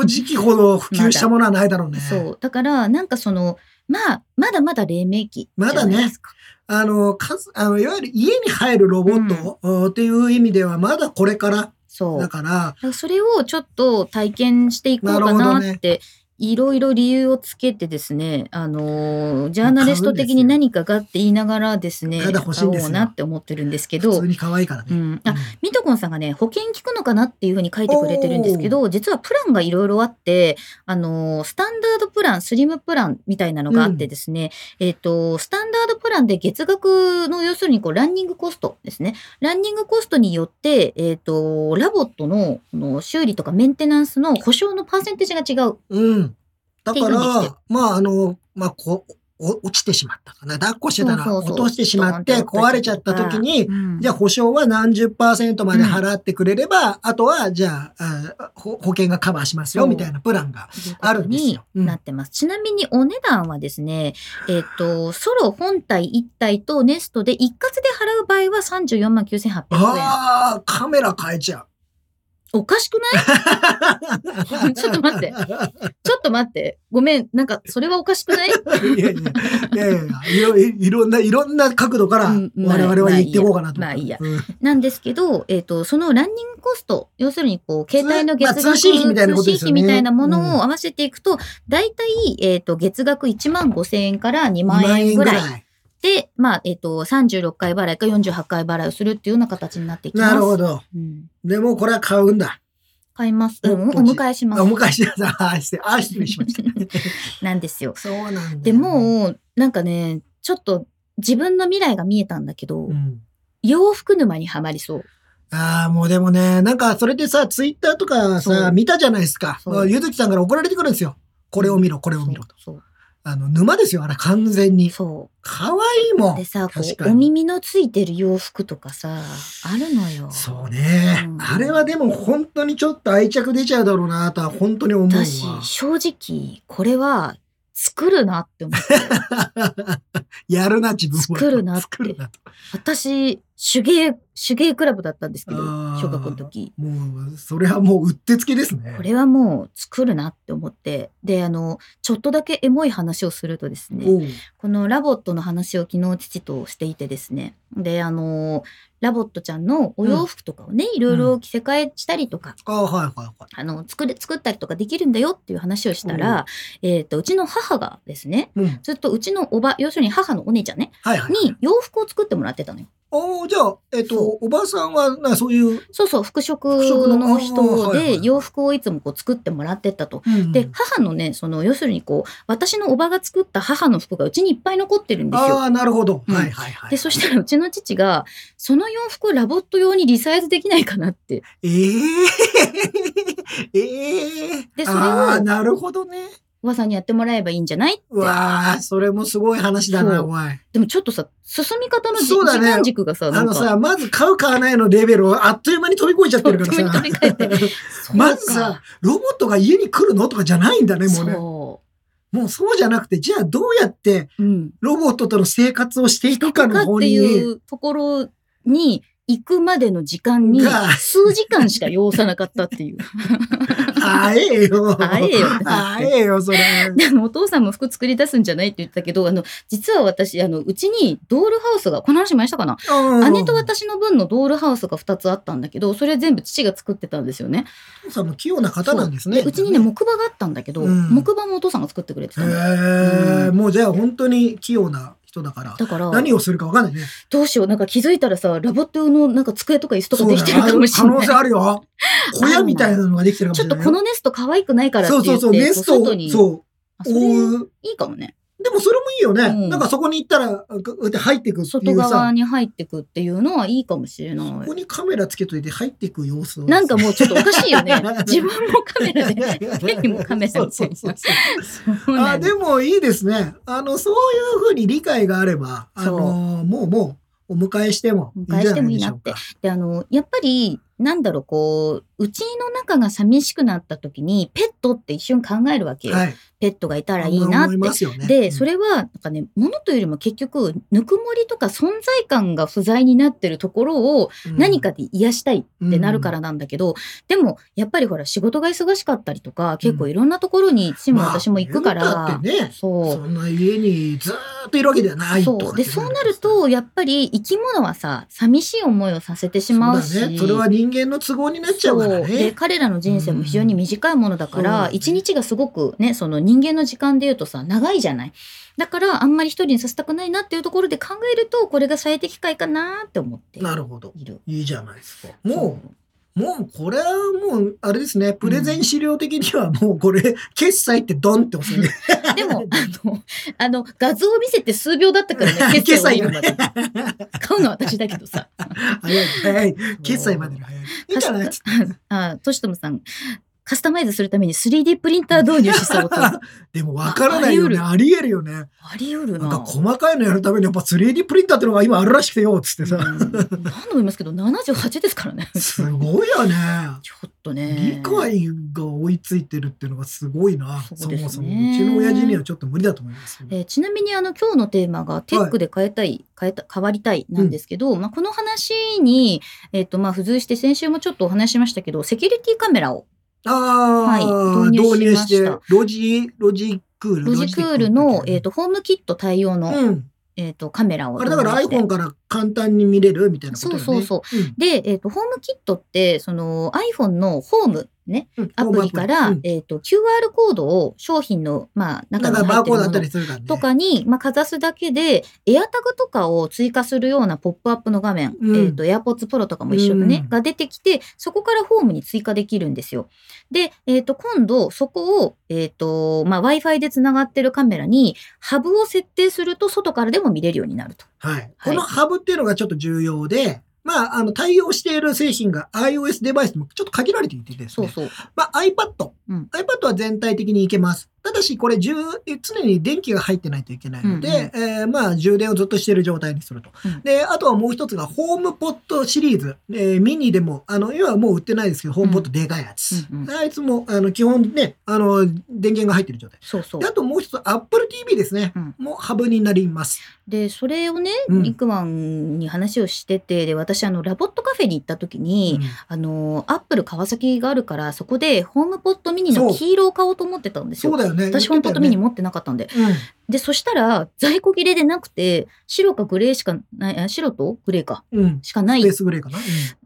Speaker 2: 掃除機ほど普及したものはないだろうね。
Speaker 3: そうだからなんかそのまあまだまだ黎明期じゃないですか。
Speaker 2: あの、数、あの、いわゆる家に入るロボットうんっていう意味ではまだこれから
Speaker 3: そう
Speaker 2: だから、
Speaker 3: だからそれをちょっと体験していこうか
Speaker 2: なる
Speaker 3: な
Speaker 2: ほど
Speaker 3: っ
Speaker 2: ね
Speaker 3: て、いろいろ理由をつけてですね、あのージャーナリスト的に何かがって言いながらですね、
Speaker 2: 買うんですよただ欲しいんです
Speaker 3: 買お
Speaker 2: よ
Speaker 3: うなって思ってるんですけ
Speaker 2: 普
Speaker 3: ど
Speaker 2: 通、に可愛いから
Speaker 3: う
Speaker 2: ね。
Speaker 3: ん、
Speaker 2: う
Speaker 3: あ
Speaker 2: ん
Speaker 3: ミトコンさんがね、保険聞くのかなっていうふうに書いてくれてるんですけど、実はプランがいろいろあって、あのースタンダードプラン、スリムプランみたいなのがあってですね、えっ、と、スタンダードプランで月額の、要するにこう、ランニングコストですね。ランニングコストによって、えっ、と、ラボットのこの修理とかメンテナンスの保証のパーセンテージが違う。
Speaker 2: うん。だか
Speaker 3: っていうふうにして
Speaker 2: ら、まあ、あの、まあ、こう、お落ちてしまったかな。抱っこしてたら
Speaker 3: そうそうそ
Speaker 2: 落
Speaker 3: う
Speaker 2: としてしまって
Speaker 3: ドーンって落
Speaker 2: 壊
Speaker 3: とし
Speaker 2: れ
Speaker 3: ち
Speaker 2: ち
Speaker 3: ゃ
Speaker 2: ゃ
Speaker 3: っ
Speaker 2: ったた
Speaker 3: とか
Speaker 2: 時に、じ
Speaker 3: ゃ
Speaker 2: ゃあ保証は何十パーセントまで払ってくれれば、あとは、じゃあ、あほ保険がカバーします
Speaker 3: そ
Speaker 2: よ、
Speaker 3: う
Speaker 2: みたいなプランが。あるんですようん
Speaker 3: になってます。ちなみにお値段はですね、えっ、と、ソロ本体1体とネストで一括で払う場合は34万9800円。
Speaker 2: ああ、カメラ変えちゃう。
Speaker 3: おかしくな
Speaker 2: (laughs)
Speaker 3: い (laughs) ちょっと待って。ちょっと待って。ごめん。なんか、それはおかしくな
Speaker 2: (laughs)
Speaker 3: い
Speaker 2: いやいや、いやいやいろいろんな、いろんな角度から
Speaker 3: うんまあ
Speaker 2: 我々は言っていこうかなと思って。
Speaker 3: まあいいや
Speaker 2: うん
Speaker 3: なんですけど、えっ、と、そのランニングコスト、要するにこう、携帯の月額、
Speaker 2: まあ通信費みたいなことですよね
Speaker 3: 通信費みたいなものを合わせていくと、大体、えっ、と、月額1万5千円から2万円ぐらい。
Speaker 2: い。
Speaker 3: で、まあ、えっ、と、36回払いか48回払いをするっていうような形になってきます。
Speaker 2: なるほど。
Speaker 3: うん
Speaker 2: でもこれは買うんだ。
Speaker 3: 買います。うん、お
Speaker 2: うん
Speaker 3: 迎えします
Speaker 2: あ、。昔はさ、ああして、ああ失礼しま
Speaker 3: (laughs)
Speaker 2: した。
Speaker 3: なんですよ。
Speaker 2: そうなんだよね。
Speaker 3: でも、なんかね、ちょっと自分の未来が見えたんだけど、
Speaker 2: うん、
Speaker 3: 洋服沼にはまりそう。
Speaker 2: ああ、もうでもね、なんかそれでさ、ツイッターとか
Speaker 3: そう
Speaker 2: さ、見たじゃないですか。
Speaker 3: そう
Speaker 2: ゆずきさんから怒られてくるんですよ。これを見ろ、これを見ろと。
Speaker 3: そう。
Speaker 2: あの、沼ですよ、あれ、完全
Speaker 3: そう
Speaker 2: に。
Speaker 3: そ。
Speaker 2: 可愛いうも
Speaker 3: で
Speaker 2: ん。
Speaker 3: さ、こ
Speaker 2: 確か
Speaker 3: う、
Speaker 2: に
Speaker 3: お耳のついてる洋服とかさ、あるのよ。
Speaker 2: そうね、
Speaker 3: うん
Speaker 2: あれはでも本当にちょっと愛着出ちゃうだろうなとは本当に思うわ。
Speaker 3: 私、正直、これは、作るなって思って。
Speaker 2: (laughs) やるな、自分は。
Speaker 3: 作るなって
Speaker 2: 作るなと。
Speaker 3: 私、手芸、手芸クラブだったんですけど、
Speaker 2: あー
Speaker 3: 小学校の時。
Speaker 2: もう、それはもううってつけですね。
Speaker 3: これはもう作るなって思って。で、あの、ちょっとだけエモい話をするとですね、
Speaker 2: おう
Speaker 3: このラボットの話を昨日父としていてですね。で、あのーラボットちゃんのお洋服とかをね、いろいろ着せ替えしたりとか、
Speaker 2: ああ、はいはいはい。
Speaker 3: あの、作れ、作ったりとかできるんだよっていう話をしたら、えっ、と、うちの母がですね、
Speaker 2: うん。
Speaker 3: ずっとうちのおば、要するに母のお姉ちゃんね、
Speaker 2: はいはい。
Speaker 3: に洋服を作ってもらってたのよ。
Speaker 2: おーじゃあ、えっ、と、
Speaker 3: そ
Speaker 2: おばさんは、なんかそういう、
Speaker 3: そうそう、服飾
Speaker 2: 飾の
Speaker 3: の
Speaker 2: あー
Speaker 3: 人
Speaker 2: はいはいは
Speaker 3: で
Speaker 2: い
Speaker 3: 洋服をいつもこう作ってもらってたと。で、母のね、その、要するにこう、私のおばが作った母の服がうちにいっぱい残ってるんですよ。
Speaker 2: ああ、なるほど。
Speaker 3: うん
Speaker 2: はいはいはい。
Speaker 3: で、そしたらうちの父が、その洋服をラボット用にリサイズできないかなって。
Speaker 2: ええ (laughs) ええ
Speaker 3: でそれを
Speaker 2: ああ、なるほどね。
Speaker 3: おばさんにやってもらえばいいんじゃないって。
Speaker 2: うわあ、それもすごい話だ
Speaker 3: そ
Speaker 2: な、
Speaker 3: う
Speaker 2: おい。
Speaker 3: でもちょっとさ、進み方のじ
Speaker 2: そうだね
Speaker 3: 時間軸がさ、な
Speaker 2: あ
Speaker 3: んか、
Speaker 2: のさ、まず買う買わないのレベルをあっという間に飛び越えちゃってるか
Speaker 3: そう飛
Speaker 2: ら
Speaker 3: び飛び越
Speaker 2: さ。
Speaker 3: (laughs) そうか
Speaker 2: まずさ、ロボットが家に来るのとかじゃないんだね、もうね。
Speaker 3: そ
Speaker 2: もうそうじゃなくて、じゃあどうやって
Speaker 3: う。うん。
Speaker 2: ロボットとの生活をしていくかの
Speaker 3: っ
Speaker 2: 方
Speaker 3: て
Speaker 2: に。
Speaker 3: いうところに行くまでの時間に、
Speaker 2: が
Speaker 3: 数時間しか要さなかった
Speaker 2: (laughs)
Speaker 3: っていう。
Speaker 2: あえよ。
Speaker 3: あえよってな
Speaker 2: あ
Speaker 3: って
Speaker 2: えよ、それ。
Speaker 3: でもお父さんも服作り出すんじゃないって言ってたけど、あの、実は私、あの、うちにドールハウスが、この話前したかな姉と私の分のドールハウスが2つあったんだけど、それ全部父が作ってたんですよね。
Speaker 2: お父さんも器用な方なんですね。
Speaker 3: うちにね、木馬があったんだけど、
Speaker 2: うん
Speaker 3: 木馬もお父さんが作ってくれてたの。
Speaker 2: へえ、
Speaker 3: う
Speaker 2: もうじゃあ本当に器用な人だから。
Speaker 3: だから、
Speaker 2: 何をするかわかんないね。
Speaker 3: どうしよう、なんか気づいたらさ、ラボット用のなんか机とか椅子とか
Speaker 2: そう
Speaker 3: で
Speaker 2: だ
Speaker 3: きて
Speaker 2: ね
Speaker 3: るかもし
Speaker 2: 可
Speaker 3: れ
Speaker 2: 能
Speaker 3: ない
Speaker 2: 性。あるよ。小屋みたいなのができてるかもし
Speaker 3: ちょ
Speaker 2: れ
Speaker 3: っ
Speaker 2: な
Speaker 3: と
Speaker 2: いよ。
Speaker 3: このネスト可愛くないからって
Speaker 2: そう
Speaker 3: 言
Speaker 2: そ
Speaker 3: っ
Speaker 2: うそ
Speaker 3: て、
Speaker 2: う、ネス
Speaker 3: こう外
Speaker 2: トを、
Speaker 3: に。
Speaker 2: そう、
Speaker 3: あそれ
Speaker 2: 覆う。
Speaker 3: いいかもね。
Speaker 2: でもそれもいいよね。
Speaker 3: うん
Speaker 2: なんかそこに行ったら、こうやって入っていくってい
Speaker 3: 外
Speaker 2: う
Speaker 3: 側
Speaker 2: さ、
Speaker 3: に入ってくっていうのはいいかもしれな
Speaker 2: ここ
Speaker 3: い。
Speaker 2: にカメラつけといて入っていく様子を
Speaker 3: なん
Speaker 2: (laughs)
Speaker 3: かもうちょっとおかしいよね。自分もカメラで。
Speaker 2: 手
Speaker 3: にもカメラみたいなそうな
Speaker 2: あ
Speaker 3: んだ
Speaker 2: でもいいですね。あの、そういうふうに理解があれば、あ
Speaker 3: そう
Speaker 2: の、もうもう、お迎えしてもいいんじゃないでしょうか。
Speaker 3: であのやっぱりなんだろうこううちの中が寂しくなった時にペットって一瞬考えるわけよ、
Speaker 2: はい。
Speaker 3: ペットがいたらいいなっ
Speaker 2: 思
Speaker 3: て
Speaker 2: い。ますよね。
Speaker 3: でそ
Speaker 2: れ、
Speaker 3: れはなんかね物というよりも結局ぬくもりとか存在感が不在になってるところを
Speaker 2: うん
Speaker 3: 何かで癒したいってなるからなんだけど、でもやっぱりほら仕事が忙しかったりとか結構いろんなところにチーム私も行くから、
Speaker 2: まあ言うたってね、
Speaker 3: そう
Speaker 2: そんな家にずーっといるわけではないとか
Speaker 3: そうでそうなるとやっぱり生き物はさ寂しい思いをさせてしまうし
Speaker 2: そうだね。それは人間の都合になっちゃうから
Speaker 3: そうで
Speaker 2: ね。
Speaker 3: 彼らの人生も非常に短いものだか
Speaker 2: うん
Speaker 3: ら
Speaker 2: そう
Speaker 3: 一、日がすごくねその人間の時間で言うとさ長いじゃないだからあんまり一人にさせたくないなっていうところで考えるとこれが最適解かなって思って
Speaker 2: なるほど。
Speaker 3: いる。
Speaker 2: いいじゃないですか。もう、もうこれはもう、あれですね、プレゼン資料的にはもうこれ、決済ってドンって押す
Speaker 3: (laughs)
Speaker 2: ね。
Speaker 3: そう
Speaker 2: (laughs)
Speaker 3: でもあのあの画像を見せて数秒だったからね
Speaker 2: 決
Speaker 3: 決
Speaker 2: 済
Speaker 3: 済
Speaker 2: よ
Speaker 3: を
Speaker 2: ね
Speaker 3: 見るまで買うのは私だけどさ。
Speaker 2: 早い早い。 (laughs) 決済までの早い。いいんじゃないですか。
Speaker 3: あとしともさんカスタマイズするために 3D プリンター導入しそ
Speaker 2: (laughs)
Speaker 3: うと。あ
Speaker 2: でも分からないよね。ありえるよね。
Speaker 3: り得る
Speaker 2: な。
Speaker 3: な
Speaker 2: か
Speaker 3: ん
Speaker 2: 細かいのやるためにやっぱ 3D プリンターってのが今あるらしくてよ、つってさ。
Speaker 3: うん何度も言いますけど78ですから
Speaker 2: (laughs)
Speaker 3: ね。
Speaker 2: すごいよね。
Speaker 3: ちょっとね。
Speaker 2: 理解が追いついてるっていうのがすごいな。そ
Speaker 3: そうですね
Speaker 2: もそも。うちの親父にはちょっと無理だと思います。
Speaker 3: えーちなみにあの今日のテーマがテックで変えたい、変えた変わりたいなんですけど、まあ、この話に、えっとまあ、付随して先週もちょっとお話ししましたけどセキュリティカメラを
Speaker 2: ああ、
Speaker 3: はい
Speaker 2: 導
Speaker 3: 導
Speaker 2: 入
Speaker 3: 入
Speaker 2: し
Speaker 3: し
Speaker 2: て
Speaker 3: ま、
Speaker 2: ロジ、ロジクール。
Speaker 3: ロジクールの、えっ
Speaker 2: え
Speaker 3: とホームキット対応の、
Speaker 2: うん。
Speaker 3: えっとカメラを
Speaker 2: あれだから
Speaker 3: 導入して
Speaker 2: iPhone から簡単に見れるみたいなことだよね。
Speaker 3: そうそう
Speaker 2: そ
Speaker 3: で、えっとホームキットってその iPhone のホームね
Speaker 2: うん。
Speaker 3: アプリから、
Speaker 2: うん
Speaker 3: えっと QR コードを商品の、まあ、中
Speaker 2: だ
Speaker 3: に
Speaker 2: からバ
Speaker 3: 入っ
Speaker 2: ー
Speaker 3: て
Speaker 2: コー
Speaker 3: る
Speaker 2: ドだ
Speaker 3: も
Speaker 2: った
Speaker 3: の
Speaker 2: りするからね。
Speaker 3: とかに、まあ、かざすだけで、エアタグとかを追加するようなポップアップの画面、
Speaker 2: うん
Speaker 3: えっ、と、AirPods Pro とかも一緒でね、
Speaker 2: うん
Speaker 3: が出てきて、そこからホームに追加できるんですよ。で、えっ、と、今度、そこを、えっ、と、まあ、Wi-Fi でつながってるカメラに、ハブを設定すると、外からでも見れるようになると。
Speaker 2: はい。このハブっていうのがちょっと重要で、まあ、あの、対応している製品が iOS デバイスもちょっと限られていてです
Speaker 3: そう
Speaker 2: ね。
Speaker 3: そう。
Speaker 2: まあ、iPad。
Speaker 3: うん
Speaker 2: iPad は全体的にいけます。ただし、これ、充常に電気が入ってないといけないので、えーまあ、充電をずっとしている状態にすると。
Speaker 3: うん
Speaker 2: で、あとはもう一つが、ホームポットシリーズ。えーミニでも、あの、今はもう売ってないですけど、ホームポットでかいやつ。
Speaker 3: うんうん
Speaker 2: あいつも、あの、基本ね、あの、電源が入ってる状態。
Speaker 3: そうそ
Speaker 2: であ
Speaker 3: う。
Speaker 2: ともう一つ、Apple TV ですね。
Speaker 3: うん
Speaker 2: もうハブになります。
Speaker 3: で、それをね、
Speaker 2: うん
Speaker 3: リクワンに話をしてて、で、私、あの、ラボットカフェに行った時に、
Speaker 2: うん
Speaker 3: あの、アップル川崎があるから、そこでホームポットミニの黄色を買おうと思ってたんです
Speaker 2: そ
Speaker 3: よ
Speaker 2: う。だよね。
Speaker 3: 私
Speaker 2: 言
Speaker 3: 本
Speaker 2: ってた
Speaker 3: 当
Speaker 2: よ
Speaker 3: とミニ
Speaker 2: ね。
Speaker 3: 持ってなかったんで。
Speaker 2: うん
Speaker 3: で、そしたら、在庫切れでなくて、白かグレーしかない、あ白とグレーか、
Speaker 2: うん。
Speaker 3: しかな
Speaker 2: ス
Speaker 3: い
Speaker 2: ペー。スグレーかな。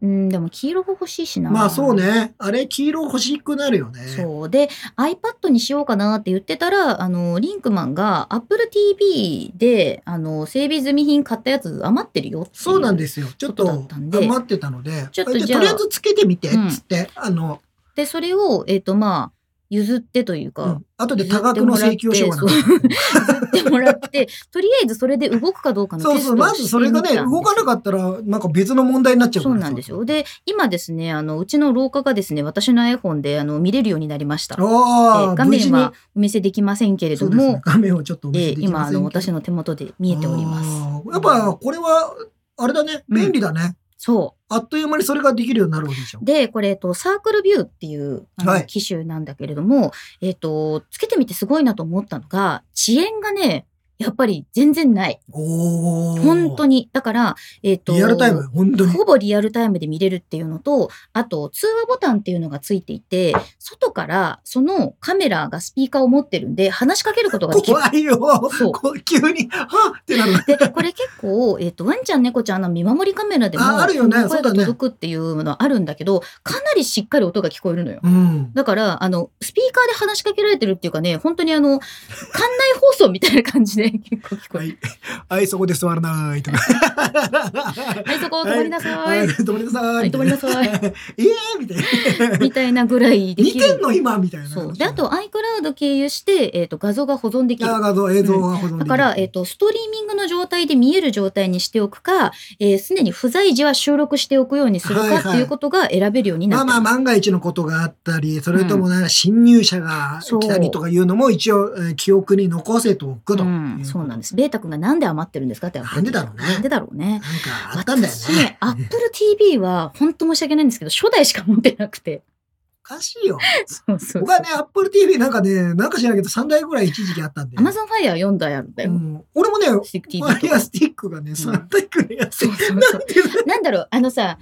Speaker 3: うん、でも黄色が欲しいしな。
Speaker 2: まあそう。ね。あれ、黄色欲しくなるよね。
Speaker 3: そう。で、iPad にしようかなって言ってたら、あの、リンクマンが Apple TV で、あの、整備済み品買ったやつ余ってるよってい
Speaker 2: そうなん
Speaker 3: す。
Speaker 2: ですよ。ちょっ
Speaker 3: ことだ
Speaker 2: と
Speaker 3: ったんで
Speaker 2: 余ってたので、
Speaker 3: ちょっと
Speaker 2: あじゃあ
Speaker 3: じゃあ
Speaker 2: とりあえずつけてみて、
Speaker 3: うん
Speaker 2: つって、あの、
Speaker 3: で、それを、えっ、と、まあ、譲ってという
Speaker 2: う
Speaker 3: か、
Speaker 2: ん、後で多額の請求書がな
Speaker 3: やってもらって、とりあえずそれで動くかどうかの
Speaker 2: そう
Speaker 3: テス
Speaker 2: そ
Speaker 3: ト
Speaker 2: う、
Speaker 3: を
Speaker 2: まずそれがね、動かな
Speaker 3: っ
Speaker 2: かったら、なんか別の問題になっちゃうか
Speaker 3: そ
Speaker 2: ら
Speaker 3: うなんですよ。で、今ですね、あの、うちの廊下がですね、私の iPhone で、あの、見れるようになりました。え
Speaker 2: ああ、
Speaker 3: ー画面はお見せできませんけれ
Speaker 2: 無事
Speaker 3: ど
Speaker 2: に、そうですね
Speaker 3: も、
Speaker 2: 画面をちょっとお見せ
Speaker 3: え
Speaker 2: で
Speaker 3: ー
Speaker 2: きま
Speaker 3: 今、あ
Speaker 2: せんけど
Speaker 3: の、私の手元で見えております。
Speaker 2: あーやっぱ、これは、あれだね、便利だね。
Speaker 3: そ
Speaker 2: あっという間にそれができるようになるわけでしょ
Speaker 3: う。。で、これ、えっと、サークルビューっていう、あの
Speaker 2: はい
Speaker 3: 機種なんだけれども、えっと、つけてみてすごいなと思ったのが、遅延がね、やっぱり全然ない。
Speaker 2: おお。
Speaker 3: 本当に。だから、えっと、
Speaker 2: リアルタイム、本当に。
Speaker 3: ほぼリアルタイムで見れるっていうのと、あと通話ボタンっていうのがついていて、外からそのカメラがスピーカーを持ってるんで話しかけることができる。
Speaker 2: 怖いよ。
Speaker 3: そう
Speaker 2: こ急に、はっってなる。
Speaker 3: で、これ結構、 (laughs) えっ、と、ワンちゃん、猫ちゃんの見守りカメラでも、
Speaker 2: ああるよね
Speaker 3: 声
Speaker 2: そうだ
Speaker 3: が
Speaker 2: ね
Speaker 3: 届くっていうのはあるんだけど、かなりしっかり音が聞こえるのよ。
Speaker 2: うん。
Speaker 3: だから、あの、スピーカーで話しかけられてるっていうかね、本当にあの、館内放送みたいな感じで、結構聞こ
Speaker 2: は
Speaker 3: える。
Speaker 2: い。はい、そこで座らないとか。
Speaker 3: はい、そこを止まりなさ
Speaker 2: はいい。止まりなさ。
Speaker 3: はいい止まりなさい。
Speaker 2: (laughs) ええみたいな。
Speaker 3: みたいなぐらいで
Speaker 2: 似
Speaker 3: き
Speaker 2: てん
Speaker 3: る。
Speaker 2: の今みたいな。
Speaker 3: そう。で、あと iCloud 経由して、えっ、と、画像が保存できる。
Speaker 2: あ画像、映像が保存できる
Speaker 3: だから、えっ、と、ストリーミングの状態で見える状態にしておくか、えー、常に不在時は収録しておくようにする
Speaker 2: はい
Speaker 3: か
Speaker 2: はい
Speaker 3: っていうことが選べるようになっ
Speaker 2: ま
Speaker 3: た。
Speaker 2: あまあ万が一のことがあったり、それともなんか侵入者が来たりとかいうのも一応えー記憶に残せておくというう。
Speaker 3: ん、そうなんです。ベータ君がなんで余ってるんですかって。
Speaker 2: なんでだろうね
Speaker 3: なんでだろうね。
Speaker 2: なんかあったんだよ
Speaker 3: 私ね
Speaker 2: ね。
Speaker 3: アップル TV は本当申し訳ないんですけど、初代しか持ってなくて。
Speaker 2: おかしいよ。
Speaker 3: そうそうそう。
Speaker 2: 僕はね、Apple TV なんかね、なんか知らんけど3台ぐらい一時期あったんで。
Speaker 3: アマゾンファイア4台あるんだ
Speaker 2: う
Speaker 3: よ。
Speaker 2: ん俺もね、フ
Speaker 3: TV とか
Speaker 2: ァイアスティックがね、3台くらいやって
Speaker 3: そうそうそう。なんだろう、あのさ、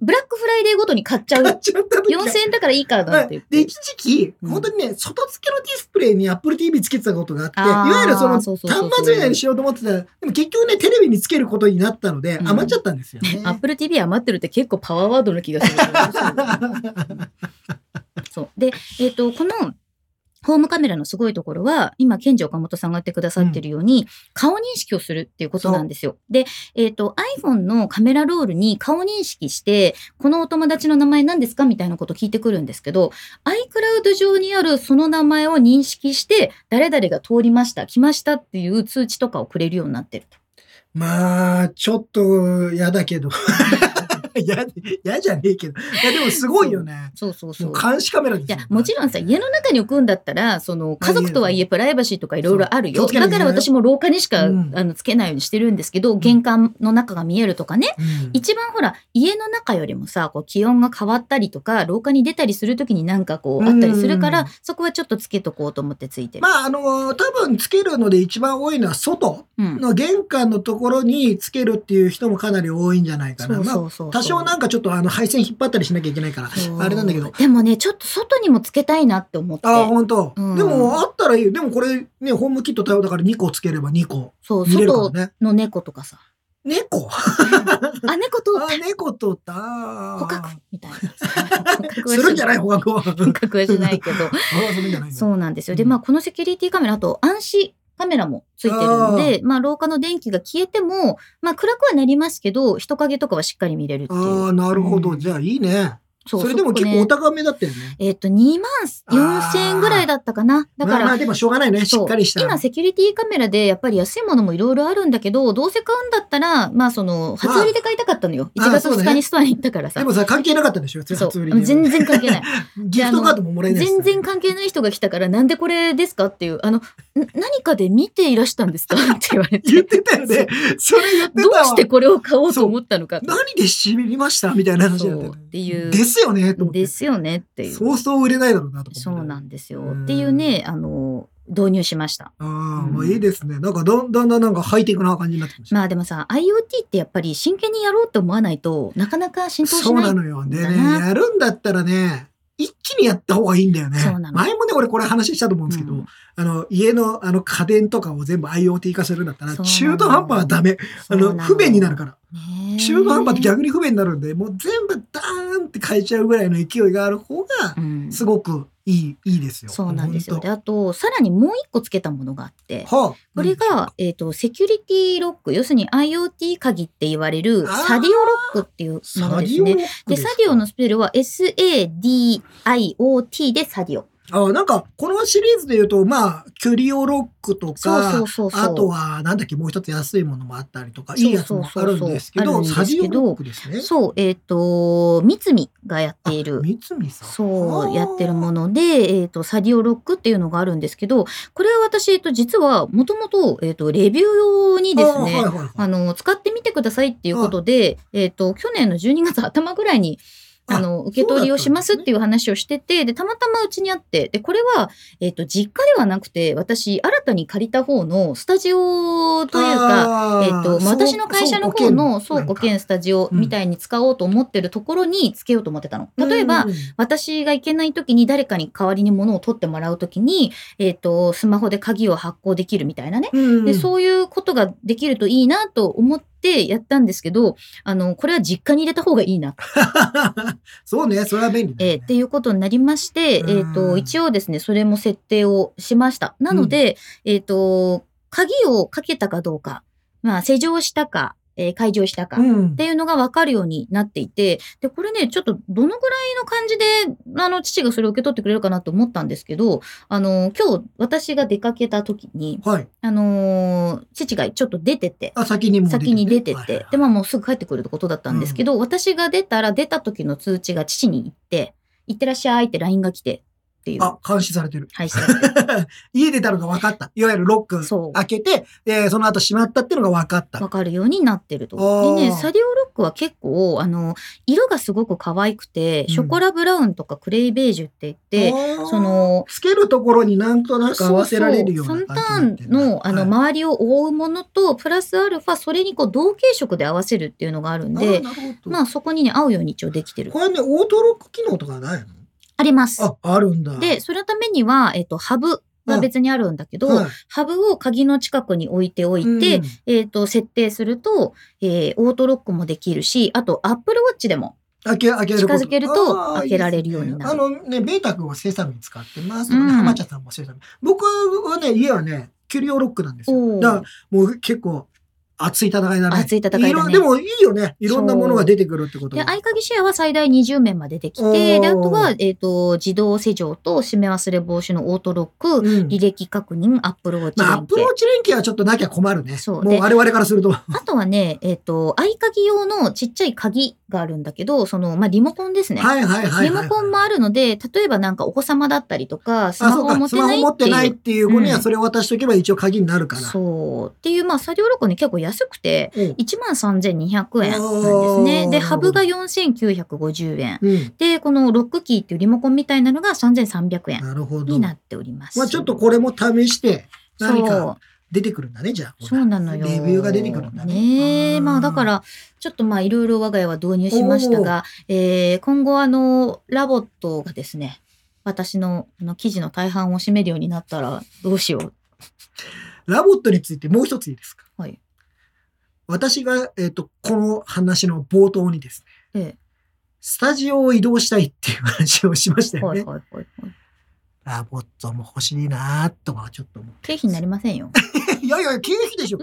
Speaker 3: ブラックフライデーごとに買っちゃう。
Speaker 2: 買っちゃった時が
Speaker 3: 4000円だからいいからだって言っ
Speaker 2: で、
Speaker 3: て。
Speaker 2: 一時期、
Speaker 3: うん
Speaker 2: 本当にね、外付けのディスプレイに Apple TV つけてたことがあって、い
Speaker 3: あー
Speaker 2: わゆるその
Speaker 3: そう
Speaker 2: 端
Speaker 3: そうそう
Speaker 2: 末みたいにしようと思ってたら、でも結局ね、テレビにつけることになったので、
Speaker 3: うん
Speaker 2: 余っちゃったんですよね。
Speaker 3: アップル TV 余ってるって結構パワーワードの気 (laughs) がする。そう。で、えっ、と、この、ホームカメラのすごいところは、今、ケンジ岡本さんが言ってくださってるように、顔認識をするっていうことなんですよ。で、えっ、と、iPhone のカメラロールに顔認識して、このお友達の名前何ですかみたいなこと聞いてくるんですけど、iCloud 上にあるその名前を認識して、誰々が通りました、来ましたっていう通知とかをくれるようになってると。
Speaker 2: まあ、ちょっと嫌だ
Speaker 3: (laughs)
Speaker 2: けど。嫌で嫌じゃねえけど。いや、でもすごいよね。
Speaker 3: そうそうそ
Speaker 2: も
Speaker 3: う
Speaker 2: う。監視カメラで
Speaker 3: い
Speaker 2: すよ
Speaker 3: や、もちろんさ、家の中に置くんだったら、その、家族とはいえプライバシーとかいろいろある
Speaker 2: そ
Speaker 3: よ。
Speaker 2: う気をつけな
Speaker 3: だ
Speaker 2: きゃいけ
Speaker 3: から
Speaker 2: ないよ
Speaker 3: 私も廊下にしか、
Speaker 2: うん
Speaker 3: あの、つけないようにしてるんですけど、玄関の中が見えるとかね。
Speaker 2: うん
Speaker 3: 一番ほら、家の中よりもさ、こう、気温が変わったりとか、廊下に出たりするときになんかこう、あったりするか
Speaker 2: う
Speaker 3: ら
Speaker 2: ん、
Speaker 3: そこはちょっとつけとこうと思ってついてる。
Speaker 2: まあ、あのー多分つけるので一番多いのは外
Speaker 3: うん。
Speaker 2: の玄関のところにつけるっていう人もかなり多いんじゃないか
Speaker 3: そ
Speaker 2: な。
Speaker 3: う
Speaker 2: まあ
Speaker 3: そうそう。
Speaker 2: 多少なんかちょっとあの配線引っ張ったりしなきゃいけないから
Speaker 3: そう、
Speaker 2: あれなんだけど。
Speaker 3: でもね、ちょっと外にもつけたいなって思って。
Speaker 2: ああ、本当、
Speaker 3: うん
Speaker 2: でも、あったらいい。でもこれね、ホームキット対応だから2個つければ2個
Speaker 3: そう、
Speaker 2: 見れるか
Speaker 3: 外
Speaker 2: らね。
Speaker 3: の猫
Speaker 2: (laughs)
Speaker 3: とかさ。
Speaker 2: 猫あ
Speaker 3: あ、猫と
Speaker 2: ー、猫とった。捕
Speaker 3: 捕獲
Speaker 2: (laughs)
Speaker 3: みたいな。
Speaker 2: するん
Speaker 3: (laughs)
Speaker 2: じゃない捕獲は。捕
Speaker 3: 捕獲はしないけど。
Speaker 2: するんじゃない
Speaker 3: そうなんですよ。で、
Speaker 2: うん
Speaker 3: まあ、このセキュリティカメラ、あと暗視カメラもついてるので、まあ、廊下の電気が消えても、まあ、暗くはなりますけど、人影とかはしっかり見れるっていう。
Speaker 2: (laughs) ああ、なるほど。
Speaker 3: うん
Speaker 2: じゃあいいね。
Speaker 3: そ
Speaker 2: そうれでも
Speaker 3: そこ
Speaker 2: 結
Speaker 3: ね
Speaker 2: 構お高めだったよね。
Speaker 3: えっ、と、2万4千円ぐらいだったかな。だか
Speaker 2: まあ、まあ
Speaker 3: ら、
Speaker 2: でもしょうがないね。し
Speaker 3: そ
Speaker 2: っ
Speaker 3: う
Speaker 2: かりした。
Speaker 3: 今、セキュリティカメラで、やっぱり安いものもいろいろあるんだけど、どうせ買うんだったら、まあ、その、初売りで買いたかったのよ。
Speaker 2: まあ
Speaker 3: 1月
Speaker 2: ああそうだ
Speaker 3: 2
Speaker 2: ね
Speaker 3: 日にストアに行ったから
Speaker 2: で
Speaker 3: さ。
Speaker 2: もさ、関係なかったでしょ
Speaker 3: そ
Speaker 2: 初売り
Speaker 3: う。
Speaker 2: で
Speaker 3: 全然関
Speaker 2: (laughs)
Speaker 3: 係ない。
Speaker 2: ギフトカードももらえないしさ
Speaker 3: 全然関係ない人が来たから、なんでこれですかっていう、あの、ん何かで見ていらしたんですか (laughs) って言われて。
Speaker 2: 言ってたよね。それ言って
Speaker 3: ど
Speaker 2: たわ
Speaker 3: うしてこれを買おうと思ったのかって。
Speaker 2: 何で知りましたみたいな話だった
Speaker 3: そう
Speaker 2: よ
Speaker 3: っ
Speaker 2: ね。
Speaker 3: ていう
Speaker 2: ですよねと思って。
Speaker 3: ですよねっていう。
Speaker 2: そうそう売れないだろうなと思って。
Speaker 3: そうなんですよ。
Speaker 2: うん
Speaker 3: っていうね、あの、導入しました。
Speaker 2: ああ、
Speaker 3: うん
Speaker 2: もういいですね。なんかだんだんだんなんかハイテクな感じになってきました。
Speaker 3: まあでもさ、IoT ってやっぱり真剣にやろうと思わないとなかなか浸透
Speaker 2: そ
Speaker 3: し
Speaker 2: う
Speaker 3: ない。
Speaker 2: な
Speaker 3: う
Speaker 2: のよ。でね、
Speaker 3: だな
Speaker 2: やるんだったらね、一気にやった方がいいんだよね。
Speaker 3: そうなの
Speaker 2: 前もね、俺これ話したと思うんですけど、
Speaker 3: うん
Speaker 2: あの、家のあの家電とかを全部 IoT 化するんだったら、
Speaker 3: そうなの
Speaker 2: 中途半端はダメ。あの、不便になるから。
Speaker 3: ら。
Speaker 2: 中途半端って
Speaker 3: ャ
Speaker 2: 逆に不便になるんで、もう全部ダーンって変えちゃうぐらいの勢いがある方が、
Speaker 3: うん、
Speaker 2: すごくいい、いいですよ。
Speaker 3: そうなんですよ。
Speaker 2: ほ
Speaker 3: で、
Speaker 2: と
Speaker 3: あと、さらにもう一個つけたものがあって、
Speaker 2: はあ、
Speaker 3: これが、えっ、と、セキュリティロック、要するに IoT 鍵って言われる、
Speaker 2: あー
Speaker 3: サディオロックっていうも
Speaker 2: サ
Speaker 3: の
Speaker 2: ディ
Speaker 3: です
Speaker 2: オロッ
Speaker 3: ね。
Speaker 2: ク
Speaker 3: で、
Speaker 2: す
Speaker 3: サ
Speaker 2: か
Speaker 3: ディオのスペルは SADIOT でサディオ。
Speaker 2: あなんか、このシリーズで言うと、まあ、キュリオロックと
Speaker 3: そう
Speaker 2: か、
Speaker 3: そうそうそう。
Speaker 2: あとは、なんだっけ、もう一つ安いものもあったりとか、
Speaker 3: そう
Speaker 2: いいやつもあるんですけ
Speaker 3: そうそう
Speaker 2: ど、
Speaker 3: そうあ
Speaker 2: サ
Speaker 3: るんです
Speaker 2: ジ
Speaker 3: けど
Speaker 2: オロックですね。
Speaker 3: そう、えっ、と、三つがやっている。
Speaker 2: 三海さん。
Speaker 3: そう、やってるも
Speaker 2: の。
Speaker 3: ので、えっ、と、サディオロックっていうのがあるんですけど、これは私、えっ、と、実は、もともと、えっ、と、レビュー用にですね、
Speaker 2: あーはいはいは
Speaker 3: あ
Speaker 2: い
Speaker 3: の、使ってみてくださいっていうことで、えっ、と、去年の12月頭ぐらいに、
Speaker 2: あ
Speaker 3: あの、受け取りをしますっていう話をしてて、で、たまたまうちにあって、で、これは、えっ、と、実家ではなくて、私、新たに借りた方のスタジオというか、
Speaker 2: あー
Speaker 3: えっと、まあ私の会社の方の倉庫兼スタジオみたいに使おうと思ってるところにつけようと思ってたの。例え、ば
Speaker 2: そう、
Speaker 3: 私が行けない時に誰かに代わりに物を取ってもらう時に、えっと、スマホで鍵を発行できるみたいなね。で、
Speaker 2: う
Speaker 3: そういうことができるといいなと思ってやったんですけど、あの、これは実家に入れた方がいいな、
Speaker 2: ん。 (laughs) そうね、それは便利だ
Speaker 3: えー
Speaker 2: よ
Speaker 3: っ
Speaker 2: ね。
Speaker 3: ていうことになりまして、え
Speaker 2: うん
Speaker 3: ーっと、一応ですね、それも設定をしました。なので、えーっと、鍵をかけたかどうか、まあ、施錠したか、えー解錠したか、
Speaker 2: うん
Speaker 3: っていうのが分かるようになっていて、で、これね、ちょっとどのぐらいの感じで、あの、父がそれを受け取ってくれるかなと思ったんですけど、あの、今日私が出かけた時に、
Speaker 2: はい。
Speaker 3: あのー父がちょっと出てて、
Speaker 2: あ、先にもう
Speaker 3: 先に出てて、で、
Speaker 2: も
Speaker 3: まあもうすぐ帰ってくるってことだったんですけど、私が出たら出た時の通知が父に行って、行ってらっしゃいって LINE が来てっていう。
Speaker 2: あ、監視されてる。
Speaker 3: 配信だっ
Speaker 2: (laughs) 家出たのが分かった。いわゆるロック (laughs)
Speaker 3: そう
Speaker 2: 開けて、えーその後閉まったっていうのが分かったた。
Speaker 3: わかるようになってると。
Speaker 2: あー
Speaker 3: でね、サディオロックは結構、あの、色がすごく可愛くて、ショコラブラウンとかクレイベージュって言って、
Speaker 2: あー
Speaker 3: そ、の、
Speaker 2: つけるところになんとなく合わせられるよう
Speaker 3: そう
Speaker 2: な
Speaker 3: そう
Speaker 2: 感じになってる
Speaker 3: サンタンの、あの、
Speaker 2: はい
Speaker 3: 周りを覆うものと、プラスアルファ、それにこう、同系色で合わせるっていうのがあるん
Speaker 2: あー
Speaker 3: で、
Speaker 2: なるほど
Speaker 3: まあ、そこにね、合うように一応できてる
Speaker 2: こ。れね、オートロック機能とかないの
Speaker 3: あります。
Speaker 2: あ、あるんだ。
Speaker 3: で、それのためには、えっと、ハブが別にあるんだけど、
Speaker 2: はい、
Speaker 3: ハブを鍵の近くに置いておいて、
Speaker 2: うん
Speaker 3: えっと、設定すると、えーオートロックもできるし、あと、アップルウォッチでも。
Speaker 2: 開け、開けること
Speaker 3: 近づけると
Speaker 2: あー
Speaker 3: 開けられるようになる
Speaker 2: いいですねあのね、ベータ君はセサミン使ってますよね。
Speaker 3: うん
Speaker 2: 浜茶さんもセサミン。僕はね、家はね、キュリオロックなんですよ。
Speaker 3: おー
Speaker 2: だから、もう結構、熱い戦いだね。
Speaker 3: 熱い戦いだね
Speaker 2: ろでもいいよね。いろんなものが出てくるってこと
Speaker 3: で、
Speaker 2: は。
Speaker 3: 合鍵シェアは最大20面まででき
Speaker 2: おー
Speaker 3: て、で、あとは、えっ、と、自動施錠と閉め忘れ防止のオートロック、
Speaker 2: うん
Speaker 3: 履歴確認、アップルウォッチ
Speaker 2: まあ、アッ
Speaker 3: 連
Speaker 2: プロ
Speaker 3: 携
Speaker 2: ー。チ連携はちょっとなきゃ困るね。
Speaker 3: そう
Speaker 2: もう
Speaker 3: で
Speaker 2: 我々からすると。
Speaker 3: あとはね、えっ、と、合鍵用のちっちゃい鍵があるんだけど、その、まあ、リモコンですね。
Speaker 2: はいはいはいはい。
Speaker 3: リモコンもあるので、例えばなんかお子様だったりとか、ス
Speaker 2: あ、
Speaker 3: マ
Speaker 2: そ
Speaker 3: ホ
Speaker 2: う
Speaker 3: を
Speaker 2: か。
Speaker 3: 持
Speaker 2: ス
Speaker 3: て
Speaker 2: マ
Speaker 3: な
Speaker 2: ホ
Speaker 3: い
Speaker 2: 持
Speaker 3: っ。
Speaker 2: っててないいうっていう子に
Speaker 3: う
Speaker 2: は
Speaker 3: ん
Speaker 2: それを渡しとけば一応鍵になるから。
Speaker 3: そう。っていう、まあ、サディオロコね、結構安くて、
Speaker 2: うん。
Speaker 3: 13,200円なんです
Speaker 2: あ
Speaker 3: ね。
Speaker 2: ーな
Speaker 3: で、
Speaker 2: るほど
Speaker 3: ハブが4,950円。
Speaker 2: うん。
Speaker 3: で、このロックキーっていうリモコンみたいなのが3,300円
Speaker 2: なるほど
Speaker 3: に。なっております。
Speaker 2: まあ、ちょっとこれも試して、何か
Speaker 3: そう
Speaker 2: 出てくるんだね、じゃあ。
Speaker 3: そうなのよ。
Speaker 2: レビューが出てくるんだね。
Speaker 3: えまあだから、ちょっとまあいろいろ我が家は導入しましたが、えー今後あの、ラボットがですね、私のあの記事の大半を占めるようになったらどうしよう。
Speaker 2: ラボットについてもう一ついいですか
Speaker 3: はい。
Speaker 2: 私が、えっ、と、この話の冒頭にですね、
Speaker 3: え
Speaker 2: スタジオを移動したいっていう話をしました
Speaker 3: え、
Speaker 2: よ
Speaker 3: はい
Speaker 2: ね。
Speaker 3: はいはいはい。
Speaker 2: ラボットも欲しいなーとかちょっと思っ
Speaker 3: 経費になりま
Speaker 2: (laughs)
Speaker 3: せんよ。
Speaker 2: て。いやいや、経費で
Speaker 3: (laughs)
Speaker 2: しょ。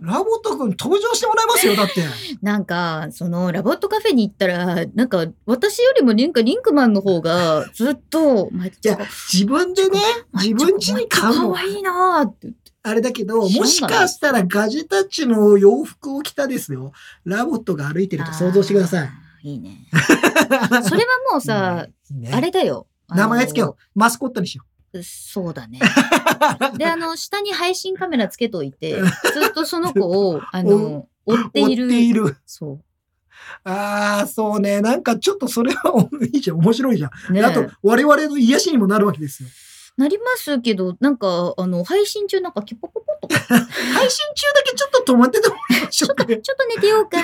Speaker 2: ラボット君登場してもらいますよ、だって。
Speaker 3: なんか、その、ラボットカフェに行ったら、なんか、私よりもなんかリンクマンの方が、ずっと、まあ、
Speaker 2: いや、自分でね、自分家に買う
Speaker 3: か
Speaker 2: の
Speaker 3: わいいなーって。
Speaker 2: あれだけど、
Speaker 3: 知らんがな
Speaker 2: もしかしたらガジェタッチの洋服を着たですよ。ラボットが歩いてると想像してください。
Speaker 3: い。い
Speaker 2: (laughs)
Speaker 3: いね。それはもうさ、
Speaker 2: うん、ね
Speaker 3: あれだよ。
Speaker 2: 名前つけ
Speaker 3: よ
Speaker 2: よう。マスコットにし
Speaker 3: (laughs)
Speaker 2: よ
Speaker 3: そうだね。
Speaker 2: (laughs)
Speaker 3: で、あの、下に配信カメラつけといて、ずっとその子を、あの、追っ
Speaker 2: う。
Speaker 3: ている。
Speaker 2: (laughs) 追っている。
Speaker 3: そ
Speaker 2: ああ、そうね。なんかちょっとそれはいいじゃん。面白いじゃん。
Speaker 3: う。ねえ
Speaker 2: あと、我々の癒しにもなるわけですよ。
Speaker 3: なりますけど、なんか、あの、配信中なんか、キョポポポとか、
Speaker 2: 配信中だけちょっと止まっててもらいましょうか
Speaker 3: (laughs)
Speaker 2: ね。
Speaker 3: ちょっと寝てようか。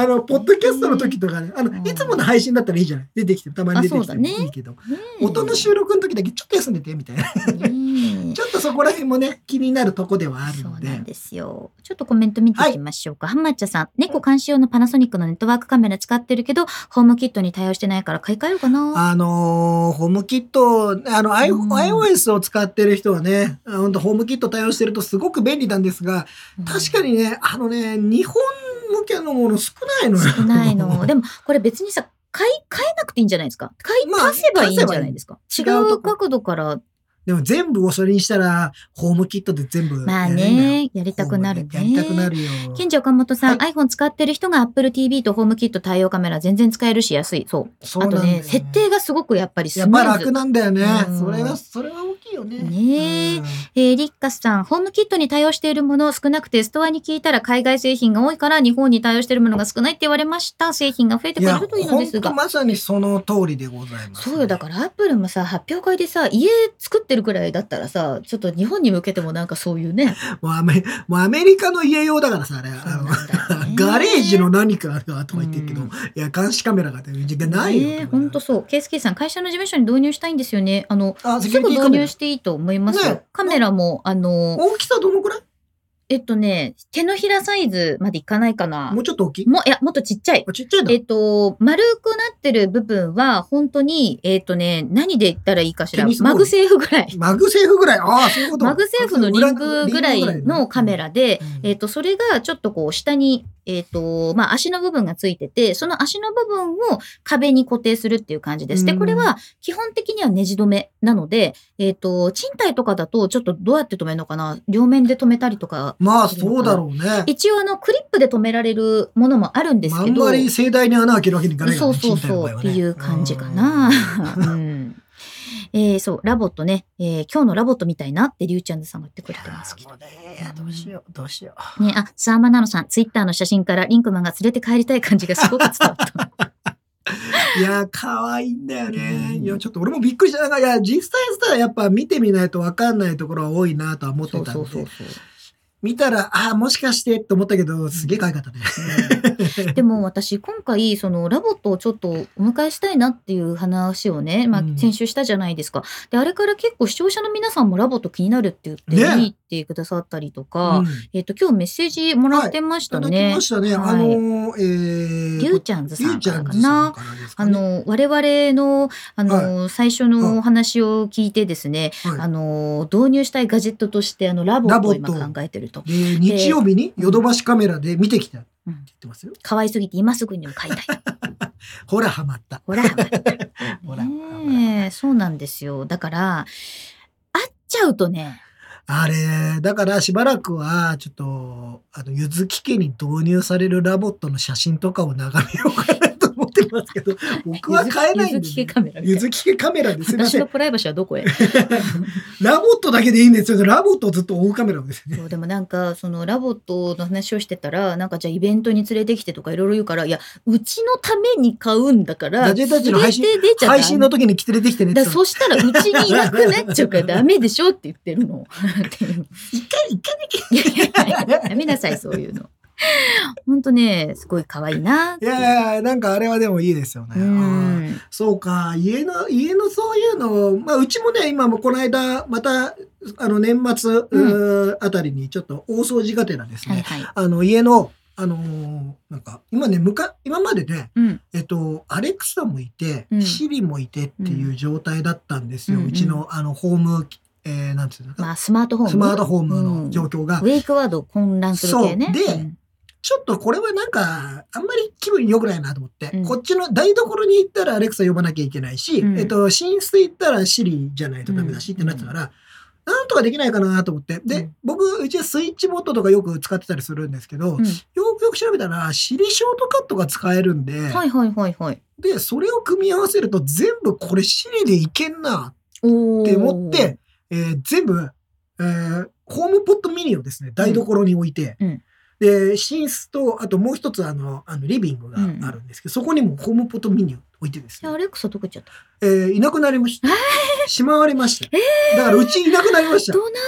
Speaker 2: あの、ポッドキャストの時とかね、あ
Speaker 3: う
Speaker 2: の、
Speaker 3: ん
Speaker 2: いつもの配信だったらいいじゃない出てきても、たまに出てきても
Speaker 3: あそうだね
Speaker 2: いいけど、 (laughs) 音の収録の時だけちょっと休んでて、みたいな。
Speaker 3: ねえ
Speaker 2: ちょっとそこら辺もね、気になるとこではある
Speaker 3: そう
Speaker 2: ので。
Speaker 3: なんですよ。ちょっとコメント見ていきましょうか。ハンマッチャさん、猫監視用のパナソニックのネットワークカメラ使ってるけど、ホームキットに対応してないから買い替えようかな。
Speaker 2: あのーホームキット、あの、I-
Speaker 3: うん
Speaker 2: iOS を使ってる人はね、あ本当ホームキット対応してるとすごく便利なんですが、確か
Speaker 3: に。
Speaker 2: にね、あのね、日本向けのもの少ないのよ。
Speaker 3: 少ないの。でも、これ別にさ、買い、買えなくていいんじゃないですか。買い、
Speaker 2: まあ
Speaker 3: 貸せばいいんじゃないですか。
Speaker 2: せ
Speaker 3: 違
Speaker 2: ばいい違うと
Speaker 3: う
Speaker 2: こ
Speaker 3: 角度から、
Speaker 2: (laughs) でも全部をそれにしたら、ホームキットで全部
Speaker 3: まあ
Speaker 2: やれんだよ。
Speaker 3: ね、やりたくなるね。
Speaker 2: やりたくなるよ。
Speaker 3: 賢者岡本さん、iPhone 使ってる人が Apple TV とホームキット対応カメラ全然使えるし安い。そう。
Speaker 2: そう
Speaker 3: あ
Speaker 2: なんだ
Speaker 3: と
Speaker 2: よ
Speaker 3: ね、設定がすごくやっぱりス
Speaker 2: やっ
Speaker 3: ム
Speaker 2: ぱ
Speaker 3: ー
Speaker 2: 楽
Speaker 3: ズ。
Speaker 2: なんだよね
Speaker 3: うん。
Speaker 2: それは、それは大きいよね。
Speaker 3: ねえ
Speaker 2: うん
Speaker 3: えー、リッカスさん、ホームキットに対応しているもの少なくて、ストアに聞いたら海外製品が多いから、日本に対応しているものが少ないって言われました。製品が増えて
Speaker 2: い
Speaker 3: く
Speaker 2: や、
Speaker 3: れるといいの
Speaker 2: ほ
Speaker 3: で
Speaker 2: ん
Speaker 3: す
Speaker 2: と
Speaker 3: が。
Speaker 2: まさにその通りでございます、
Speaker 3: そうよ、だからアップルもさ、発表会でさ、家作ってるくらいだったらさ、ちょっと日本に向けてもなんかそういうね。
Speaker 2: もうアメもうアメリカの家用だからさ、あれ。あのガレージの何かがとか言ってるけど、
Speaker 3: うん
Speaker 2: いや、監視カメラがないよ。
Speaker 3: ねえ、ほんとそう。ケースケさん、会社の事務所に導入したいんですよね。あの、
Speaker 2: あ、セ
Speaker 3: す
Speaker 2: キュ
Speaker 3: ぐ
Speaker 2: リティ
Speaker 3: 導
Speaker 2: カメ
Speaker 3: 入
Speaker 2: ラ
Speaker 3: していいと思いますよ。
Speaker 2: ね
Speaker 3: カメラも、あの、
Speaker 2: 大きさどのくらい
Speaker 3: えっとね、手のひらサイズまでいかないかな。
Speaker 2: もうちょっと大きい
Speaker 3: も、いや、もっとちっちゃい。
Speaker 2: あちっちゃいんだ
Speaker 3: え。っと、丸くなってる部分は、本当に、えっとね、何で言ったらいいかしら
Speaker 2: テニ。スボー
Speaker 3: マ
Speaker 2: ル
Speaker 3: グセーフぐらい。
Speaker 2: マグセーフぐらい。ああ、そういうこと。
Speaker 3: マグセーフのリングぐらいのカメ。ラで、えっと、それがちょっとこう、下に、えっと、まあ、足の部分がついてて、その足の部分を壁に固定するっていう感じです。で、
Speaker 2: うん
Speaker 3: これは、基本的にはネジ止めなので、えっと、賃貸とかだと、ちょっとどうやって止めるのかな両面で止めたりとか。
Speaker 2: まあ、そうだろうね。
Speaker 3: 一応、あの、クリップで止められるものもあるんです
Speaker 2: あ
Speaker 3: け
Speaker 2: ん
Speaker 3: ど。
Speaker 2: まり盛大に穴開けるわけにいかないから
Speaker 3: そう
Speaker 2: ね。
Speaker 3: そう
Speaker 2: 賃貸の場
Speaker 3: そ
Speaker 2: 合
Speaker 3: う
Speaker 2: は
Speaker 3: っ
Speaker 2: ね
Speaker 3: ていう感じかな。 (laughs) うんえー、そう、ラボットね、えー今日のラボットみたいなってりゅうちゃんさんが言ってくれてますけど。
Speaker 2: もうねいやどうしよう、どうしよう。
Speaker 3: ね、あ、スアマナノさん、ツイッターの写真からリンクマンが連れて帰りたい感じがすごく伝わ
Speaker 2: (laughs)
Speaker 3: った。
Speaker 2: いや、可愛いんだよね。
Speaker 3: うん
Speaker 2: いや、ちょっと俺もびっくりしながら、いや、実際さ、やっぱ見てみないとわかんないところは多いなとは思ってた
Speaker 3: そ
Speaker 2: ん
Speaker 3: う
Speaker 2: で。
Speaker 3: そうそうそう。
Speaker 2: 見たら、ああ、もしかしてと思ったけど、すげえ可愛かったね。
Speaker 3: (laughs) でも私今回そのラボットをちょっとお迎えしたいなっていう話をね、まあ
Speaker 2: うん、
Speaker 3: 先週したじゃないですか、であれから結構視聴者の皆さんもラボット気になるって言って
Speaker 2: ね
Speaker 3: 見に行ってくださったりとか、
Speaker 2: うん
Speaker 3: えっと今日メッセージもらってまし
Speaker 2: いた
Speaker 3: た
Speaker 2: だき
Speaker 3: ね
Speaker 2: ま。したね。
Speaker 3: はい
Speaker 2: あのー、えー、
Speaker 3: りゅうちゃんずさん
Speaker 2: りゅうち
Speaker 3: か
Speaker 2: ゃ
Speaker 3: ら
Speaker 2: ん
Speaker 3: か
Speaker 2: ずさん
Speaker 3: な。
Speaker 2: からですか
Speaker 3: あ
Speaker 2: ね。
Speaker 3: の我々のあの、最初のお話を聞いてですね、
Speaker 2: はい
Speaker 3: あの導入したいガジェットとしてあのラボッ
Speaker 2: ラ
Speaker 3: ト
Speaker 2: ボ
Speaker 3: を
Speaker 2: ット
Speaker 3: 今考えてると
Speaker 2: で、日曜日にヨドバシカメラで見てきたって言ってますよ。
Speaker 3: 可愛すぎて今すぐにでも買いた
Speaker 2: (laughs)
Speaker 3: い
Speaker 2: ほら、ハマった。
Speaker 3: ほらほら
Speaker 2: ほら、
Speaker 3: ねえそうなんですよだから会っちゃうとね
Speaker 2: あれ、だからしばらくは、ちょっと、あの、ゆずき家に導入されるラボットの写真とかを眺めようかなと思ってますけ (laughs) ど、僕は買えないん
Speaker 3: ゆ
Speaker 2: で
Speaker 3: ず
Speaker 2: す
Speaker 3: きカメラみたい
Speaker 2: ゆ
Speaker 3: な
Speaker 2: ずき家カメラですいま
Speaker 3: 私
Speaker 2: せ
Speaker 3: の
Speaker 2: ん。
Speaker 3: プライバシーは
Speaker 2: (laughs)
Speaker 3: どこへ
Speaker 2: ラボットだけでいいんですよ。ラボットをずっと追うカメラですね。
Speaker 3: そうでもなんかそのラボットの話をしてたらなんかじゃあイベントに連れてきてとかいろいろ言うからいやうちのために買うんだから
Speaker 2: ガジェタッチの配信
Speaker 3: 連れて出ちゃダメ
Speaker 2: 配信の時に来て出てきてねって
Speaker 3: だ
Speaker 2: 言っ
Speaker 3: から
Speaker 2: たら。
Speaker 3: そしたらうちにいなくなっちゃうからダメでしょって言ってるの。っていう
Speaker 2: (laughs) 一回、一回だけ。
Speaker 3: いやいやいややめなさいそういうの。ほんとねすごい可愛いなって
Speaker 2: いやいや、なんかあれはでもいいですよね。
Speaker 3: う
Speaker 2: あー
Speaker 3: ん
Speaker 2: そうか、家の、家のそういうのを、まあ、うちもね、今もこの間、また、あの、年末、うーあたりに、ちょっと大掃除がてらですね、
Speaker 3: はいはい。
Speaker 2: あの、家の、あのーなんか、今ね、むか、今までね、
Speaker 3: うん
Speaker 2: えっと、アレクサもいて
Speaker 3: う、ん
Speaker 2: シリもいてっていう状態だったんですよ。
Speaker 3: う
Speaker 2: うん
Speaker 3: うん
Speaker 2: ちの、あの、ホーム、えー、なんていうのかな、
Speaker 3: まあスマートフォン
Speaker 2: スマートフォーム
Speaker 3: う
Speaker 2: の
Speaker 3: ん
Speaker 2: 状況が、
Speaker 3: ウェイクワード混乱する系ね。
Speaker 2: そうで
Speaker 3: ん
Speaker 2: ちょっとこれはなんか、あんまり気分良くないなと思って、
Speaker 3: うん
Speaker 2: こっちの台所に行ったらアレクサ呼ばなきゃいけないし、
Speaker 3: うん
Speaker 2: えっと、寝室行ったらシリじゃないとダメだしってなってたから、なんとかできないかなと思って。で、
Speaker 3: うん
Speaker 2: 僕、うちはスイッチボットとかよく使ってたりするんですけど、
Speaker 3: うん
Speaker 2: よくよく調べたら、シリショートカットが使えるんで、
Speaker 3: はいはいはいはい。
Speaker 2: で、それを組み合わせると全部これシリでいけんな
Speaker 3: おー
Speaker 2: って思って、えー全部、えーホームポットミニをですね、台所に置いて、
Speaker 3: うん
Speaker 2: で、寝室と、あともう一つあの、あのリビングがあるんですけど、そこにもホームポットミニを置いてです
Speaker 3: いや
Speaker 2: ね
Speaker 3: ア、レクサどこ行っちゃった。
Speaker 2: えーいなくなりました。しまわれました。だからうちいなくなりました
Speaker 3: ド。ナドナ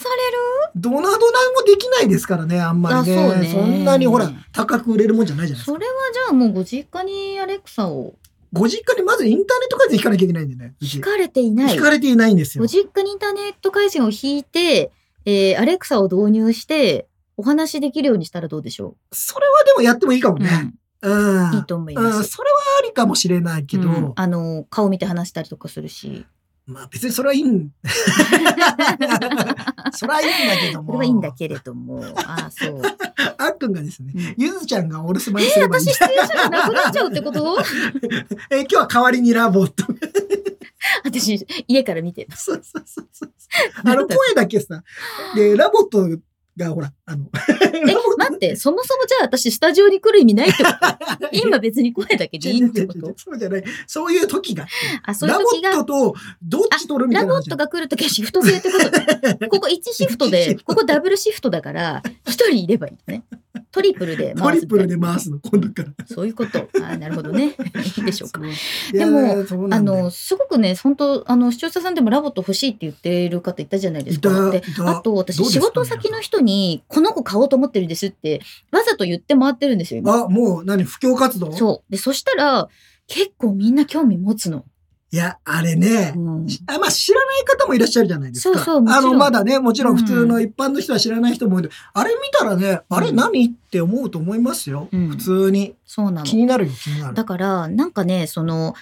Speaker 3: される。
Speaker 2: ドナドナもできないですからね、あんまり
Speaker 3: あそう
Speaker 2: ね。
Speaker 3: ね
Speaker 2: そんなにほら、高く売れるもんじゃないじゃないです
Speaker 3: そ
Speaker 2: か。
Speaker 3: れはじゃあもうご実家にアレクサを
Speaker 2: ご実家にまずインターネット回線引かなきゃいけないんでね、うち
Speaker 3: 引。かれていない
Speaker 2: 引。かれていないんですよ
Speaker 3: ご。実家にインターネット回線を引いて、えー、アレクサを導入して、お話しできるようにしたらどうでしょ
Speaker 2: それはでもやってもいいかも
Speaker 3: う、
Speaker 2: ね。うん。
Speaker 3: うん、いいと思い
Speaker 2: うん、
Speaker 3: ます。
Speaker 2: それはありかもしれないけど、
Speaker 3: うんあの、顔見て話したりとかするし。
Speaker 2: まあ別にそれはいい
Speaker 3: (laughs)
Speaker 2: ん、それはいいんだけど
Speaker 3: こ
Speaker 2: も。
Speaker 3: れはいいんだけれども。
Speaker 2: (laughs)
Speaker 3: ああ、そう。
Speaker 2: あっくんがですね、
Speaker 3: うん
Speaker 2: ゆずちゃんがお留守番すればいいん
Speaker 3: 私、
Speaker 2: だ。
Speaker 3: 出演者がなくなっちゃうってこと (laughs)
Speaker 2: え今日は代わりにラボット。
Speaker 3: 私、家から見て。
Speaker 2: そうそうそうそう。あの声だけ
Speaker 3: (laughs)
Speaker 2: さ、で、ラボットがほら、あの、 (laughs)
Speaker 3: え、待って、そもそもじゃあ私、スタジオに来る意味ないってこと
Speaker 2: (laughs)
Speaker 3: 今別に声だけでいいってこ
Speaker 2: 違う違う違
Speaker 3: と
Speaker 2: う (laughs) そうじゃない。そういう時が。
Speaker 3: あ、そうい
Speaker 2: ラ
Speaker 3: う
Speaker 2: ボ
Speaker 3: 時
Speaker 2: ッ
Speaker 3: が
Speaker 2: ト、とどっち取るみた
Speaker 3: ラ
Speaker 2: いな
Speaker 3: ボ
Speaker 2: 話
Speaker 3: ッ
Speaker 2: じゃ
Speaker 3: ト
Speaker 2: ん。
Speaker 3: が来るときはシフト制ってこと
Speaker 2: (laughs)
Speaker 3: ねここ1シフトで、ここダブルシフトだから、1人いればいいのね。トリプルで
Speaker 2: ト
Speaker 3: 回
Speaker 2: リ
Speaker 3: すみ
Speaker 2: プ
Speaker 3: たい
Speaker 2: ル
Speaker 3: な。
Speaker 2: で回すの、今度から。
Speaker 3: そういうこと。あーなるほ
Speaker 2: (laughs)
Speaker 3: どね。いいでしょうか。
Speaker 2: いや
Speaker 3: でも
Speaker 2: ー、そうな
Speaker 3: あ
Speaker 2: んだよ
Speaker 3: の、すごくね、本当あの、視聴者さんでもラボット欲しいって言ってる方いたじゃないですか。
Speaker 2: い
Speaker 3: で
Speaker 2: たいた
Speaker 3: あと、私、
Speaker 2: どうです
Speaker 3: 仕
Speaker 2: か
Speaker 3: 事先の人に、この子買おうと思ってるんですって、わざと言って回ってるんですよ、今。
Speaker 2: あ、もう何布教活動
Speaker 3: そう。で、そしたら、結構みんな興味持つの。
Speaker 2: いや、あれね、
Speaker 3: うん
Speaker 2: あまあ、知らない方もいらっしゃるじゃないですか。
Speaker 3: そうそうもちろ
Speaker 2: あ
Speaker 3: ん
Speaker 2: の、まだね、もちろん普通の一般の人は知らない人もいる。あれ見たらね、あれ
Speaker 3: うん
Speaker 2: 何って思うと思いますよ。
Speaker 3: うん
Speaker 2: 普通に。
Speaker 3: そうなの
Speaker 2: 気になるよ、気になる。
Speaker 3: だからなんかねその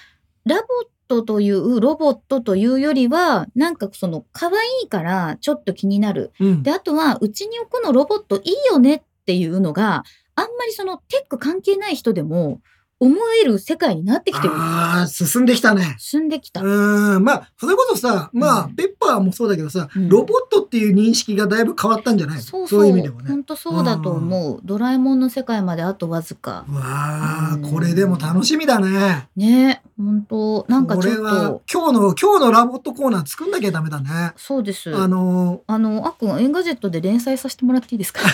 Speaker 3: ラボットというロボットというよりはなんかその可愛いからちょっと気になる
Speaker 2: うん
Speaker 3: であとはうちに置くのロボットいいよねっていうのがあんまりそのテック関係ない人でも思える世界になってきてる
Speaker 2: ああ、進んできたね。
Speaker 3: 進んできた、
Speaker 2: うん、まあ、それこそさ、まあ、
Speaker 3: うん
Speaker 2: ペッパーもそうだけどさ、
Speaker 3: うん
Speaker 2: ロボットっていう認識がだいぶ変わったんじゃないの
Speaker 3: そう
Speaker 2: い
Speaker 3: そうう
Speaker 2: 意味でもね。
Speaker 3: 本当そうだと思う、ドラえもんの世界まであとわずか
Speaker 2: うわあ、
Speaker 3: うん
Speaker 2: これでも楽しみだね。
Speaker 3: ね本当なんか
Speaker 2: こ
Speaker 3: ちょ
Speaker 2: れ
Speaker 3: っ
Speaker 2: は
Speaker 3: と
Speaker 2: 今日の今日のラボットコーナー作んなきゃダメだね。
Speaker 3: そうです
Speaker 2: あの
Speaker 3: あの、あっくん、エンガジェットで連載させてもらっていいですか
Speaker 2: (laughs)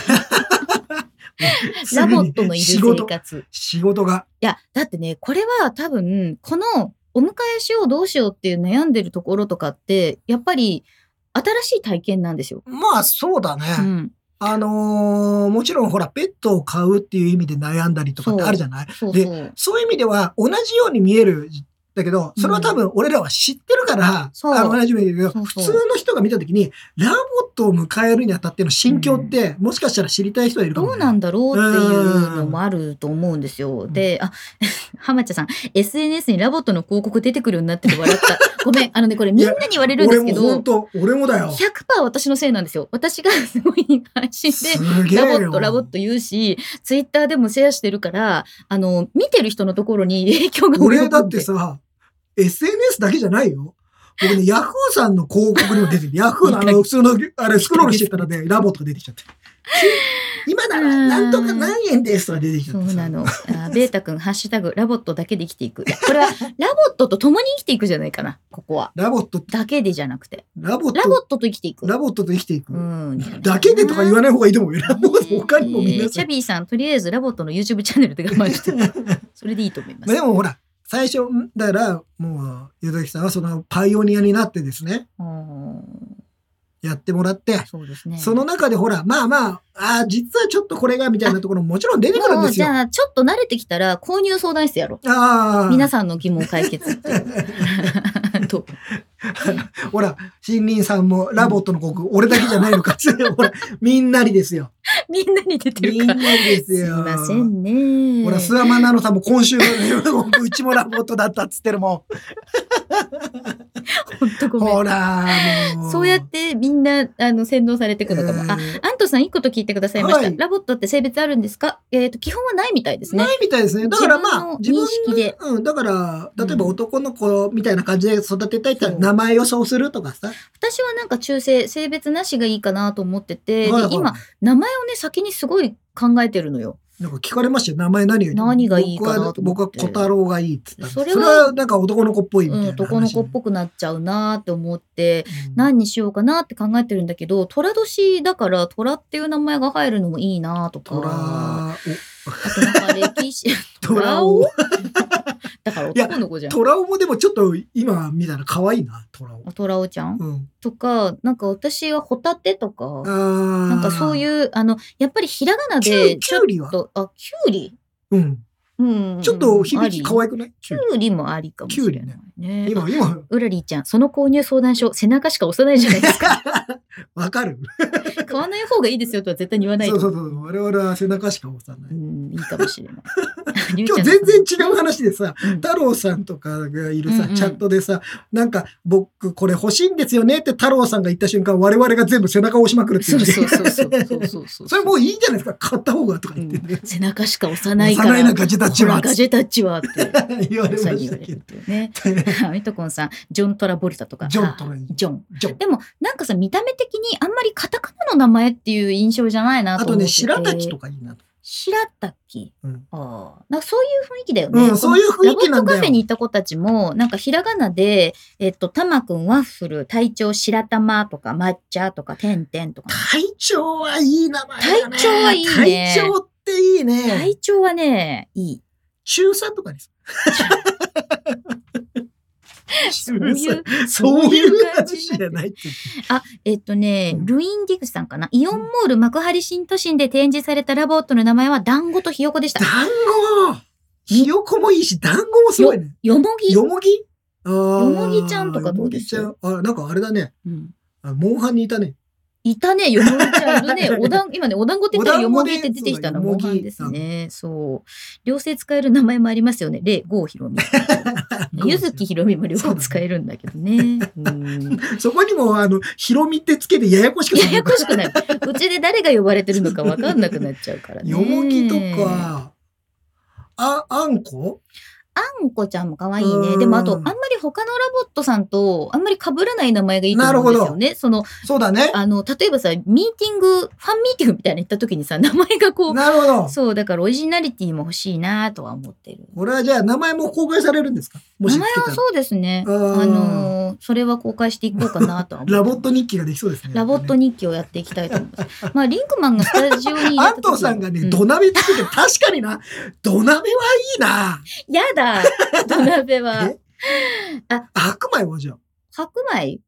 Speaker 2: すぐ
Speaker 3: ラ
Speaker 2: に
Speaker 3: ボットのいる
Speaker 2: 仕
Speaker 3: 生
Speaker 2: 事
Speaker 3: 活。い
Speaker 2: 仕事が
Speaker 3: や、だってね、これは多分、このお迎えしようどうしようっていう悩んでるところとかって、やっぱり新しい体験なんですよ。
Speaker 2: まあそうだね。
Speaker 3: うん。
Speaker 2: あのーもちろんほらペットを飼うっていう意味で悩んだりとかってあるじゃない。
Speaker 3: そうそう。
Speaker 2: そういう意味では同じように見える。だけど、それは多分俺らは知ってるから、
Speaker 3: そう
Speaker 2: あの同じように言うけ
Speaker 3: そ
Speaker 2: ど、
Speaker 3: う
Speaker 2: 普
Speaker 3: そう
Speaker 2: 通の人が見たときに、ラボットを迎えるにあたっての心境って、もしかしたら知りたい人はいるか
Speaker 3: ど
Speaker 2: も、
Speaker 3: うなんだろうっていうのもあると思うんですよ。
Speaker 2: ん
Speaker 3: で、あ、 (laughs) 浜ちゃんさん、SNS にラボットの広告出てくるようになってて笑った。ごめん、あのね、これみんなに言われるんで
Speaker 2: 俺
Speaker 3: すけ
Speaker 2: も
Speaker 3: ど。
Speaker 2: 本当、俺も
Speaker 3: (laughs)
Speaker 2: だよ。
Speaker 3: 100%私のせいなんですよ。私がすごい配信
Speaker 2: す
Speaker 3: で、
Speaker 2: げえ
Speaker 3: ラ
Speaker 2: よ
Speaker 3: ボットラボット言うし、ツイッターでもシェアしてるから、あの、見てる人のところ
Speaker 2: (laughs)
Speaker 3: に影響が及ぶ
Speaker 2: 俺
Speaker 3: んで
Speaker 2: だってさ、SNS だけじゃないよ。僕
Speaker 3: (laughs)
Speaker 2: ね、ヤフーさんの広告にも出てる。ヤフーのあの、普通の、あれ、スクロールしてたらね、ラボとか出てきちゃって。今なら、なんとか何円ですとか出てきちゃ
Speaker 3: そ
Speaker 2: っ
Speaker 3: う
Speaker 2: てさ。
Speaker 3: なの。あベータ君、ハッシュタグ、ラボットだけで生きていく。いやこれは、ラボットと共に生きていくじゃないかな、ここは。
Speaker 2: ラボット、
Speaker 3: だけでじゃなくて。
Speaker 2: ラボッ
Speaker 3: ラ
Speaker 2: ト、
Speaker 3: ボットと生きていく。
Speaker 2: ラボットと生きていうく。
Speaker 3: ん。
Speaker 2: だけでとか
Speaker 3: (laughs)
Speaker 2: 言わない方がいいと思うよ。ラボット、他にもみん
Speaker 3: え
Speaker 2: な
Speaker 3: ーチ
Speaker 2: さ
Speaker 3: ャ。ビーさん、とりあえずラボットの YouTube チャンネルで我
Speaker 2: (laughs)
Speaker 3: 慢してるそれでいいと思います。
Speaker 2: でもほら、最初、んだから、もう、ゆずきさんはそのパイオニアになってですね、
Speaker 3: うん
Speaker 2: やってもらって、
Speaker 3: そうですね。
Speaker 2: その中でほら、まあまあ、ああ、実はちょっとこれがみたいなところももちろん出てくるん
Speaker 3: も
Speaker 2: で
Speaker 3: う
Speaker 2: す
Speaker 3: じ
Speaker 2: よ。
Speaker 3: ゃあちょっと慣れてきたら購入相談室やろ
Speaker 2: ああ。
Speaker 3: う。皆さんの疑問解決っ
Speaker 2: (laughs)
Speaker 3: ていう。と
Speaker 2: ほら、森林さんもラボットの国、俺だけじゃない
Speaker 3: (laughs)
Speaker 2: のかって、ほら、みんなにですよ。
Speaker 3: みんなに出て
Speaker 2: み
Speaker 3: る
Speaker 2: ん
Speaker 3: か
Speaker 2: な
Speaker 3: ら。
Speaker 2: にです
Speaker 3: すい
Speaker 2: よ。
Speaker 3: ませんね。
Speaker 2: ほら、諏訪間なのさんも今週の (laughs) 夜、うちもラボットだったっつってるも
Speaker 3: ほんと
Speaker 2: ん。
Speaker 3: ごめ
Speaker 2: ほ
Speaker 3: ん。
Speaker 2: ら、もう。
Speaker 3: そうやってみんなあの洗脳されていくのかも。
Speaker 2: え
Speaker 3: あ、
Speaker 2: ー
Speaker 3: アントさん一個と聞いてくださいました。
Speaker 2: はい
Speaker 3: ラボットって性別あるんですか？えっ、と基本はないみたいですね
Speaker 2: な。いみたいですね。だからまあ、自
Speaker 3: 自
Speaker 2: 分
Speaker 3: 分の認識で
Speaker 2: のうん、だから、例えば
Speaker 3: うん
Speaker 2: 男の子みたいな感じで育てたいって言ったら名前をそうするとかさ。
Speaker 3: 私はなんか中性性別なしがいいかなと思ってて、で
Speaker 2: ほらほら
Speaker 3: 今、名前をね先にすごい考えてるのよ。
Speaker 2: なんか聞かれましたよ。名前何がいいの
Speaker 3: 何がいいかなと思って
Speaker 2: 僕は、僕は小太郎がいいって言ったんです
Speaker 3: そ
Speaker 2: そ
Speaker 3: れ
Speaker 2: れ
Speaker 3: は
Speaker 2: はなんか男の子っぽいみた
Speaker 3: う
Speaker 2: い
Speaker 3: ん、
Speaker 2: な話。
Speaker 3: 男の子っぽくなっちゃうなーって思って。
Speaker 2: うん
Speaker 3: 何にしようかなって考えてるんだけど、虎年だから虎っていう名前が入るのもいいなとか、
Speaker 2: トラを、
Speaker 3: あとなんか
Speaker 2: (laughs)
Speaker 3: 歴史、
Speaker 2: トラ
Speaker 3: を
Speaker 2: を。
Speaker 3: だから男の子じゃん。
Speaker 2: トラオもでもちょっと今見たら可愛いな、トラオ。
Speaker 3: 虎おちゃん
Speaker 2: うん。
Speaker 3: とか、なんか私はホタテと
Speaker 2: あ
Speaker 3: か、
Speaker 2: ー
Speaker 3: なんかそういう、あの、やっぱりひらがな
Speaker 2: キ
Speaker 3: で
Speaker 2: ュ、
Speaker 3: ち
Speaker 2: キ
Speaker 3: ょ
Speaker 2: ュ
Speaker 3: っ
Speaker 2: ウリは
Speaker 3: と、あ、キュウリ
Speaker 2: うん。
Speaker 3: うん。
Speaker 2: ちょっと響き可
Speaker 3: いい。
Speaker 2: 愛くないキ
Speaker 3: キ
Speaker 2: ュウ
Speaker 3: ュウリもありかもしれないね。
Speaker 2: リ。今、今、
Speaker 3: うらりーちゃん、その購入相談書、背中しか押さないじゃな
Speaker 2: (laughs)
Speaker 3: いですか。
Speaker 2: わかる
Speaker 3: 買わない方がいいですよとは絶対に言わない
Speaker 2: そ
Speaker 3: と
Speaker 2: うそうそう。我々は背中しか押さない。
Speaker 3: うん、いいかもしれない。
Speaker 2: (laughs)
Speaker 3: りゅう
Speaker 2: 今
Speaker 3: ちゃ
Speaker 2: 日
Speaker 3: ん
Speaker 2: 全然違う話でさ、
Speaker 3: うん
Speaker 2: 太郎さんとかがいる
Speaker 3: う
Speaker 2: さ
Speaker 3: んうん、
Speaker 2: チャットでさ、なんか、僕これ欲しいんですよねって太郎さんが言った瞬間、我々が全部背中を押しまくるってい
Speaker 3: そう
Speaker 2: う。
Speaker 3: そうそうそうそうそう
Speaker 2: (laughs)
Speaker 3: う。
Speaker 2: それもういいじゃないですか。買った方がとか
Speaker 3: う
Speaker 2: 言って
Speaker 3: ん
Speaker 2: ね。
Speaker 3: 背中しか押さないから。
Speaker 2: 押さないなガジェタッチは
Speaker 3: ほらガジェタッチ
Speaker 2: (laughs)
Speaker 3: はって。
Speaker 2: 言われま
Speaker 3: 最近
Speaker 2: した
Speaker 3: 言われ
Speaker 2: け
Speaker 3: るっ
Speaker 2: ど。
Speaker 3: ていうね。あミトコンさん、ジョン・トラボルタとか。
Speaker 2: ジョントラ
Speaker 3: あジョン。
Speaker 2: ジョン
Speaker 3: でも、なんかさ、見た目的にあんまりカタカナの名前っていう印象じゃないな
Speaker 2: あ
Speaker 3: と思
Speaker 2: と
Speaker 3: って
Speaker 2: ね、
Speaker 3: て。
Speaker 2: 白滝とかいいなと。
Speaker 3: 白滝。
Speaker 2: うん
Speaker 3: ああ。なんかそういう雰囲気だよね。
Speaker 2: うん、そういう雰囲気な
Speaker 3: ラボッ
Speaker 2: ん
Speaker 3: ト
Speaker 2: だ
Speaker 3: カ
Speaker 2: よ
Speaker 3: フェ。に行った子たちも、なんかひらがなで、えっと、たまくん、ワッフル、隊長、白玉とか、抹茶とか、てんてんとか。
Speaker 2: 隊長はいい名前だね。
Speaker 3: 隊長はいいね
Speaker 2: 隊長っていいね。
Speaker 3: 隊長はね、いい。
Speaker 2: 中3とかです。
Speaker 3: そういう、
Speaker 2: そういう
Speaker 3: 感じ
Speaker 2: 話じゃないって。
Speaker 3: えっとね、
Speaker 2: うん
Speaker 3: ルインディグスさんかな。イオンモール幕張新都心で展示されたラボットの名前は、団子とひ
Speaker 2: (laughs)
Speaker 3: よこでした。
Speaker 2: 団子ひよこもいいし、団子もすごいね。
Speaker 3: よもぎ。
Speaker 2: よもぎよ
Speaker 3: よもぎちゃんとかどうです
Speaker 2: よもぎちゃん。あ、なんかあれだね。
Speaker 3: うん
Speaker 2: あモンハンにいたね。
Speaker 3: いたね、よもぎちゃんいる
Speaker 2: (laughs)
Speaker 3: ね。おだん、今ね、お団子って言ったらよもぎって出てきたのは
Speaker 2: お
Speaker 3: モ
Speaker 2: 団子で
Speaker 3: ンハンですね。そう。両性使える名前もありますよね。レ、ゴー
Speaker 2: (laughs)
Speaker 3: ヒロミ。ゆずきひろみも両方使えるんだけどね。
Speaker 2: (laughs)
Speaker 3: うん
Speaker 2: そこにも、あの、ひろみってつけてややこしくな
Speaker 3: や
Speaker 2: る
Speaker 3: やこしくなる。うちで誰が呼ばれてるのかわかんなくなっちゃうからね。
Speaker 2: よもぎと。か、あ、あんこ
Speaker 3: あんこちゃんも可愛いね。
Speaker 2: うん
Speaker 3: でもあと、あんまり他のラボットさんとあんまり被らない名前がいいと思うんですよね。その、
Speaker 2: そうだね。
Speaker 3: あの、例えばさ、ミーティング、ファンミーティングみたいなの行った時にさ、名前がこう、
Speaker 2: なるほど。
Speaker 3: そう、だからオリジナリティも欲しいなとは思ってる。
Speaker 2: これはじゃあ名前も公開されるんですかもしつ
Speaker 3: 名前
Speaker 2: けた
Speaker 3: は
Speaker 2: ら。
Speaker 3: そうですね。あ
Speaker 2: うん
Speaker 3: のーそれは公開していこうかな
Speaker 2: (laughs)
Speaker 3: とは思う。
Speaker 2: ラボット日記ができそうですね。
Speaker 3: ラボット日記をやっていきたいと思います。まあ、リンクマンがスタジオに入れた
Speaker 2: 安
Speaker 3: 時に
Speaker 2: 藤さんがね、
Speaker 3: う
Speaker 2: 土鍋作って、確かにな、土鍋はいいな。
Speaker 3: やだ、土鍋
Speaker 2: (laughs)
Speaker 3: は。
Speaker 2: え白米はじゃあ。
Speaker 3: 白米白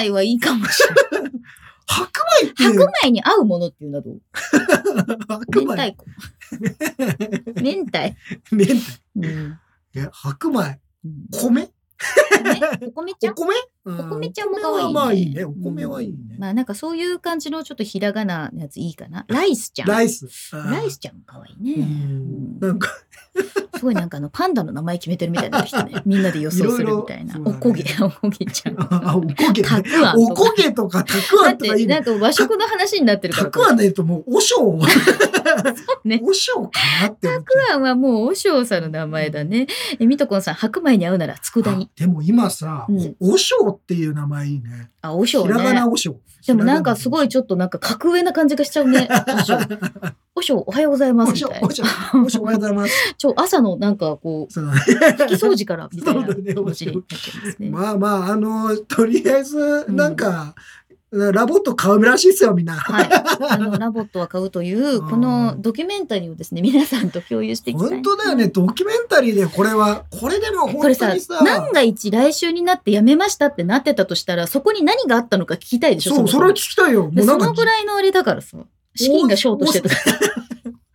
Speaker 3: 米はいいかもしれない。
Speaker 2: 白米っていう
Speaker 3: 白米に合うものっていうのはどう
Speaker 2: 白
Speaker 3: 明
Speaker 2: 米。
Speaker 3: 太
Speaker 2: (laughs)
Speaker 3: 子。明太。
Speaker 2: 明太
Speaker 3: うん。
Speaker 2: いや白米。
Speaker 3: うん
Speaker 2: 米
Speaker 3: お米お米ちゃ
Speaker 2: お
Speaker 3: ん
Speaker 2: 米お
Speaker 3: お米ちゃん
Speaker 2: お
Speaker 3: も
Speaker 2: 米
Speaker 3: 可愛い、
Speaker 2: は
Speaker 3: ね。
Speaker 2: まあいいね。お米はいいね。
Speaker 3: うんまあなんかそういう感じのちょっとひらがなのやついいかな。ライスちゃん。
Speaker 2: ライス。
Speaker 3: ライスちゃんも可愛いうね。
Speaker 2: ん。なんか、。
Speaker 3: すごいなんかあのパンダの名前決めてるみたいになってきたね。みんなで予想するみたいない
Speaker 2: ろいろ
Speaker 3: おこげ、 (laughs) おこげちゃん。
Speaker 2: (laughs) あおこげね。
Speaker 3: たくあん
Speaker 2: お
Speaker 3: とか。
Speaker 2: こげとかたくあ
Speaker 3: だっ
Speaker 2: んとかい
Speaker 3: て
Speaker 2: いね
Speaker 3: な。んか和食の話になってるから。
Speaker 2: たくあんないともう、おしょう。
Speaker 3: ね
Speaker 2: おしょうかなって思って。
Speaker 3: たくあんはもう和尚さんの名前だね。え、みとこんさん、白米に合うなら佃煮。
Speaker 2: でも今さ
Speaker 3: うん、
Speaker 2: おしょうっていう名前いいね。
Speaker 3: あ、和尚
Speaker 2: ひらが
Speaker 3: ね
Speaker 2: な。おしょう。
Speaker 3: でもなんかすごい
Speaker 2: ょ
Speaker 3: ちょっとなんか格上な感じがしちゃ
Speaker 2: (laughs)
Speaker 3: うね。和尚。和尚、おはようございます
Speaker 2: お
Speaker 3: み
Speaker 2: したょう
Speaker 3: い、な
Speaker 2: お。しょう、おしょう、おはようございます。
Speaker 3: ちょ、朝のなんかこ
Speaker 2: そう
Speaker 3: う、拭き掃
Speaker 2: (laughs)
Speaker 3: 除からみたい
Speaker 2: そ
Speaker 3: な
Speaker 2: うだね
Speaker 3: 気持ちになってますね。
Speaker 2: まあまあ、あの、とりあえず、なんか、ラボット買うらしいですよ、みんな。
Speaker 3: はい、あのラボットは買うという
Speaker 2: うん
Speaker 3: このドキュメンタリーをですね皆さんと共有していきたい
Speaker 2: 本当だよね、ドキュメンタリーでこれは、これでも
Speaker 3: こ
Speaker 2: 本
Speaker 3: れ
Speaker 2: 当
Speaker 3: さ
Speaker 2: にさ、
Speaker 3: 万が一来週になってやめましたってなってたとしたらそこに何があったのか聞きたいでしょ
Speaker 2: そう、それは聞
Speaker 3: そ
Speaker 2: きたいよ。も
Speaker 3: で
Speaker 2: うな
Speaker 3: そ
Speaker 2: ん
Speaker 3: の
Speaker 2: か
Speaker 3: ぐ、らいのあれだからさ資金がショートしてと
Speaker 2: (laughs)
Speaker 3: か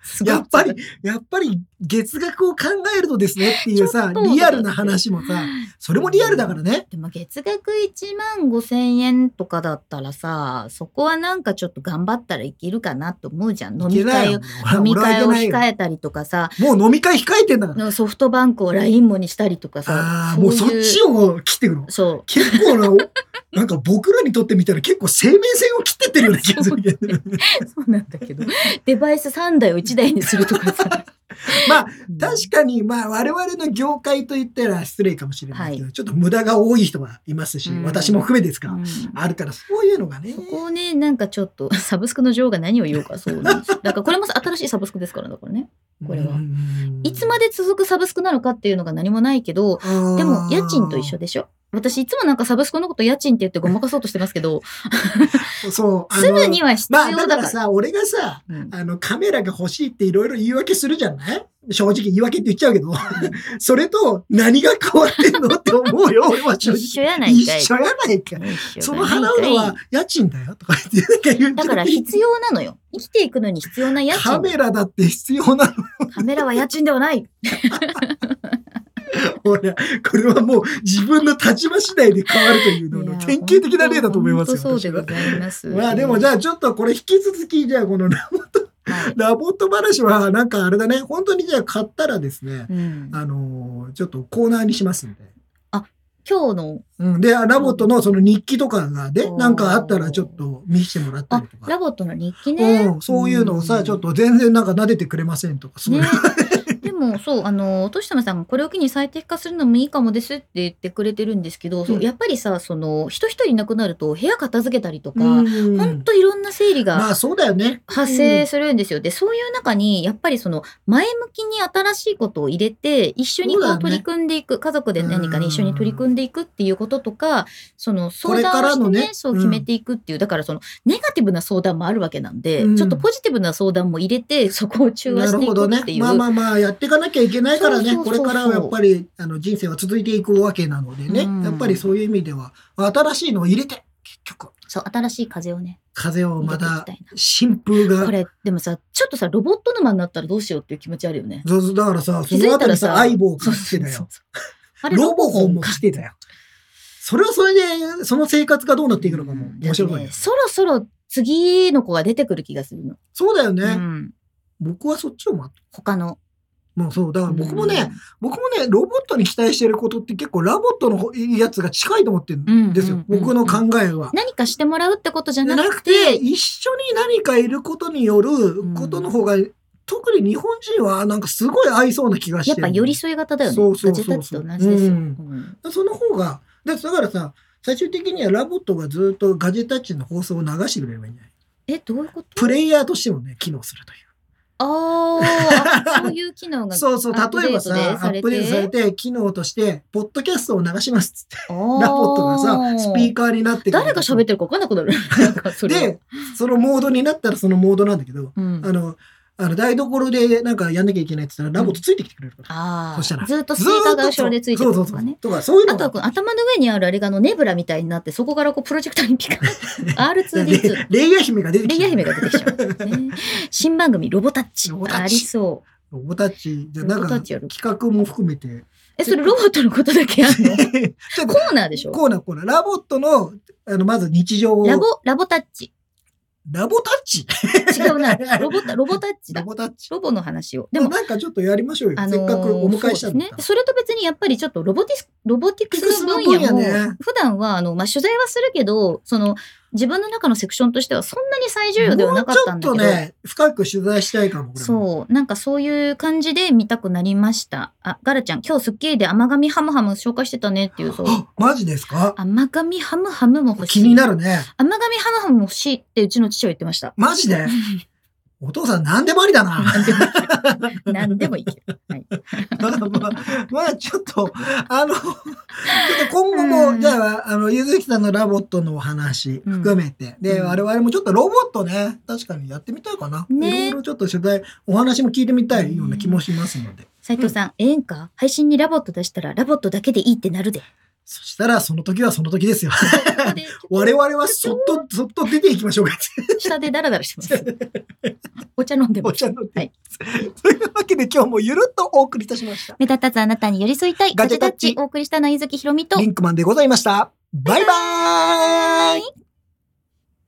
Speaker 3: すごい
Speaker 2: やっぱり、やっぱり月額を考えるとですねっていうさ
Speaker 3: ちょっ、と
Speaker 2: リアルな話もさ、それもリアルだからね。
Speaker 3: でも月額1万5千円とかだったらさそこはなんかちょっと頑張ったらいけるかなと思うじゃん飲
Speaker 2: いけ
Speaker 3: み
Speaker 2: な
Speaker 3: 会
Speaker 2: い
Speaker 3: を
Speaker 2: よ。
Speaker 3: 飲み会を
Speaker 2: 俺はいけ
Speaker 3: 控
Speaker 2: ないよ
Speaker 3: えたりとかさ
Speaker 2: もう飲み会控えてんだから。
Speaker 3: のソフトバンクを LINE もにしたりとかさ
Speaker 2: ああ、もうそっ
Speaker 3: い
Speaker 2: ちを切ってくの。
Speaker 3: そう
Speaker 2: 結構
Speaker 3: (laughs)
Speaker 2: な、おなんか僕らにとってみたら結構生命線を切ってってるような気がするけど。
Speaker 3: そうなんだけど、デバイス3台を1台にするとか
Speaker 2: (laughs)
Speaker 3: さ。
Speaker 2: (laughs) まあ、
Speaker 3: うん
Speaker 2: 確かに、まあ、我々の業界と言ったら失礼かもしれないけど、ちょっと無駄が多い人がいますし、
Speaker 3: うん
Speaker 2: 私も含めですか、
Speaker 3: うん
Speaker 2: あるから、そういうのがね
Speaker 3: そ。こをね、なんかちょっと、サブスクの女王が何を言おうか、そうなん
Speaker 2: (laughs)
Speaker 3: です。だからこれも新しいサブスクですから、だからね。これはいつま
Speaker 2: で、
Speaker 3: で続くサブスクなのかっていうのが何もないけど、でも家賃と一緒でしょ私いつもなんかサブスクのこと家賃って言ってごまかそうとしてますけど、
Speaker 2: 緒。そう。あの
Speaker 3: すぐには必
Speaker 2: まあ、
Speaker 3: 要
Speaker 2: だ
Speaker 3: だか
Speaker 2: から
Speaker 3: ら。
Speaker 2: さ、俺がさ、
Speaker 3: うん
Speaker 2: あの、カメラが欲しいっていろいろ言い訳するじゃない正直言い訳って言っちゃうけど、 (laughs) それと何が変わってんのって思うよ、俺は正
Speaker 3: 一
Speaker 2: 直。
Speaker 3: 緒や (laughs) ない
Speaker 2: 一
Speaker 3: かい。
Speaker 2: 緒やないか。
Speaker 3: 一
Speaker 2: そ
Speaker 3: 緒
Speaker 2: の
Speaker 3: やない
Speaker 2: 払
Speaker 3: かいう
Speaker 2: のは家賃だよとか言ってなんか言って
Speaker 3: だ
Speaker 2: (laughs)
Speaker 3: から必要なのよ。生きていくのに必要な家
Speaker 2: カ
Speaker 3: 賃。
Speaker 2: メラだって必要なの。
Speaker 3: カメラは家賃ではない。
Speaker 2: ほら、これはもう自分の立場次第で変わるというのの典型的な例だと思いますよ。
Speaker 3: 本当そ
Speaker 2: 私
Speaker 3: うで
Speaker 2: は
Speaker 3: ございます。
Speaker 2: まあでもじ
Speaker 3: ゃ
Speaker 2: ゃあちょっとこれ引き続き、じゃあこのラ
Speaker 3: はい
Speaker 2: ラボット話はなんかあれだね、本当にじゃあ買ったらですね、
Speaker 3: うん
Speaker 2: あのーちょっとコーナーにしますんで。
Speaker 3: 今日の
Speaker 2: うん、で、あラボットのその日記とかがで、
Speaker 3: おー
Speaker 2: なんかあったらちょっと見せてもらった
Speaker 3: あ
Speaker 2: りとか
Speaker 3: ラ。ボットの日記ね、
Speaker 2: うん、そういうのをさ、
Speaker 3: ん
Speaker 2: ちょっと全然なんか撫でてくれませんとか、そういう
Speaker 3: ね。でもそうあのとしとめさんがこれを機に最適化するのもいいかもですって言ってくれてるんですけど、そう
Speaker 2: うん
Speaker 3: やっぱりさその人一人いなくなると部屋片付けたりとか、ほん
Speaker 2: うん
Speaker 3: といろんな整理
Speaker 2: ま
Speaker 3: が
Speaker 2: あそうだよね。
Speaker 3: 発生するんですよ。でそういう中にやっぱりその前向きに新しいことを入れて一緒に
Speaker 2: そうだ
Speaker 3: こ
Speaker 2: よね
Speaker 3: う取り組んでいく、家族で何かに一緒に取り組んでいくっていうこととかその相
Speaker 2: これか
Speaker 3: 談を
Speaker 2: ら
Speaker 3: して
Speaker 2: の
Speaker 3: ね
Speaker 2: ね
Speaker 3: そう
Speaker 2: うん
Speaker 3: 決めていくっていう、だからそのネガティブな相談もあるわけなんで、
Speaker 2: うん
Speaker 3: ちょっとポジティブな相談も入れてそこを中和
Speaker 2: な
Speaker 3: し
Speaker 2: る
Speaker 3: てい
Speaker 2: ほど
Speaker 3: く
Speaker 2: ね
Speaker 3: ってい。う。
Speaker 2: まあまあまあやっていかなきゃいけないからね、
Speaker 3: そうそうそうそう
Speaker 2: これからはやっぱりあの人生は続いていくわけなのでね、
Speaker 3: うん
Speaker 2: やっぱりそういう意味では、新しいのを入れて、結局、
Speaker 3: そう新しい風をね
Speaker 2: 風を
Speaker 3: 入れ
Speaker 2: ま
Speaker 3: ていき
Speaker 2: た
Speaker 3: たいな。
Speaker 2: 新風
Speaker 3: こ
Speaker 2: が。
Speaker 3: れでもさちょっとさロボット沼になったらどうしようっていう気持ちあるよね。
Speaker 2: そうそうだからさ、
Speaker 3: 気
Speaker 2: そ
Speaker 3: づ
Speaker 2: の
Speaker 3: いた
Speaker 2: 後
Speaker 3: ら
Speaker 2: に
Speaker 3: さ
Speaker 2: さ、相棒を
Speaker 3: そう
Speaker 2: 買って
Speaker 3: そう
Speaker 2: だ
Speaker 3: そう
Speaker 2: よ。
Speaker 3: あれ
Speaker 2: ロボホンも来てたよ。それはそれで、その生活がどうなっていくのかも面白い
Speaker 3: だって
Speaker 2: ね
Speaker 3: ね。そろそろ次の子が出てくる気がするの。
Speaker 2: そうだよね。
Speaker 3: うん。
Speaker 2: 僕はそっちを待って。
Speaker 3: 他の。
Speaker 2: もうそう。だから僕もね、僕もね、ロボットに期待してることって結構ラボットのやつが近いと思ってるんですよ。
Speaker 3: うんうんうんうん
Speaker 2: 僕の考えは
Speaker 3: うん、。何かしてもらうってことじゃ
Speaker 2: じゃ
Speaker 3: な
Speaker 2: な
Speaker 3: く
Speaker 2: くて、
Speaker 3: て、
Speaker 2: 一緒に何かいることによることの方が、特に日本人はなんかすごい合いそうな気がして
Speaker 3: やっ
Speaker 2: る。
Speaker 3: ぱ寄り添い型だよね。
Speaker 2: そうそう
Speaker 3: ガ
Speaker 2: そう
Speaker 3: ジ
Speaker 2: そう
Speaker 3: ェタッチと同じですよ。
Speaker 2: う
Speaker 3: うんん
Speaker 2: その方が、だだからさ、最終的にはラボットがずっとガジェタッチの放送を流してくれればいいんじゃない
Speaker 3: え、どういうこと
Speaker 2: プレイヤーとしてもね、機能するという。
Speaker 3: あーあ、そういう機能が。
Speaker 2: (laughs) そうそう、
Speaker 3: アップ
Speaker 2: 例え
Speaker 3: デ
Speaker 2: ば
Speaker 3: ート
Speaker 2: さ、
Speaker 3: で
Speaker 2: ア
Speaker 3: され
Speaker 2: ッ
Speaker 3: て
Speaker 2: プデートされて、機能として、ポッドキャストを流しますっつって、
Speaker 3: ラ
Speaker 2: ラボットがさ、スピーカーになってくれる
Speaker 3: 誰が喋ってるか分かんな
Speaker 2: (laughs)
Speaker 3: くなる。なんかそれは
Speaker 2: で、、そのモードになったらそのモードなんだけど、
Speaker 3: うん、
Speaker 2: あの、あの台所でなんかやんなきゃいけないって言ったら、ラボットついてきてくれるから。
Speaker 3: あ
Speaker 2: そしたら
Speaker 3: あ、ずっとスピーカーが後ろでついてる
Speaker 2: そ
Speaker 3: と
Speaker 2: うそう
Speaker 3: か
Speaker 2: そう
Speaker 3: ね。
Speaker 2: とか、そういう
Speaker 3: あ
Speaker 2: の
Speaker 3: とは
Speaker 2: が
Speaker 3: この頭の上にあるあれがあのネブラみたいになってそこからこうプロジェクターにピカ
Speaker 2: (laughs)
Speaker 3: ッ R2D2
Speaker 2: レイヤー姫が出て
Speaker 3: レ
Speaker 2: き
Speaker 3: イ
Speaker 2: て
Speaker 3: ヤー姫が出てきちゃう、ね、新番組ロボタッチ
Speaker 2: ロボタッチ
Speaker 3: ありそう
Speaker 2: ロボタッチじゃなん
Speaker 3: ロボタ
Speaker 2: か
Speaker 3: ッチやる
Speaker 2: 企画も含めて
Speaker 3: えそれロボットのことだけある
Speaker 2: (laughs)
Speaker 3: の
Speaker 2: ちょっ
Speaker 3: コーナーでし
Speaker 2: と
Speaker 3: ょ
Speaker 2: コーナーコーナーラボットのあのまず日常を
Speaker 3: ラボラボタッチ
Speaker 2: ラボタッ
Speaker 3: (laughs)
Speaker 2: チ
Speaker 3: 違
Speaker 2: (laughs)
Speaker 3: うなロボタロボタッチ
Speaker 2: ラ
Speaker 3: だ
Speaker 2: ボタッチ
Speaker 3: ロボの話を
Speaker 2: で
Speaker 3: で
Speaker 2: も
Speaker 3: も
Speaker 2: なんかちょっとやりましょうよ、
Speaker 3: あのー
Speaker 2: せっかくお迎えしたんだ
Speaker 3: そうですね。それと別にやっぱりちょっとロボティスロボティクスの分
Speaker 2: ティク
Speaker 3: 野
Speaker 2: ス
Speaker 3: も
Speaker 2: の分野ね
Speaker 3: 普段はあの、まあ、取材はするけどその自分の中のセクションとしてはそんなに最重要ではなかったんだ
Speaker 2: も
Speaker 3: けど
Speaker 2: うちょっとね深く取材したいかもこれも
Speaker 3: そうなんかそういう感じで見たくなりましたあガラちゃん今日『スッキリ』で甘神ハムハム紹介してたねっていうそう
Speaker 2: あマジですか
Speaker 3: 甘神ハムハムも欲しい
Speaker 2: 気になるね
Speaker 3: 甘神ハムハムも欲しいってうちの父は言って
Speaker 2: (laughs)
Speaker 3: ました
Speaker 2: マジでお父さん何でもありだな
Speaker 3: 何でもいける何でもいける、はい、
Speaker 2: まあまあ、まあちょっと、あの、ちょっと今後も、
Speaker 3: うん
Speaker 2: じゃあ、あの、ゆずきさんのラボットのお話含めて、で、
Speaker 3: うん
Speaker 2: 我々もちょっとロボットね、確かにやってみたいかな。
Speaker 3: ね
Speaker 2: いろいろちょっと取材、お話も聞いてみたいような気もしますので。
Speaker 3: 斉藤さん、ええんか配信にラボット出したらラボットだけでいいってなる
Speaker 2: (laughs)
Speaker 3: で
Speaker 2: そしたら、その時はその時です
Speaker 3: (laughs)
Speaker 2: よ。
Speaker 3: ここで
Speaker 2: 我々はそっと、そっと出ていきましょうか。
Speaker 3: 下でダラダラしてます。お茶飲んで
Speaker 2: お
Speaker 3: ます。
Speaker 2: 茶飲んで。
Speaker 3: はい
Speaker 2: というわけで今日もゆるっとお送りいたしました。
Speaker 3: 目立たずあなたに寄り添いたい。ガ
Speaker 2: ガジ
Speaker 3: ジェ
Speaker 2: ェ
Speaker 3: タ
Speaker 2: タ
Speaker 3: ッ
Speaker 2: ッチ
Speaker 3: チお送りしたのはゆずきひろみと
Speaker 2: リ。ンクマンでございました。バイバーイ